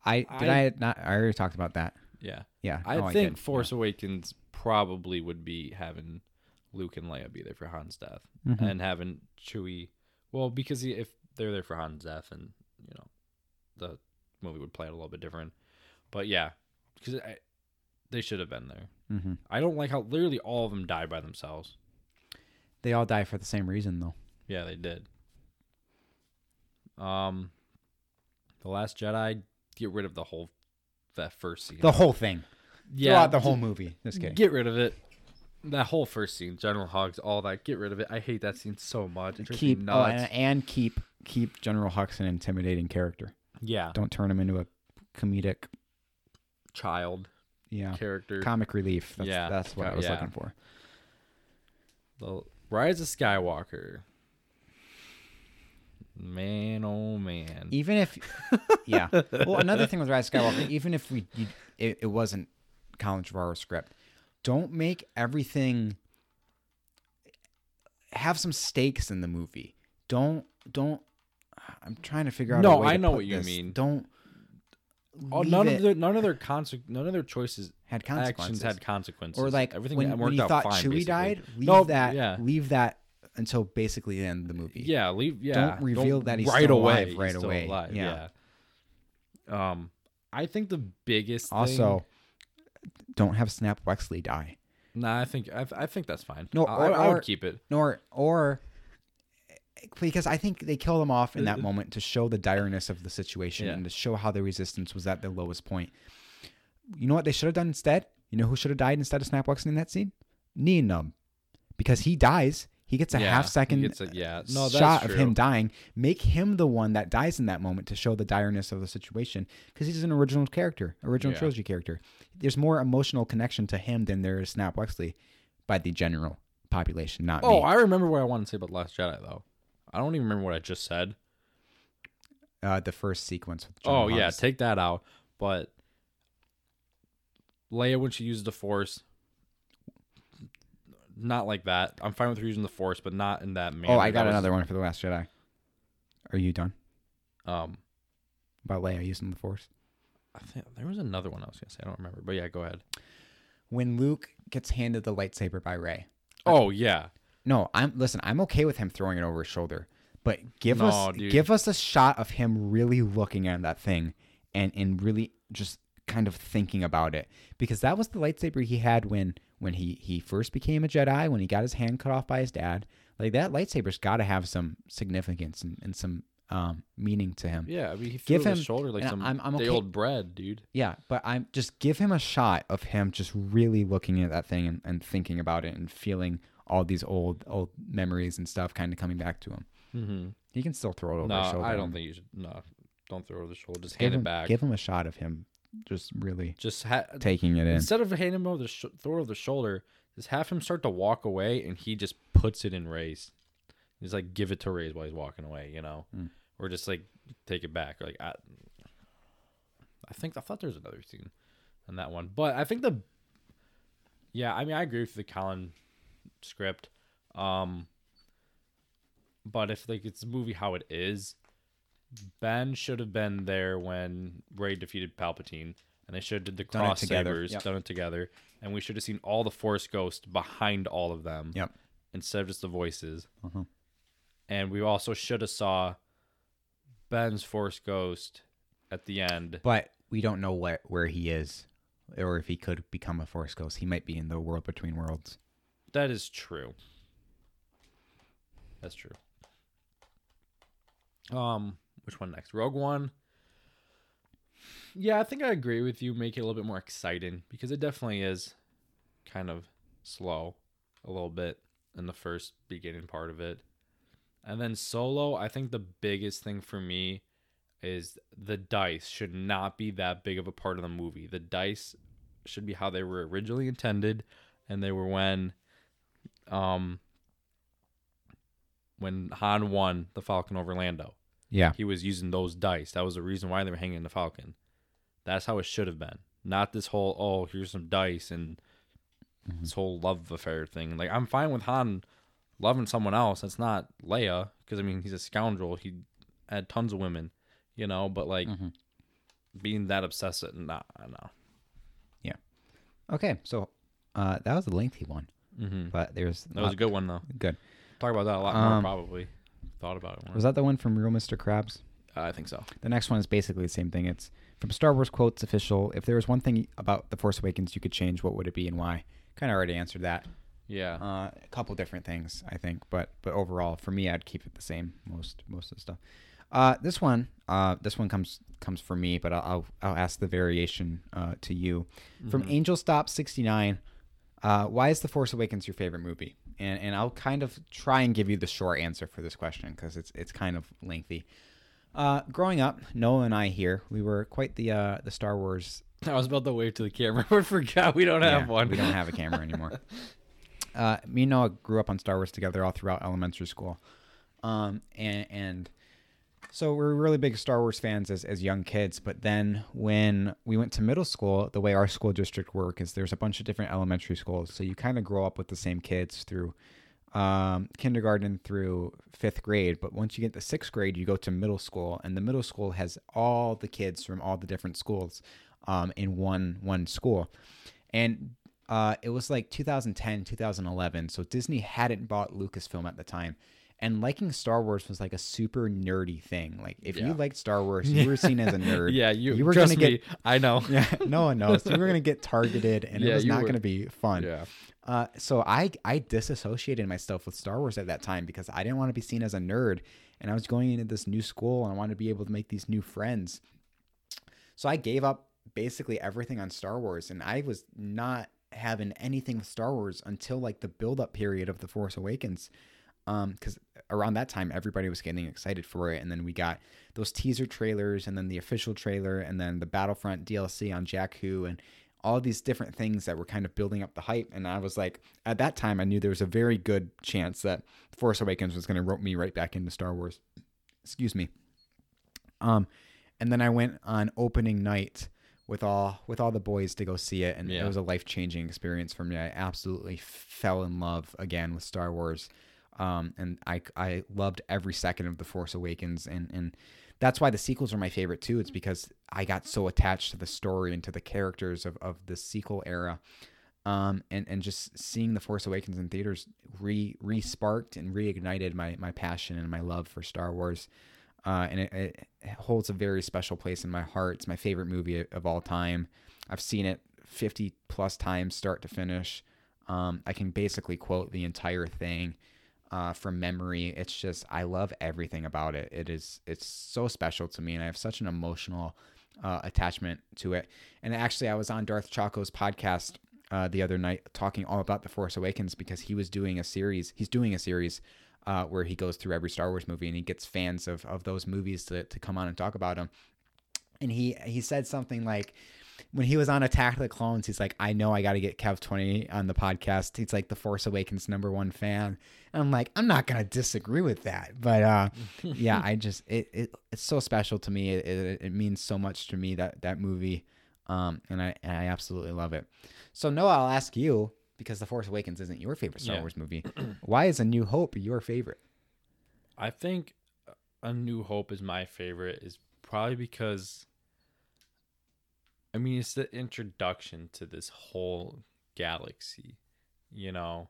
A: I did I,
B: I-
A: not I already talked about that.
B: Yeah,
A: Yeah.
B: I
A: no,
B: think
A: did.
B: Force Awakens probably would be having Luke and Leia be there for Han's death,
A: Yeah. Mhm.
B: and having Chewie. Well, because he- if they're there for Han's death, and you know, the movie would play out a little bit different. But yeah, because they should have been there.
A: Mhm.
B: I don't like how literally all of them died by themselves.
A: They all die for the same reason though.
B: Yeah, they did. Um, the Last Jedi, get rid of the whole that first scene.
A: The whole thing.
B: yeah,
A: Throughout the whole
B: d-
A: movie. Just kidding.
B: Get rid of it. That whole first scene, General Hogs, all that. Get rid of it. I hate that scene so much. It drives me
A: keep oh,
B: nuts.
A: and, and keep keep General Hux an intimidating character.
B: yeah,
A: Don't turn him into a comedic
B: child
A: yeah
B: character.
A: comic relief. That's,
B: Yeah,
A: that's what I was
B: yeah.
A: looking for.
B: the Rise of Skywalker. Man, oh man.
A: Even if yeah. Well, another thing with Rise of Skywalker, even if we you, it, it wasn't Colin Trevorrow's script, don't make everything have some stakes in the movie. Don't don't. I'm trying to figure out. a
B: No,
A: way
B: I
A: to
B: know
A: put
B: what you
A: this.
B: mean.
A: Don't.
B: Oh,
A: leave
B: none
A: it
B: of their none of their conse- none of their choices
A: had consequences.
B: actions had consequences.
A: or like
B: everything
A: when,
B: that
A: when
B: worked
A: you
B: out
A: thought
B: fine,
A: Chewie
B: basically.
A: died, leave
B: No,
A: that.
B: yeah.
A: Leave that until basically the end of the movie.
B: Yeah, leave. Yeah,
A: reveal that he's
B: right
A: still
B: away.
A: alive
B: he's
A: right
B: still
A: away.
B: alive,
A: Yeah.
B: Yeah. Um, I think the biggest.
A: Also, don't have Snap Wexley die.
B: thing, nah, I think I, I think that's fine.
A: No,
B: No, I, I-
A: or-
B: I
A: or-
B: would keep it.
A: nor or because I think they kill them off in that moment to show the direness of the situation
B: Yeah.
A: and to show how the resistance was at their lowest point. You know what they should have done instead? You know who should have died instead of Snap Wexley in that scene? Neenum. Because he dies, he gets a
B: Yeah,
A: half
B: he
A: second
B: gets a- yeah, no, that's
A: shot of him
B: true.
A: dying. Make him the one that dies in that moment to show the direness of the situation because he's an original character, original
B: Yeah.
A: trilogy character. There's more emotional connection to him than there is Snap Wexley by the general population, not me.
B: Oh, I remember what I wanted to say about Last Jedi though. I don't even remember what I just said.
A: uh, the first sequence with General
B: Oh yeah,
A: Hux.
B: take that out. But Leia when she uses the Force, not like that. I'm fine with her using the Force, but not in that manner.
A: oh, I got
B: That was-
A: another one for the Last Jedi. Are you done
B: Um,
A: about Leia using the Force?
B: I think there was another one I was gonna say. I don't remember, but yeah, go ahead.
A: When Luke gets handed the lightsaber by Rey.
B: Oh yeah,
A: No, I'm listen. I'm okay with him throwing it over his shoulder, but give
B: No,
A: us
B: dude.
A: give us a shot of him really looking at that thing and and really just kind of thinking about it because that was the lightsaber he had when when he he first became a Jedi when he got his hand cut off by his dad. Like that lightsaber's got to have some significance and, and some um meaning to him.
B: yeah. I mean, he
A: Give
B: threw it on
A: him-
B: his shoulder like
A: and
B: some
A: I'm- I'm
B: day
A: okay-
B: old bread, dude.
A: Yeah, but I'm just give him a shot of him just really looking at that thing and, and thinking about it and feeling all these old old memories and stuff kind of coming back to him.
B: Mm-hmm.
A: He can still throw it over
B: No,
A: his shoulder.
B: I don't think you should. No, don't throw it over the shoulder. Just
A: Give
B: hand
A: him,
B: it back.
A: give him a shot of him just really
B: Just ha-
A: taking it in.
B: instead of handing him over the sh- throw it over the shoulder, just have him start to walk away, and he just puts it in Ray's. He's like, give it to Ray's while he's walking away, you know,
A: Mm.
B: or just like take it back. Like I, I think I thought there was another scene in that one, but I think the, yeah, I mean I agree with the Colin script, um, but if like it's a movie how it is, Ben should have been there when Ray defeated Palpatine, and they should have did the
A: Done it
B: cross
A: together,
B: sabers,
A: yep.
B: done it together, and we should have seen all the Force ghosts behind all of them,
A: Yep.
B: instead of just the voices.
A: Uh-huh.
B: And we also should have saw Ben's Force ghost at the end.
A: But we don't know where where he is or if he could become a Force Ghost. He might be in the world between worlds.
B: That is true. That's true. Um, which one next? Rogue One. Yeah, I think I agree with you. Make it a little bit more exciting because it definitely is kind of slow a little bit in the first beginning part of it. And then solo, I think the biggest thing for me is the dice should not be that big of a part of the movie. The dice should be how they were originally intended and they were when um when Han won the Falcon over Lando.
A: Yeah.
B: He was using those dice. That was the reason why they were hanging the Falcon. That's how it should have been. Not this whole oh here's some dice and
A: Mm-hmm.
B: this whole love affair thing. Like I'm fine with Han loving someone else. That's not Leia because I mean he's a scoundrel. He had tons of women, you know. But like
A: Mm.
B: being that obsessed, uh, nah, no.
A: Okay. So uh, that was a lengthy one,
B: Mm-hmm.
A: but there's
B: That was a good one though.
A: good.
B: Talk about that a lot more
A: Um,
B: probably. Thought about it more.
A: Was that the one from Real Mr. Krabs?
B: I think so.
A: The next one is basically the same thing. It's from Star Wars quotes official. If there was one thing about the Force Awakens you could change, what would it be and why? Kind of already answered that.
B: Yeah.
A: Uh, a couple different things, I think, but but overall, for me, I'd keep it the same. Most most of the stuff. Uh, this one, uh, this one comes comes for me, but I'll I'll, I'll ask the variation uh, to you. From Angel Stop sixty nine, uh, why is The Force Awakens your favorite movie? And and I'll kind of try and give you the short answer for this question because it's it's kind of lengthy. Uh, growing up, Noah and I here, we were quite the uh, the Star Wars
B: I was about to wave to the camera, but forgot we don't
A: yeah,
B: have one.
A: We don't have a camera anymore. uh, me and Noah grew up on Star Wars together all throughout elementary school, um, and and so we were really big Star Wars fans as as young kids. But then when we went to middle school, the way our school district work is there's a bunch of different elementary schools, so you kind of grow up with the same kids through um, kindergarten through fifth grade. But once you get to sixth grade, you go to middle school, and the middle school has all the kids from all the different schools um, in one one school. And uh, it was like 2010, 2011. So Disney hadn't bought Lucasfilm at the time. And liking Star Wars was like a super nerdy thing. Like if
B: Yeah.
A: you liked Star Wars, you were seen as a nerd.
B: Yeah, you,
A: You were
B: were trust
A: gonna
B: me, I know.
A: Yeah, no one knows. You were gonna get targeted, and it
B: Yeah,
A: was
B: you
A: not
B: were.
A: gonna be fun.
B: Yeah.
A: Uh, so I I disassociated myself with Star Wars at that time because I didn't want to be seen as a nerd, and I was going into this new school and I wanted to be able to make these new friends. So I gave up basically everything on Star Wars, and I was not having anything with Star Wars until like the build up period of The Force Awakens. Um, because around that time everybody was getting excited for it, and then we got those teaser trailers, and then the official trailer, and then the Battlefront DLC on Jakku, and all these different things that were kind of building up the hype. And I was like, at that time, I knew there was a very good chance that Force Awakens was going to rope me right back into Star Wars. Excuse me. Um, and then I went on opening night with all with all the boys to go see it, and it
B: Yeah.
A: was a life changing experience for me. I absolutely fell in love again with Star Wars, um, and I I loved every second of the Force Awakens, and and that's why the sequels are my favorite too. It's because I got so attached to the story and to the characters of of the sequel era. Um, and, and just seeing The Force Awakens in theaters re re sparked and reignited my, my passion and my love for Star Wars uh, and it, it holds a very special place in my heart. It's my favorite movie of all time. I've seen it 50 plus times, start to finish. Um, I can basically quote the entire thing uh, from memory. It's just I love everything about it. It is it's so special to me, and I have such an emotional uh, attachment to it. And actually, I was on Darth Chaco's podcast uh, the other night talking all about the Force Awakens because he was doing a series. He's doing a series uh, where he goes through every Star Wars movie and he gets fans of, of those movies to, to come on and talk about them. And he he said something like, when he was on Attack of the Clones, he's like, I know I got to get Kev 20 on the podcast. He's like the Force Awakens number one fan. And I'm like, I'm not going to disagree with that. But uh, yeah, I just, it, it it's so special to me. It, it, it means so much to me, that, that movie. Um, and I, and I absolutely love it. So, Noah, I'll ask you because The Force Awakens isn't your favorite Star
B: Yeah.
A: Wars movie. Why is A New Hope your favorite?
B: I think A New Hope is my favorite is probably because I mean it's the introduction to this whole galaxy, you know,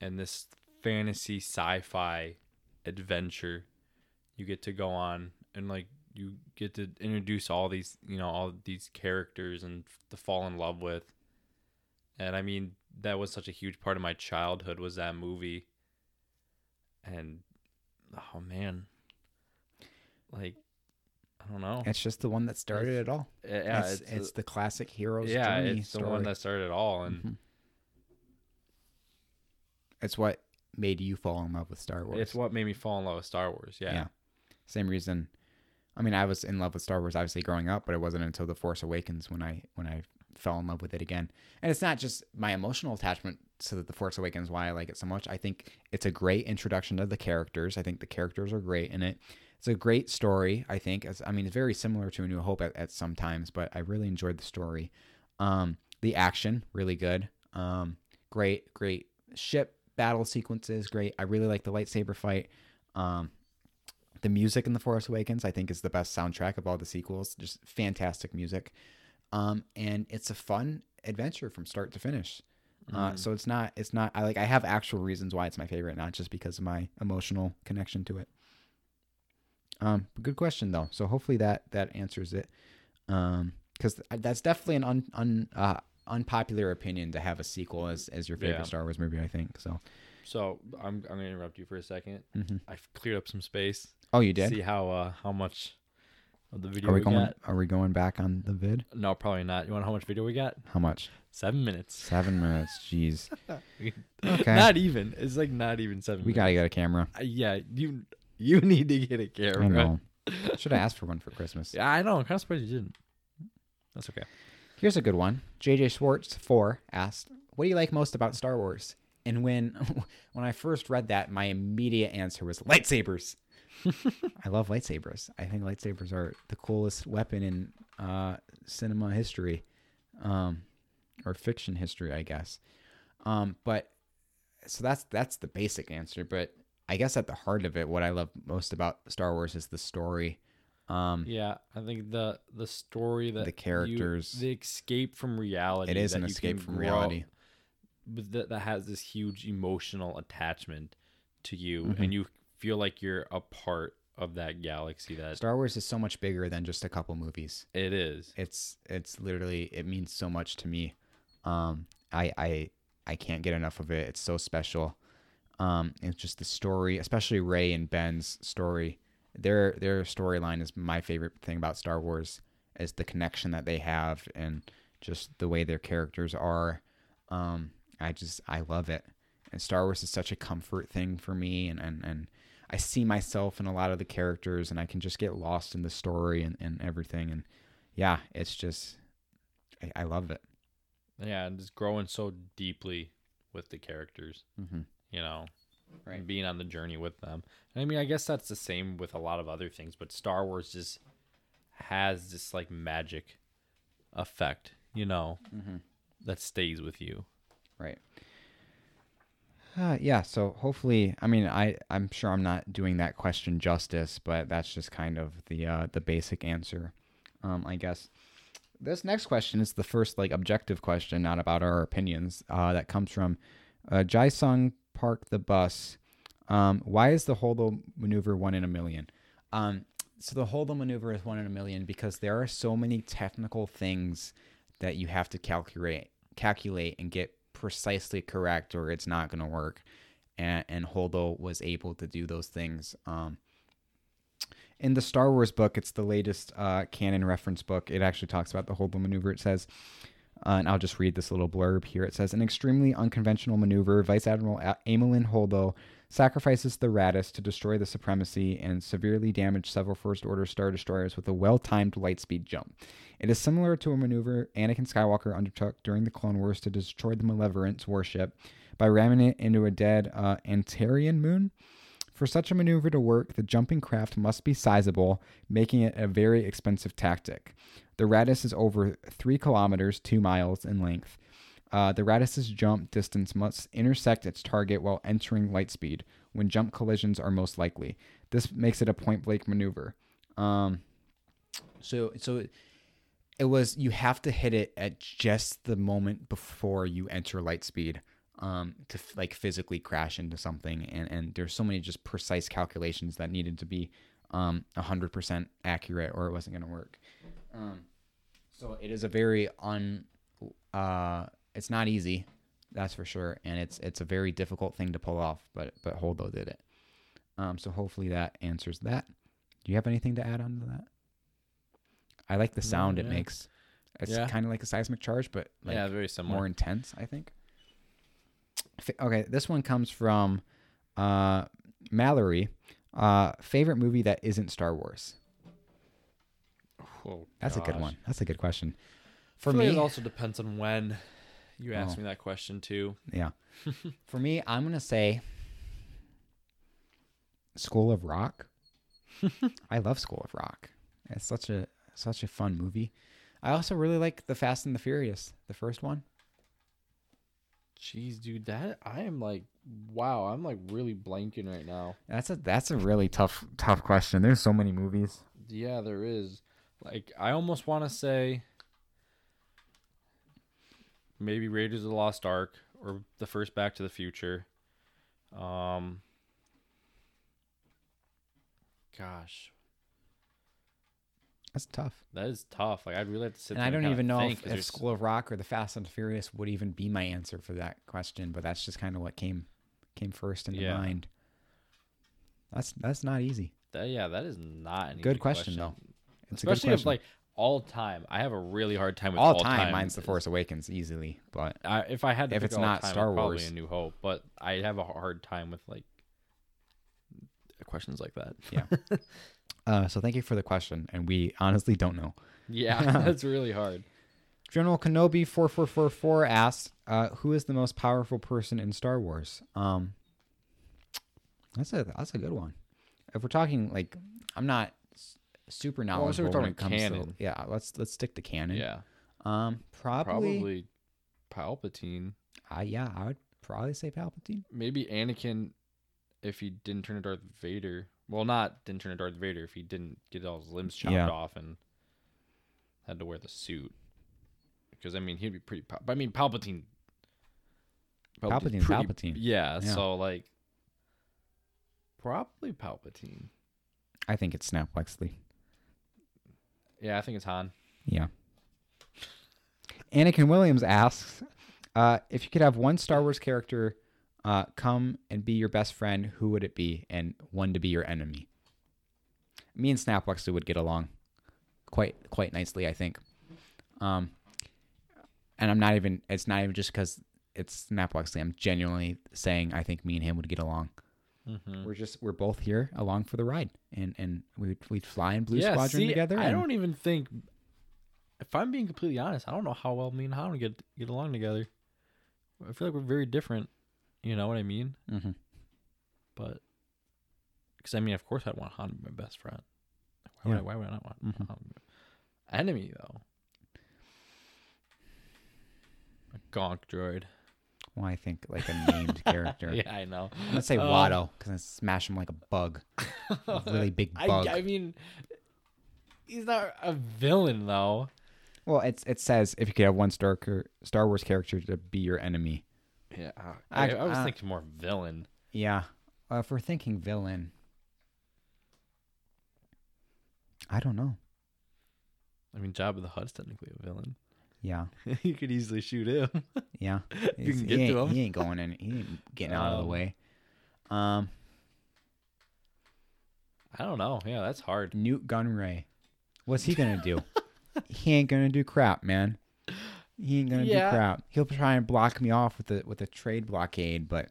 B: and this fantasy sci-fi adventure you get to go on and like you get to introduce all these, you know, all these characters and to fall in love with. And I mean that was such a huge part of my childhood was that movie. And oh man like i I don't know.
A: It's just the one that started it all.
B: yeah,
A: it's, it's, the classic hero's
B: yeah,
A: journey
B: it's the
A: story.
B: one that started it all, and
A: Mhm. It's what made you fall in love with Star Wars.
B: it's what made me fall in love with Star Wars. Yeah,
A: Yeah. Same reason. I mean, I was in love with Star Wars obviously growing up, but it wasn't until The Force Awakens when I when I fell in love with it again. And it's not just my emotional attachment to The Force Awakens why I like it so much. I think it's a great introduction to the characters. I think the characters are great in it. It's a great story. I think. It's, I mean, it's very similar to A New Hope at, at some times, but I really enjoyed the story. Um, the action really good. Um, great, great ship battle sequences. Great. I really like the lightsaber fight. Um, the music in The Force Awakens, I think, is the best soundtrack of all the sequels. Just fantastic music. Um, and it's a fun adventure from start to finish. Uh,
B: Mhm.
A: so it's not, it's not, I like, I have actual reasons why it's my favorite, not just because of my emotional connection to it. Um, but good question though. So hopefully that, that answers it. Um, cause th- that's definitely an un, un, uh, unpopular opinion to have a sequel as, as your favorite
B: Yeah.
A: Star Wars movie, I think. So,
B: So I'm I'm gonna interrupt you for a second.
A: mhm.
B: I've cleared up some space.
A: oh, you did?
B: See how uh how much of the video
A: Are we
B: we,
A: going,
B: got?
A: are we going back on the vid?
B: No, probably not. You want to know how much video we got?
A: How much?
B: Seven minutes.
A: Seven minutes. Jeez. Okay.
B: Not even. It's like not even seven.
A: We gotta get a camera.
B: minutes. Uh, yeah, you you need to get a camera.
A: I know. Should I ask for one for Christmas?
B: Yeah, I know. I'm kind of surprised you didn't. That's okay.
A: Here's a good one. JJ Schwartz four asked, "What do you like most about Star Wars?" And when when I first read that, my immediate answer was lightsabers. I love lightsabers. I think lightsabers are the coolest weapon in uh, cinema history, um, or fiction history, I guess. Um, but so that's that's the basic answer. But I guess at the heart of it, what I love most about Star Wars is the story. Um,
B: Yeah, I think the the story that
A: The
B: you-
A: characters.
B: the escape from reality.
A: it is
B: that
A: an
B: you
A: escape
B: can
A: from
B: grow-
A: reality.
B: but that, that has this huge emotional attachment to you
A: Mm-hmm.
B: and you feel like you're a part of that galaxy that
A: Star Wars is so much bigger than just a couple movies.
B: it is
A: It's it's literally it means so much to me. Um, I I I can't get enough of it. It's so special. Um, it's just the story, especially Ray and Ben's story. Their their storyline is my favorite thing about Star Wars is the connection that they have and just the way their characters are. Um, I just I love it. And Star Wars is such a comfort thing for me and, and, and I see myself in a lot of the characters and I can just get lost in the story and, and everything and yeah, it's just I, I love it.
B: yeah and just growing so deeply with the characters
A: Mm-hmm.
B: you know
A: Right.
B: and being on the journey with them and i mean i guess that's the same with a lot of other things but star wars just has this like magic effect you know
A: Mhm.
B: that stays with you
A: Right. Uh, yeah. So hopefully, I mean, I I'm sure I'm not doing that question justice, but that's just kind of the uh, the basic answer, um, I guess. This next question is the first like objective question, not about our opinions. Uh, that comes from uh, Jaisung Park the bus. Um, why is the Holdo maneuver one in a million? Um, so the Holdo maneuver is one in a million because there are so many technical things that you have to calculate, calculate and get precisely correct, or it's not going to work. And, and Holdo was able to do those things. Um, in the Star Wars book, it's the latest uh, canon reference book. It actually talks about the Holdo maneuver. It says, uh, and I'll just read this little blurb here. It says, an extremely unconventional maneuver. Vice Admiral A- Amelin Holdo sacrifices the Radis to destroy the Supremacy and severely damage several First Order Star Destroyers with a well-timed lightspeed jump. It is similar to a maneuver Anakin Skywalker undertook during the Clone Wars to destroy the Malevolence warship by ramming it into a dead uh, Antarian moon. For such a maneuver to work, the jumping craft must be sizable, making it a very expensive tactic. The Radis is over 3 kilometers, 2 miles in length. Uh, the Radis's jump distance must intersect its target while entering light speed, when jump collisions are most likely. This makes it a point blank maneuver. Um, so, so it, it was you have to hit it at just the moment before you enter light speed um, to f- like physically crash into something. And, and there's so many just precise calculations that needed to be um, 100% accurate or it wasn't going to work. Um, so it is a very un. Uh, it's not easy, that's for sure, and it's it's a very difficult thing to pull off. But but Holdo did it. Um, so hopefully that answers that. Do you have anything to add on to that? I like the sound it
B: yeah.
A: makes. It's
B: Yeah.
A: kind of like a seismic charge, but like
B: yeah, very similar.
A: more intense, I think. F- Okay, this one comes from uh, Mallory. Uh, favorite movie that isn't Star Wars?
B: Oh,
A: That's a good
B: gosh.
A: one. That's a good question. For
B: I feel like
A: me,
B: it also depends on when you asked
A: Oh.
B: me that question too.
A: yeah. For me, I'm gonna say School of Rock. I love School of Rock. It's such a such a fun movie. I also really like the Fast and the Furious, the first one.
B: Jeez, dude, that I am like, wow, I'm like really blanking right now.
A: That's a that's a really tough tough question. There's so many movies.
B: Yeah, there is. Like, I almost want to say maybe Raiders of the Lost Ark or the first Back to the Future. Um, gosh,
A: That's tough.
B: that is tough. Like, I'd really have to sit.
A: and
B: there
A: I don't
B: kinda
A: even know
B: think,
A: if,
B: 'cause
A: if
B: there's-
A: School of Rock or The Fast and the Furious would even be my answer for that question, but that's just kind of what came came first in the
B: Yeah.
A: mind. That's that's not easy.
B: that- yeah, that is not an easy
A: Good question, though. It's
B: Especially
A: a good
B: if
A: question.
B: like all time, I have a really hard time with
A: all,
B: all
A: time, mine's The Force Awakens easily, but
B: I, if I had to
A: If
B: pick
A: it's
B: all
A: not
B: time,
A: Star
B: probably
A: Wars.
B: A New Hope, but I have a hard time with like questions like that.
A: Yeah. uh, so thank you for the question, and we honestly don't know.
B: yeah, that's really hard.
A: General Kenobi four four four four asks, uh, "Who is the most powerful person in Star Wars?" Um, that's a that's a good one. If we're talking like, I'm not s- super
B: Well, let's say
A: knowledgeable
B: we're
A: when it comes
B: talking
A: to
B: canon.
A: yeah. Let's let's stick to canon.
B: Yeah,
A: Um, probably.
B: probably Palpatine.
A: I yeah, I would probably say Palpatine.
B: Maybe Anakin, if he didn't turn to Darth Vader. Well, not didn't turn to Darth Vader if he didn't get all his limbs chopped
A: Yeah.
B: off and had to wear the suit. Because I mean, he'd be pretty. Pal- I mean, Palpatine.
A: Palpatine's
B: pretty-
A: Palpatine.
B: Yeah,
A: Yeah.
B: So like, probably Palpatine.
A: I think it's Snap Wexley.
B: Yeah, I think it's Han.
A: Yeah. Anakin Williams asks uh, if you could have one Star Wars character uh, come and be your best friend, who would it be, and one to be your enemy? Me and Snap Wexley would get along quite quite nicely, I think. Um, and I'm not even. It's not even just because it's Snap Wexley. I'm genuinely saying I think me and him would get along.
B: Mm-hmm. Mm.
A: We're just we're both here along for the ride, and and we'd we'd fly in Blue
B: yeah,
A: Squadron
B: see,
A: together.
B: I
A: and-
B: don't even think. If I'm being completely honest, I don't know how well me and Han would get get along together. I feel like we're very different. You know what I mean?
A: Mhm.
B: But because I mean, of course, I'd want Han to be my best friend. Why,
A: Yeah. Mm-hmm.
B: would, I, why would I not want Han to be my enemy though? A gonk droid.
A: Well, I think like a named character.
B: Yeah, I know.
A: I'm gonna say
B: Um,
A: Watto because I smash him like a bug, a really big
B: I,
A: bug.
B: I mean, he's not a villain though.
A: well, it's it says if you could have one Star car- Star Wars character to be your enemy.
B: Yeah,
A: I-
B: I, I was
A: I-
B: thinking more villain.
A: Yeah, uh, if we're thinking villain, I don't know.
B: I mean, Job of the Hutt's technically a villain.
A: Yeah,
B: you could easily shoot him.
A: yeah.
B: you
A: He's-
B: can get
A: he,
B: to
A: ain't,
B: him.
A: he ain't going in. He ain't getting out of the
B: Um,
A: way. Um,
B: I don't know. Yeah, that's hard.
A: Newt Gunray, what's he gonna do? he ain't gonna do crap, man. He ain't gonna
B: Yeah.
A: do crap. He'll try and block me off with a with a trade blockade, but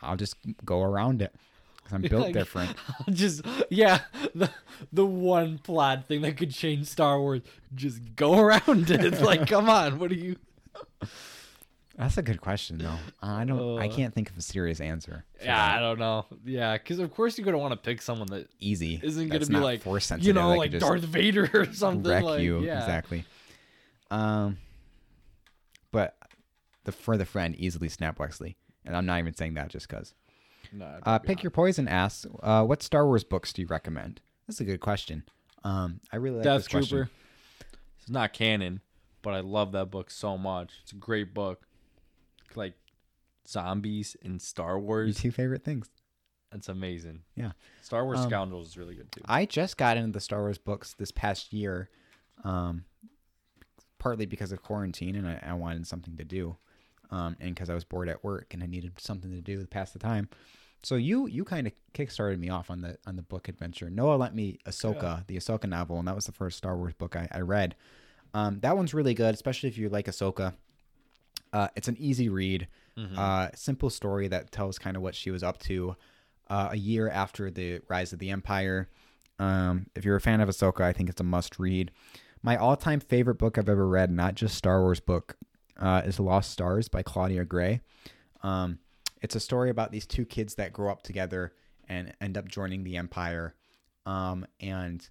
A: I'll just go around it because I'm built
B: Like,
A: different.
B: Just yeah, the the one plot thing that could change Star Wars. Just go around it. It's like, come on, what are you?
A: That's a good question though. I don't. I
B: Uh.
A: can't think of a serious answer. for
B: Yeah, I
A: that.
B: don't know. Yeah, because of course you're gonna want to pick someone that
A: easy.
B: isn't gonna
A: That's
B: be
A: not
B: like
A: force sensitive.
B: you know,
A: that
B: like
A: could just
B: Darth Vader or something.
A: wreck
B: like,
A: you
B: yeah.
A: exactly. Um, but the for the friend easily snap Wexley, and I'm not even saying that just because.
B: No, I'd
A: Uh,
B: probably
A: Pick Your Poison asks, uh, what Star Wars books do you recommend? That's a good question. Um, I really like this
B: Death
A: question.
B: Trooper. It's not canon, but I love that book so much. It's a great book. Like zombies in Star
A: Your
B: Wars.
A: two favorite things.
B: It's amazing.
A: Yeah.
B: Star Wars
A: Um,
B: Scoundrels is really good too.
A: I just got into the Star Wars books this past year, um, partly because of quarantine and I, I wanted something to do, um, and because I was bored at work and I needed something to do to pass the time. So you you kind of kickstarted me off on the on the book adventure. Noah lent me Ahsoka, the Ahsoka novel, and that was the first Star Wars book I, I read. Um, that one's really good, especially if you like Ahsoka. Uh, it's an easy read, uh, simple story that tells kind of what she was up to uh, a year after the rise of the Empire. Um, if you're a fan of Ahsoka, I think it's a must read. My all time favorite book I've ever read, not just Star Wars book, uh, is Lost Stars by Claudia Gray. Um, it's a story about these two kids that grow up together and end up joining the Empire. Um, and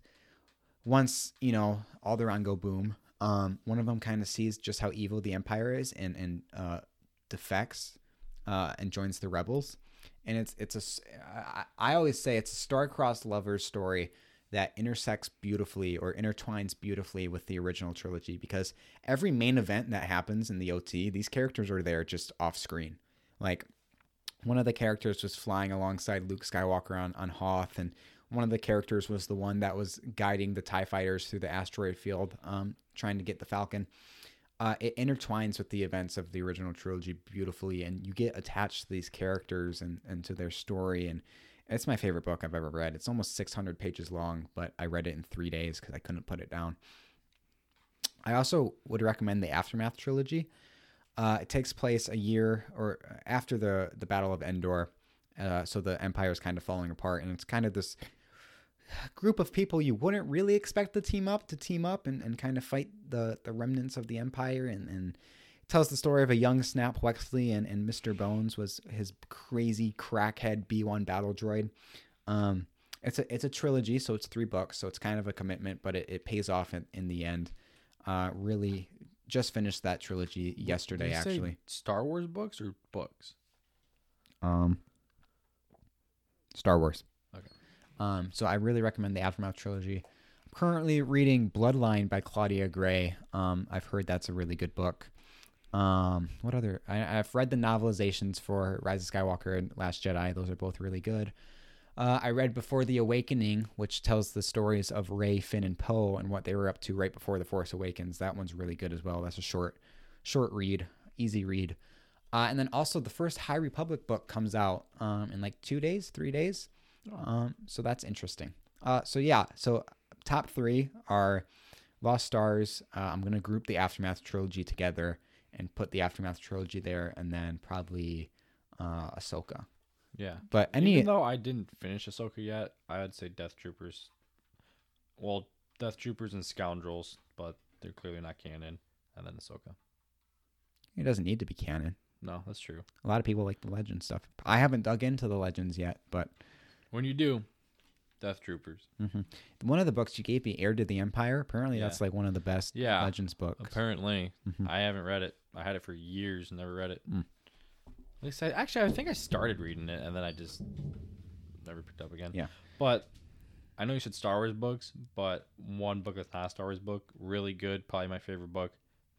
A: once, you know, all they're on go boom, um, one of them kind of sees just how evil the Empire is and, and uh, defects uh, and joins the rebels. And it's it's a s- I- I always say it's a star-crossed lovers story that intersects beautifully or intertwines beautifully with the original trilogy because every main event that happens in the OT, these characters are there just off screen. Like one of the characters was flying alongside Luke Skywalker on, on Hoth, and one of the characters was the one that was guiding the TIE fighters through the asteroid field, um, trying to get the Falcon. Uh, it intertwines with the events of the original trilogy beautifully, and you get attached to these characters and, and to their story. And it's my favorite book I've ever read. It's almost 600 pages long, but I read it in three days because I couldn't put it down. I also would recommend the Aftermath trilogy. Uh, it takes place a year or uh, after the the Battle of Endor, uh, so the Empire is kind of falling apart, and it's kind of this group of people you wouldn't really expect to team up to team up and, and kind of fight the the remnants of the Empire, and and it tells the story of a young Snap Wexley and and Mister Bones was his crazy crackhead B one battle droid. Um, it's a it's a trilogy, so it's three books, so it's kind of a commitment, but it, it pays off in, in the end. Uh, really, just finished that trilogy yesterday, actually.
B: Star Wars books or books?
A: Um, Star Wars.
B: Okay.
A: Um, so I really recommend the Aftermath trilogy. I'm currently reading Bloodline by Claudia Gray. Um, I've heard that's a really good book. Um, what other? I, I've read the novelizations for Rise of Skywalker and Last Jedi. Those are both really good. Uh, I read Before the Awakening, which tells the stories of Ray, Finn, and Poe and what they were up to right before the Force Awakens. That one's really good as well. That's a short, short read, easy read. Uh, and then also the first High Republic book comes out um, in like two days, three days. Um, so that's interesting. Uh, so yeah, so top three are Lost Stars. Uh, I'm gonna group the Aftermath trilogy together and put the Aftermath trilogy there, and then probably uh, Ahsoka.
B: Yeah.
A: But any
B: Even though I didn't finish Ahsoka yet, I would say Death Troopers. Well, Death Troopers and Scoundrels, but they're clearly not canon. And then Ahsoka.
A: it doesn't need to be canon.
B: No, that's true.
A: A lot of people like the legend stuff. I haven't dug into the legends yet, but
B: When you do, Death Troopers.
A: one of the books you gave me, Heir to the Empire, apparently
B: Mm-hmm. Yeah.
A: that's like one of the best
B: Yeah.
A: legends books.
B: Apparently,
A: Mm-hmm.
B: I haven't read it. I had it for years, never read it.
A: Mm.
B: At least I actually, I think I started reading it, and then I just never picked up again.
A: Yeah.
B: But I know you said Star Wars books, but one book that's not a Star Wars book, really good, probably my favorite book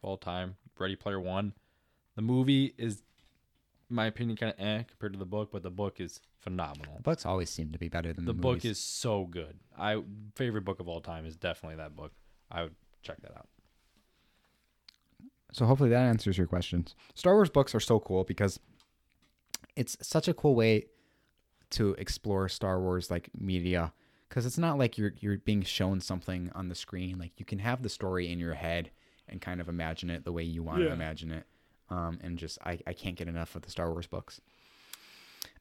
B: of all time, Ready Player One. The movie is, in my opinion, kind of eh compared to the book, but the book is phenomenal.
A: The books always seem to be better than
B: The
A: the,
B: book
A: movies.
B: is so good. I favorite book of all time is definitely that book. I would check that out.
A: So hopefully that answers your questions. Star Wars books are so cool because it's such a cool way to explore Star Wars like media because it's not like you're you're being shown something on the screen. Like you can have the story in your head and kind of imagine it the way you want to
B: Yeah.
A: imagine it. Um, and just I, I can't get enough of the Star Wars books.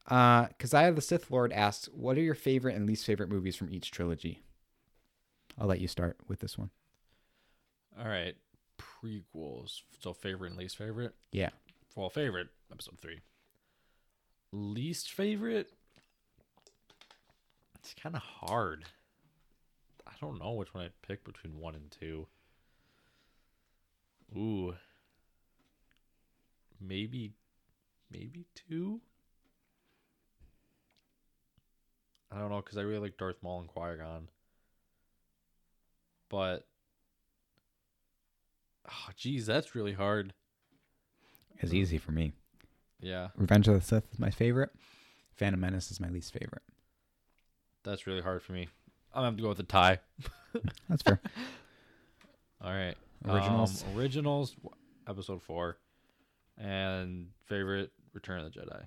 A: Uh, Keziah the Sith Lord asks, "What are your favorite and least favorite movies from each trilogy?" I'll let you start with this one.
B: All right, prequels. So favorite and least favorite.
A: Yeah,
B: Well, favorite episode three. Least favorite. It's kind of hard. I don't know which one I'd pick between one and two. Ooh. Maybe, maybe two. I don't know because I really like Darth Maul and Qui Gon. But, oh, geez, that's really hard.
A: it's easy for me.
B: Yeah.
A: Revenge of the Sith is my favorite. Phantom Menace is my least favorite.
B: That's really hard for me. I'm gonna have to go with a tie.
A: That's fair.
B: All right.
A: Originals.
B: Um, originals, w- episode four, and favorite Return of the Jedi.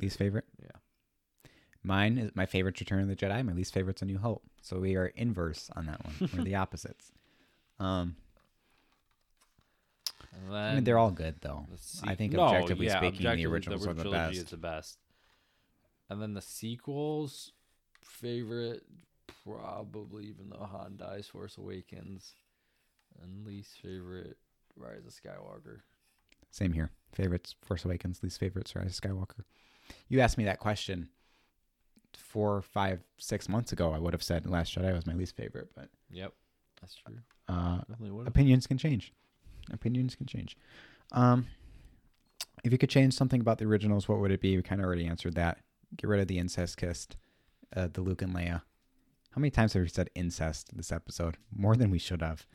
A: least favorite.
B: Yeah.
A: Mine is my favorite's Return of the Jedi. My least favorite's A New Hope. So we are inverse on that one. We're the opposites. Um, I mean, they're all good though. I think objectively speaking, the originals are the best.
B: Is the best. And then the sequels, favorite, probably even though Han dies, Force Awakens, and least favorite, Rise of Skywalker.
A: Same here. Favorites, Force Awakens. Least favorites, Rise of Skywalker. You asked me that question four, five, six months ago. I would have said Last Jedi was my least favorite, but
B: Yep, that's true.
A: uh,
B: Definitely would.
A: opinions can change. Opinions can change. Um, if you could change something about the originals, what would it be? We kind of already answered that. Get rid of the incest kiss, uh, the Luke and Leia. How many times have we said incest this episode? More than we should have.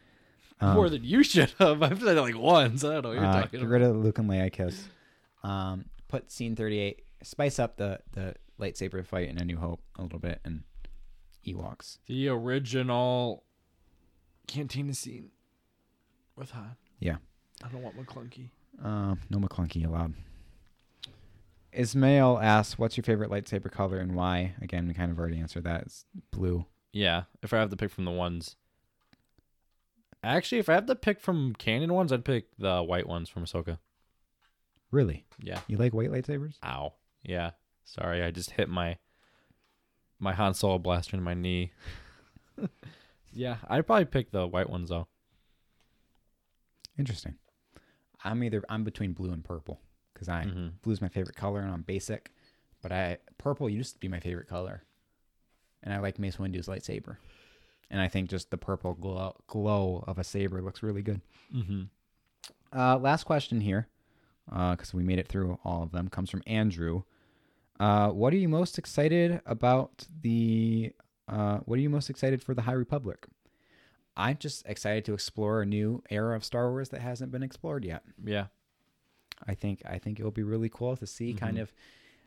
A: Um,
B: More than you should have. I've said it like once. I don't know. What you're
A: uh,
B: talking
A: get
B: about.
A: rid of the Luke and Leia kiss. Um, put scene 38, spice up the, the lightsaber fight in A New Hope a little bit, and Ewoks.
B: The original cantina scene with Han.
A: Yeah.
B: I don't want McClunky.
A: Um, no McClunky allowed. Ismail asks, "What's your favorite lightsaber color and why?" Again, we kind of already answered that. It's blue.
B: Yeah, if I have to pick from the ones. Actually, if I have to pick from canon ones, I'd pick the white ones from Ahsoka.
A: Really?
B: Yeah.
A: You like white lightsabers?
B: Ow. Yeah. Sorry, I just hit my my Han Solo blaster in my knee. yeah, I'd probably pick the white ones though.
A: Interesting. I'm either I'm between blue and purple because I
B: Mhm.
A: blue's my favorite color and I'm basic, but I purple used to be my favorite color, and I like Mace Windu's lightsaber, and I think just the purple glow glow of a saber looks really good.
B: Mm-hmm.
A: Uh, last question here, because we made it through all of them, comes from Andrew. Uh, what are you most excited about the? Uh, what are you most excited for the High Republic? I'm just excited to explore a new era of Star Wars that hasn't been explored yet.
B: Yeah.
A: I think I think it'll be really cool to see
B: Mm-hmm.
A: kind of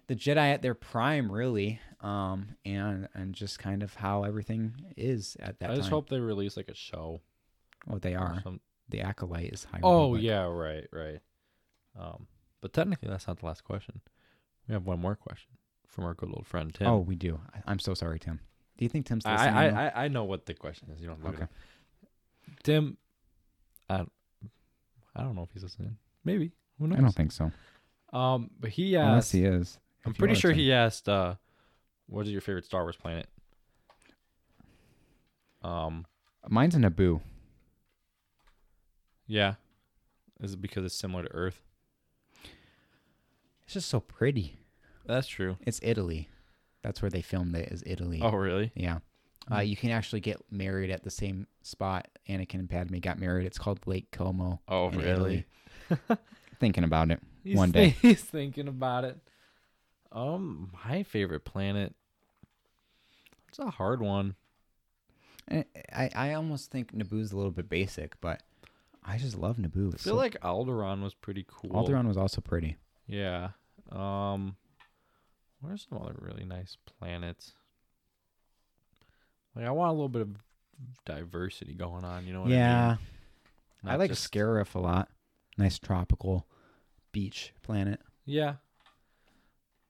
A: the Jedi at their prime, really, um, and and just kind of how everything is at that
B: I just
A: time.
B: hope they release like a show.
A: oh, they
B: or
A: are
B: some-
A: the acolyte is High
B: Oh
A: Republic.
B: yeah, right, right. Um, but technically, that's not the last question. We have one more question from our good old friend Tim.
A: Oh, we do. I, I'm so sorry, Tim. Do you think Tim's
B: I,
A: listening?
B: I,
A: though?
B: I, I know what the question is. You don't look
A: Okay.
B: okay. Tim, I, I don't know if he's listening. Maybe who knows?
A: I don't think so.
B: Um, but he asked.
A: Unless he is.
B: I'm
A: If you
B: pretty
A: are,
B: sure
A: Tim.
B: he asked. Uh, what is your favorite Star Wars planet? Um.
A: Mine's a Naboo.
B: Yeah. Is it because it's similar to Earth?
A: It's just so pretty.
B: That's true.
A: It's Italy. That's where they filmed it. Is Italy?
B: Oh, Mm-hmm. really?
A: yeah. Uh, you can actually get married at the same spot Anakin and Padme got married. It's called Lake Como.
B: Oh,
A: in
B: really?
A: Italy. Thinking about it.
B: He's
A: One day.
B: thi- he's thinking about it. Um, my favorite planet. It's a hard one.
A: I, Eh, I I almost think Naboo's a little bit basic, but I just love Naboo.
B: I
A: It's
B: feel
A: so-
B: like Alderaan was pretty cool.
A: Alderaan was also pretty.
B: Yeah. Um, what are some other really nice planets? Like I want a little bit of diversity going on. You know what I mean?
A: yeah, I,
B: Not
A: like
B: just-
A: Scarif a lot. Nice tropical beach planet.
B: Yeah.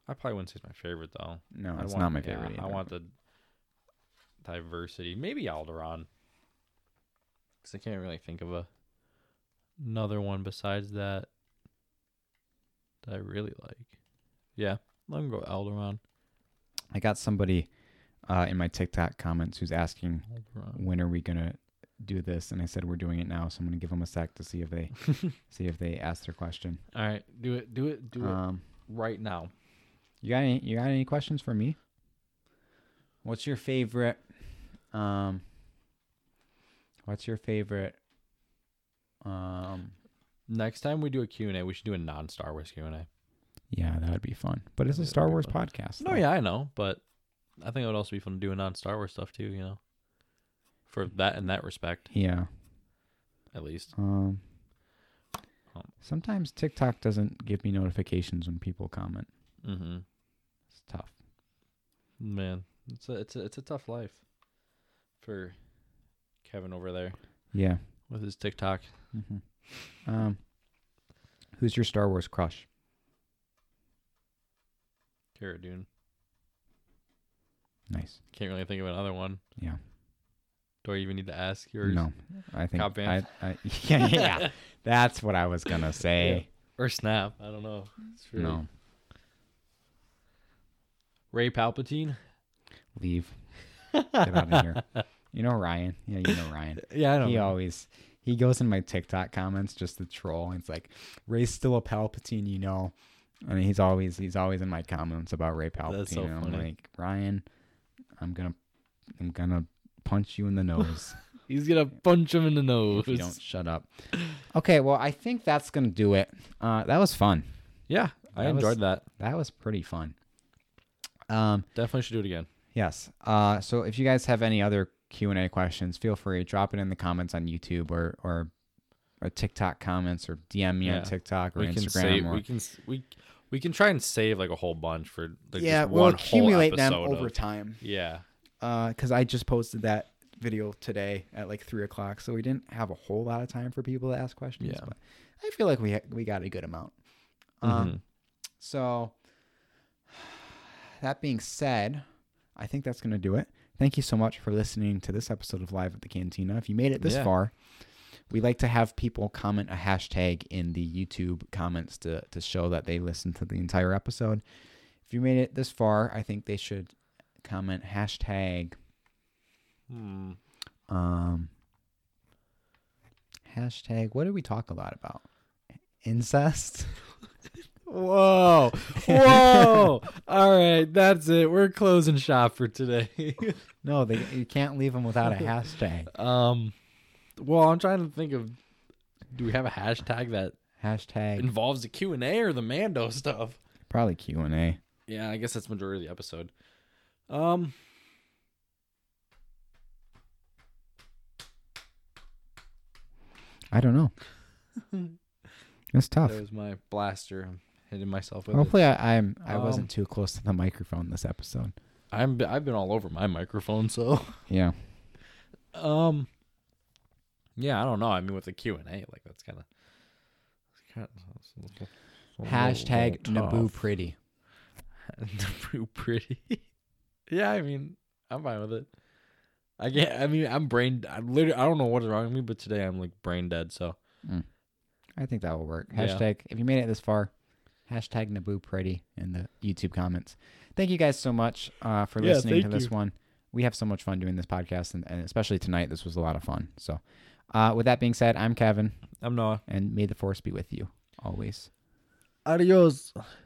B: I probably wouldn't say it's my favorite though.
A: No,
B: I
A: it's
B: want-
A: not my
B: yeah,
A: favorite.
B: I
A: either.
B: want the diversity. Maybe Alderaan. Because I can't really think of a another one besides that that I really like. Yeah, I'm gonna go Alderaan.
A: I got somebody uh, in my TikTok comments who's asking
B: Alderaan.
A: when are we gonna do this, and I said we're doing it now, so I'm gonna give them a sec to see if they see if they ask their question.
B: All right, do it, do it, do it
A: Um,
B: right now.
A: you got any you got any questions for me? What's your favorite? Um, what's your favorite? Um,
B: Next time we do a Q and A, we should do a non-Star Wars Q and A.
A: yeah, that would be fun. But it's
B: Yeah,
A: a
B: that'd
A: Star
B: be
A: Wars
B: fun.
A: podcast.
B: No,
A: though.
B: yeah, I know, but I think it would also be fun to do a non-Star Wars stuff too. You know, for that in that respect,
A: yeah.
B: at least.
A: Um,
B: Um,
A: sometimes TikTok doesn't give me notifications when people comment.
B: Mm-hmm.
A: It's tough.
B: Man, it's a it's a it's a tough life for Kevin over there
A: Yeah.
B: with his TikTok.
A: Mm-hmm. Um, who's your Star Wars crush?
B: Cara Dune.
A: Nice.
B: Can't really think of another one.
A: Yeah.
B: Do I even need to ask yours?
A: No, I think
B: Cop
A: I,
B: Van?
A: I, yeah, yeah, that's what I was gonna say.
B: Or Snap. I don't know. It's really-
A: No,
B: Ray Palpatine.
A: leave. Get out of here. You know Ryan. Yeah, you know Ryan.
B: Yeah, I don't
A: He
B: know.
A: always he goes in my TikTok comments just to troll. It's like Ray's still a Palpatine, you know. And he's always he's always in my comments about Ray Palpatine.
B: That's so
A: and I'm
B: funny.
A: like Ryan, I'm gonna I'm gonna punch you in the nose
B: He's gonna punch him in the nose.
A: if you don't shut up. Okay, well I think that's gonna do it. Uh, that was fun.
B: Yeah, I
A: That was-
B: enjoyed that.
A: That was pretty fun. Um,
B: Definitely should do it again.
A: Yes. Uh, so if you guys have any other Q and A questions, feel free drop it in the comments on YouTube or or, or TikTok comments or DM me
B: Yeah.
A: on TikTok or
B: we can
A: Instagram.
B: save.
A: or,
B: We can s- we we can try and save like a whole bunch for like
A: yeah,
B: just
A: we'll
B: one
A: accumulate
B: whole
A: them
B: episode
A: over
B: of,
A: time.
B: Yeah,
A: Because I just posted that video today at like three o'clock, so we didn't have a whole lot of time for people to ask questions.
B: Yeah.
A: But I feel like we ha- we got a good amount. Um,
B: Mhm.
A: So, that being said, I think that's going to do it. Thank you so much for listening to this episode of Live at the Cantina. If you made it this
B: Yeah.
A: far, we like to have people comment a hashtag in the YouTube comments to, to show that they listened to the entire episode. If you made it this far, I think they should comment hashtag
B: Hmm.
A: um hashtag what did we talk a lot about? Incest?
B: Whoa. Whoa. All right. That's it. We're closing shop for today.
A: No, they you can't leave them without a hashtag.
B: um, well, I'm trying to think of do we have a hashtag that
A: Hashtag
B: involves the Q&A or the Mando stuff?
A: probably Q and A.
B: Yeah, I guess that's majority of the episode. Um,
A: I don't know. That's tough.
B: that was my blaster. I'm hitting myself with it.
A: Hopefully, I, I'm I
B: Um,
A: wasn't too close to the microphone this episode.
B: I'm I've been all over my microphone, so
A: Yeah,
B: um yeah, I don't know. I mean with the Q&A, like that's kind of
A: hashtag Naboo pretty.
B: Naboo pretty. yeah, I mean, I'm fine with it. I can't. I mean, I'm brain. I literally. I don't know what's wrong with me, but today I'm like brain dead. So
A: I think that will work.
B: Yeah.
A: Hashtag if you made it this far, hashtag Naboo pretty in the YouTube comments. Thank you guys so much uh, for
B: Yeah,
A: listening to
B: thank
A: this
B: you.
A: one. We have so much fun doing this podcast, and, and especially tonight, this was a lot of fun. So, uh, with that being said, I'm Kevin,
B: I'm Noah.
A: and may the force be with you always.
B: Adios.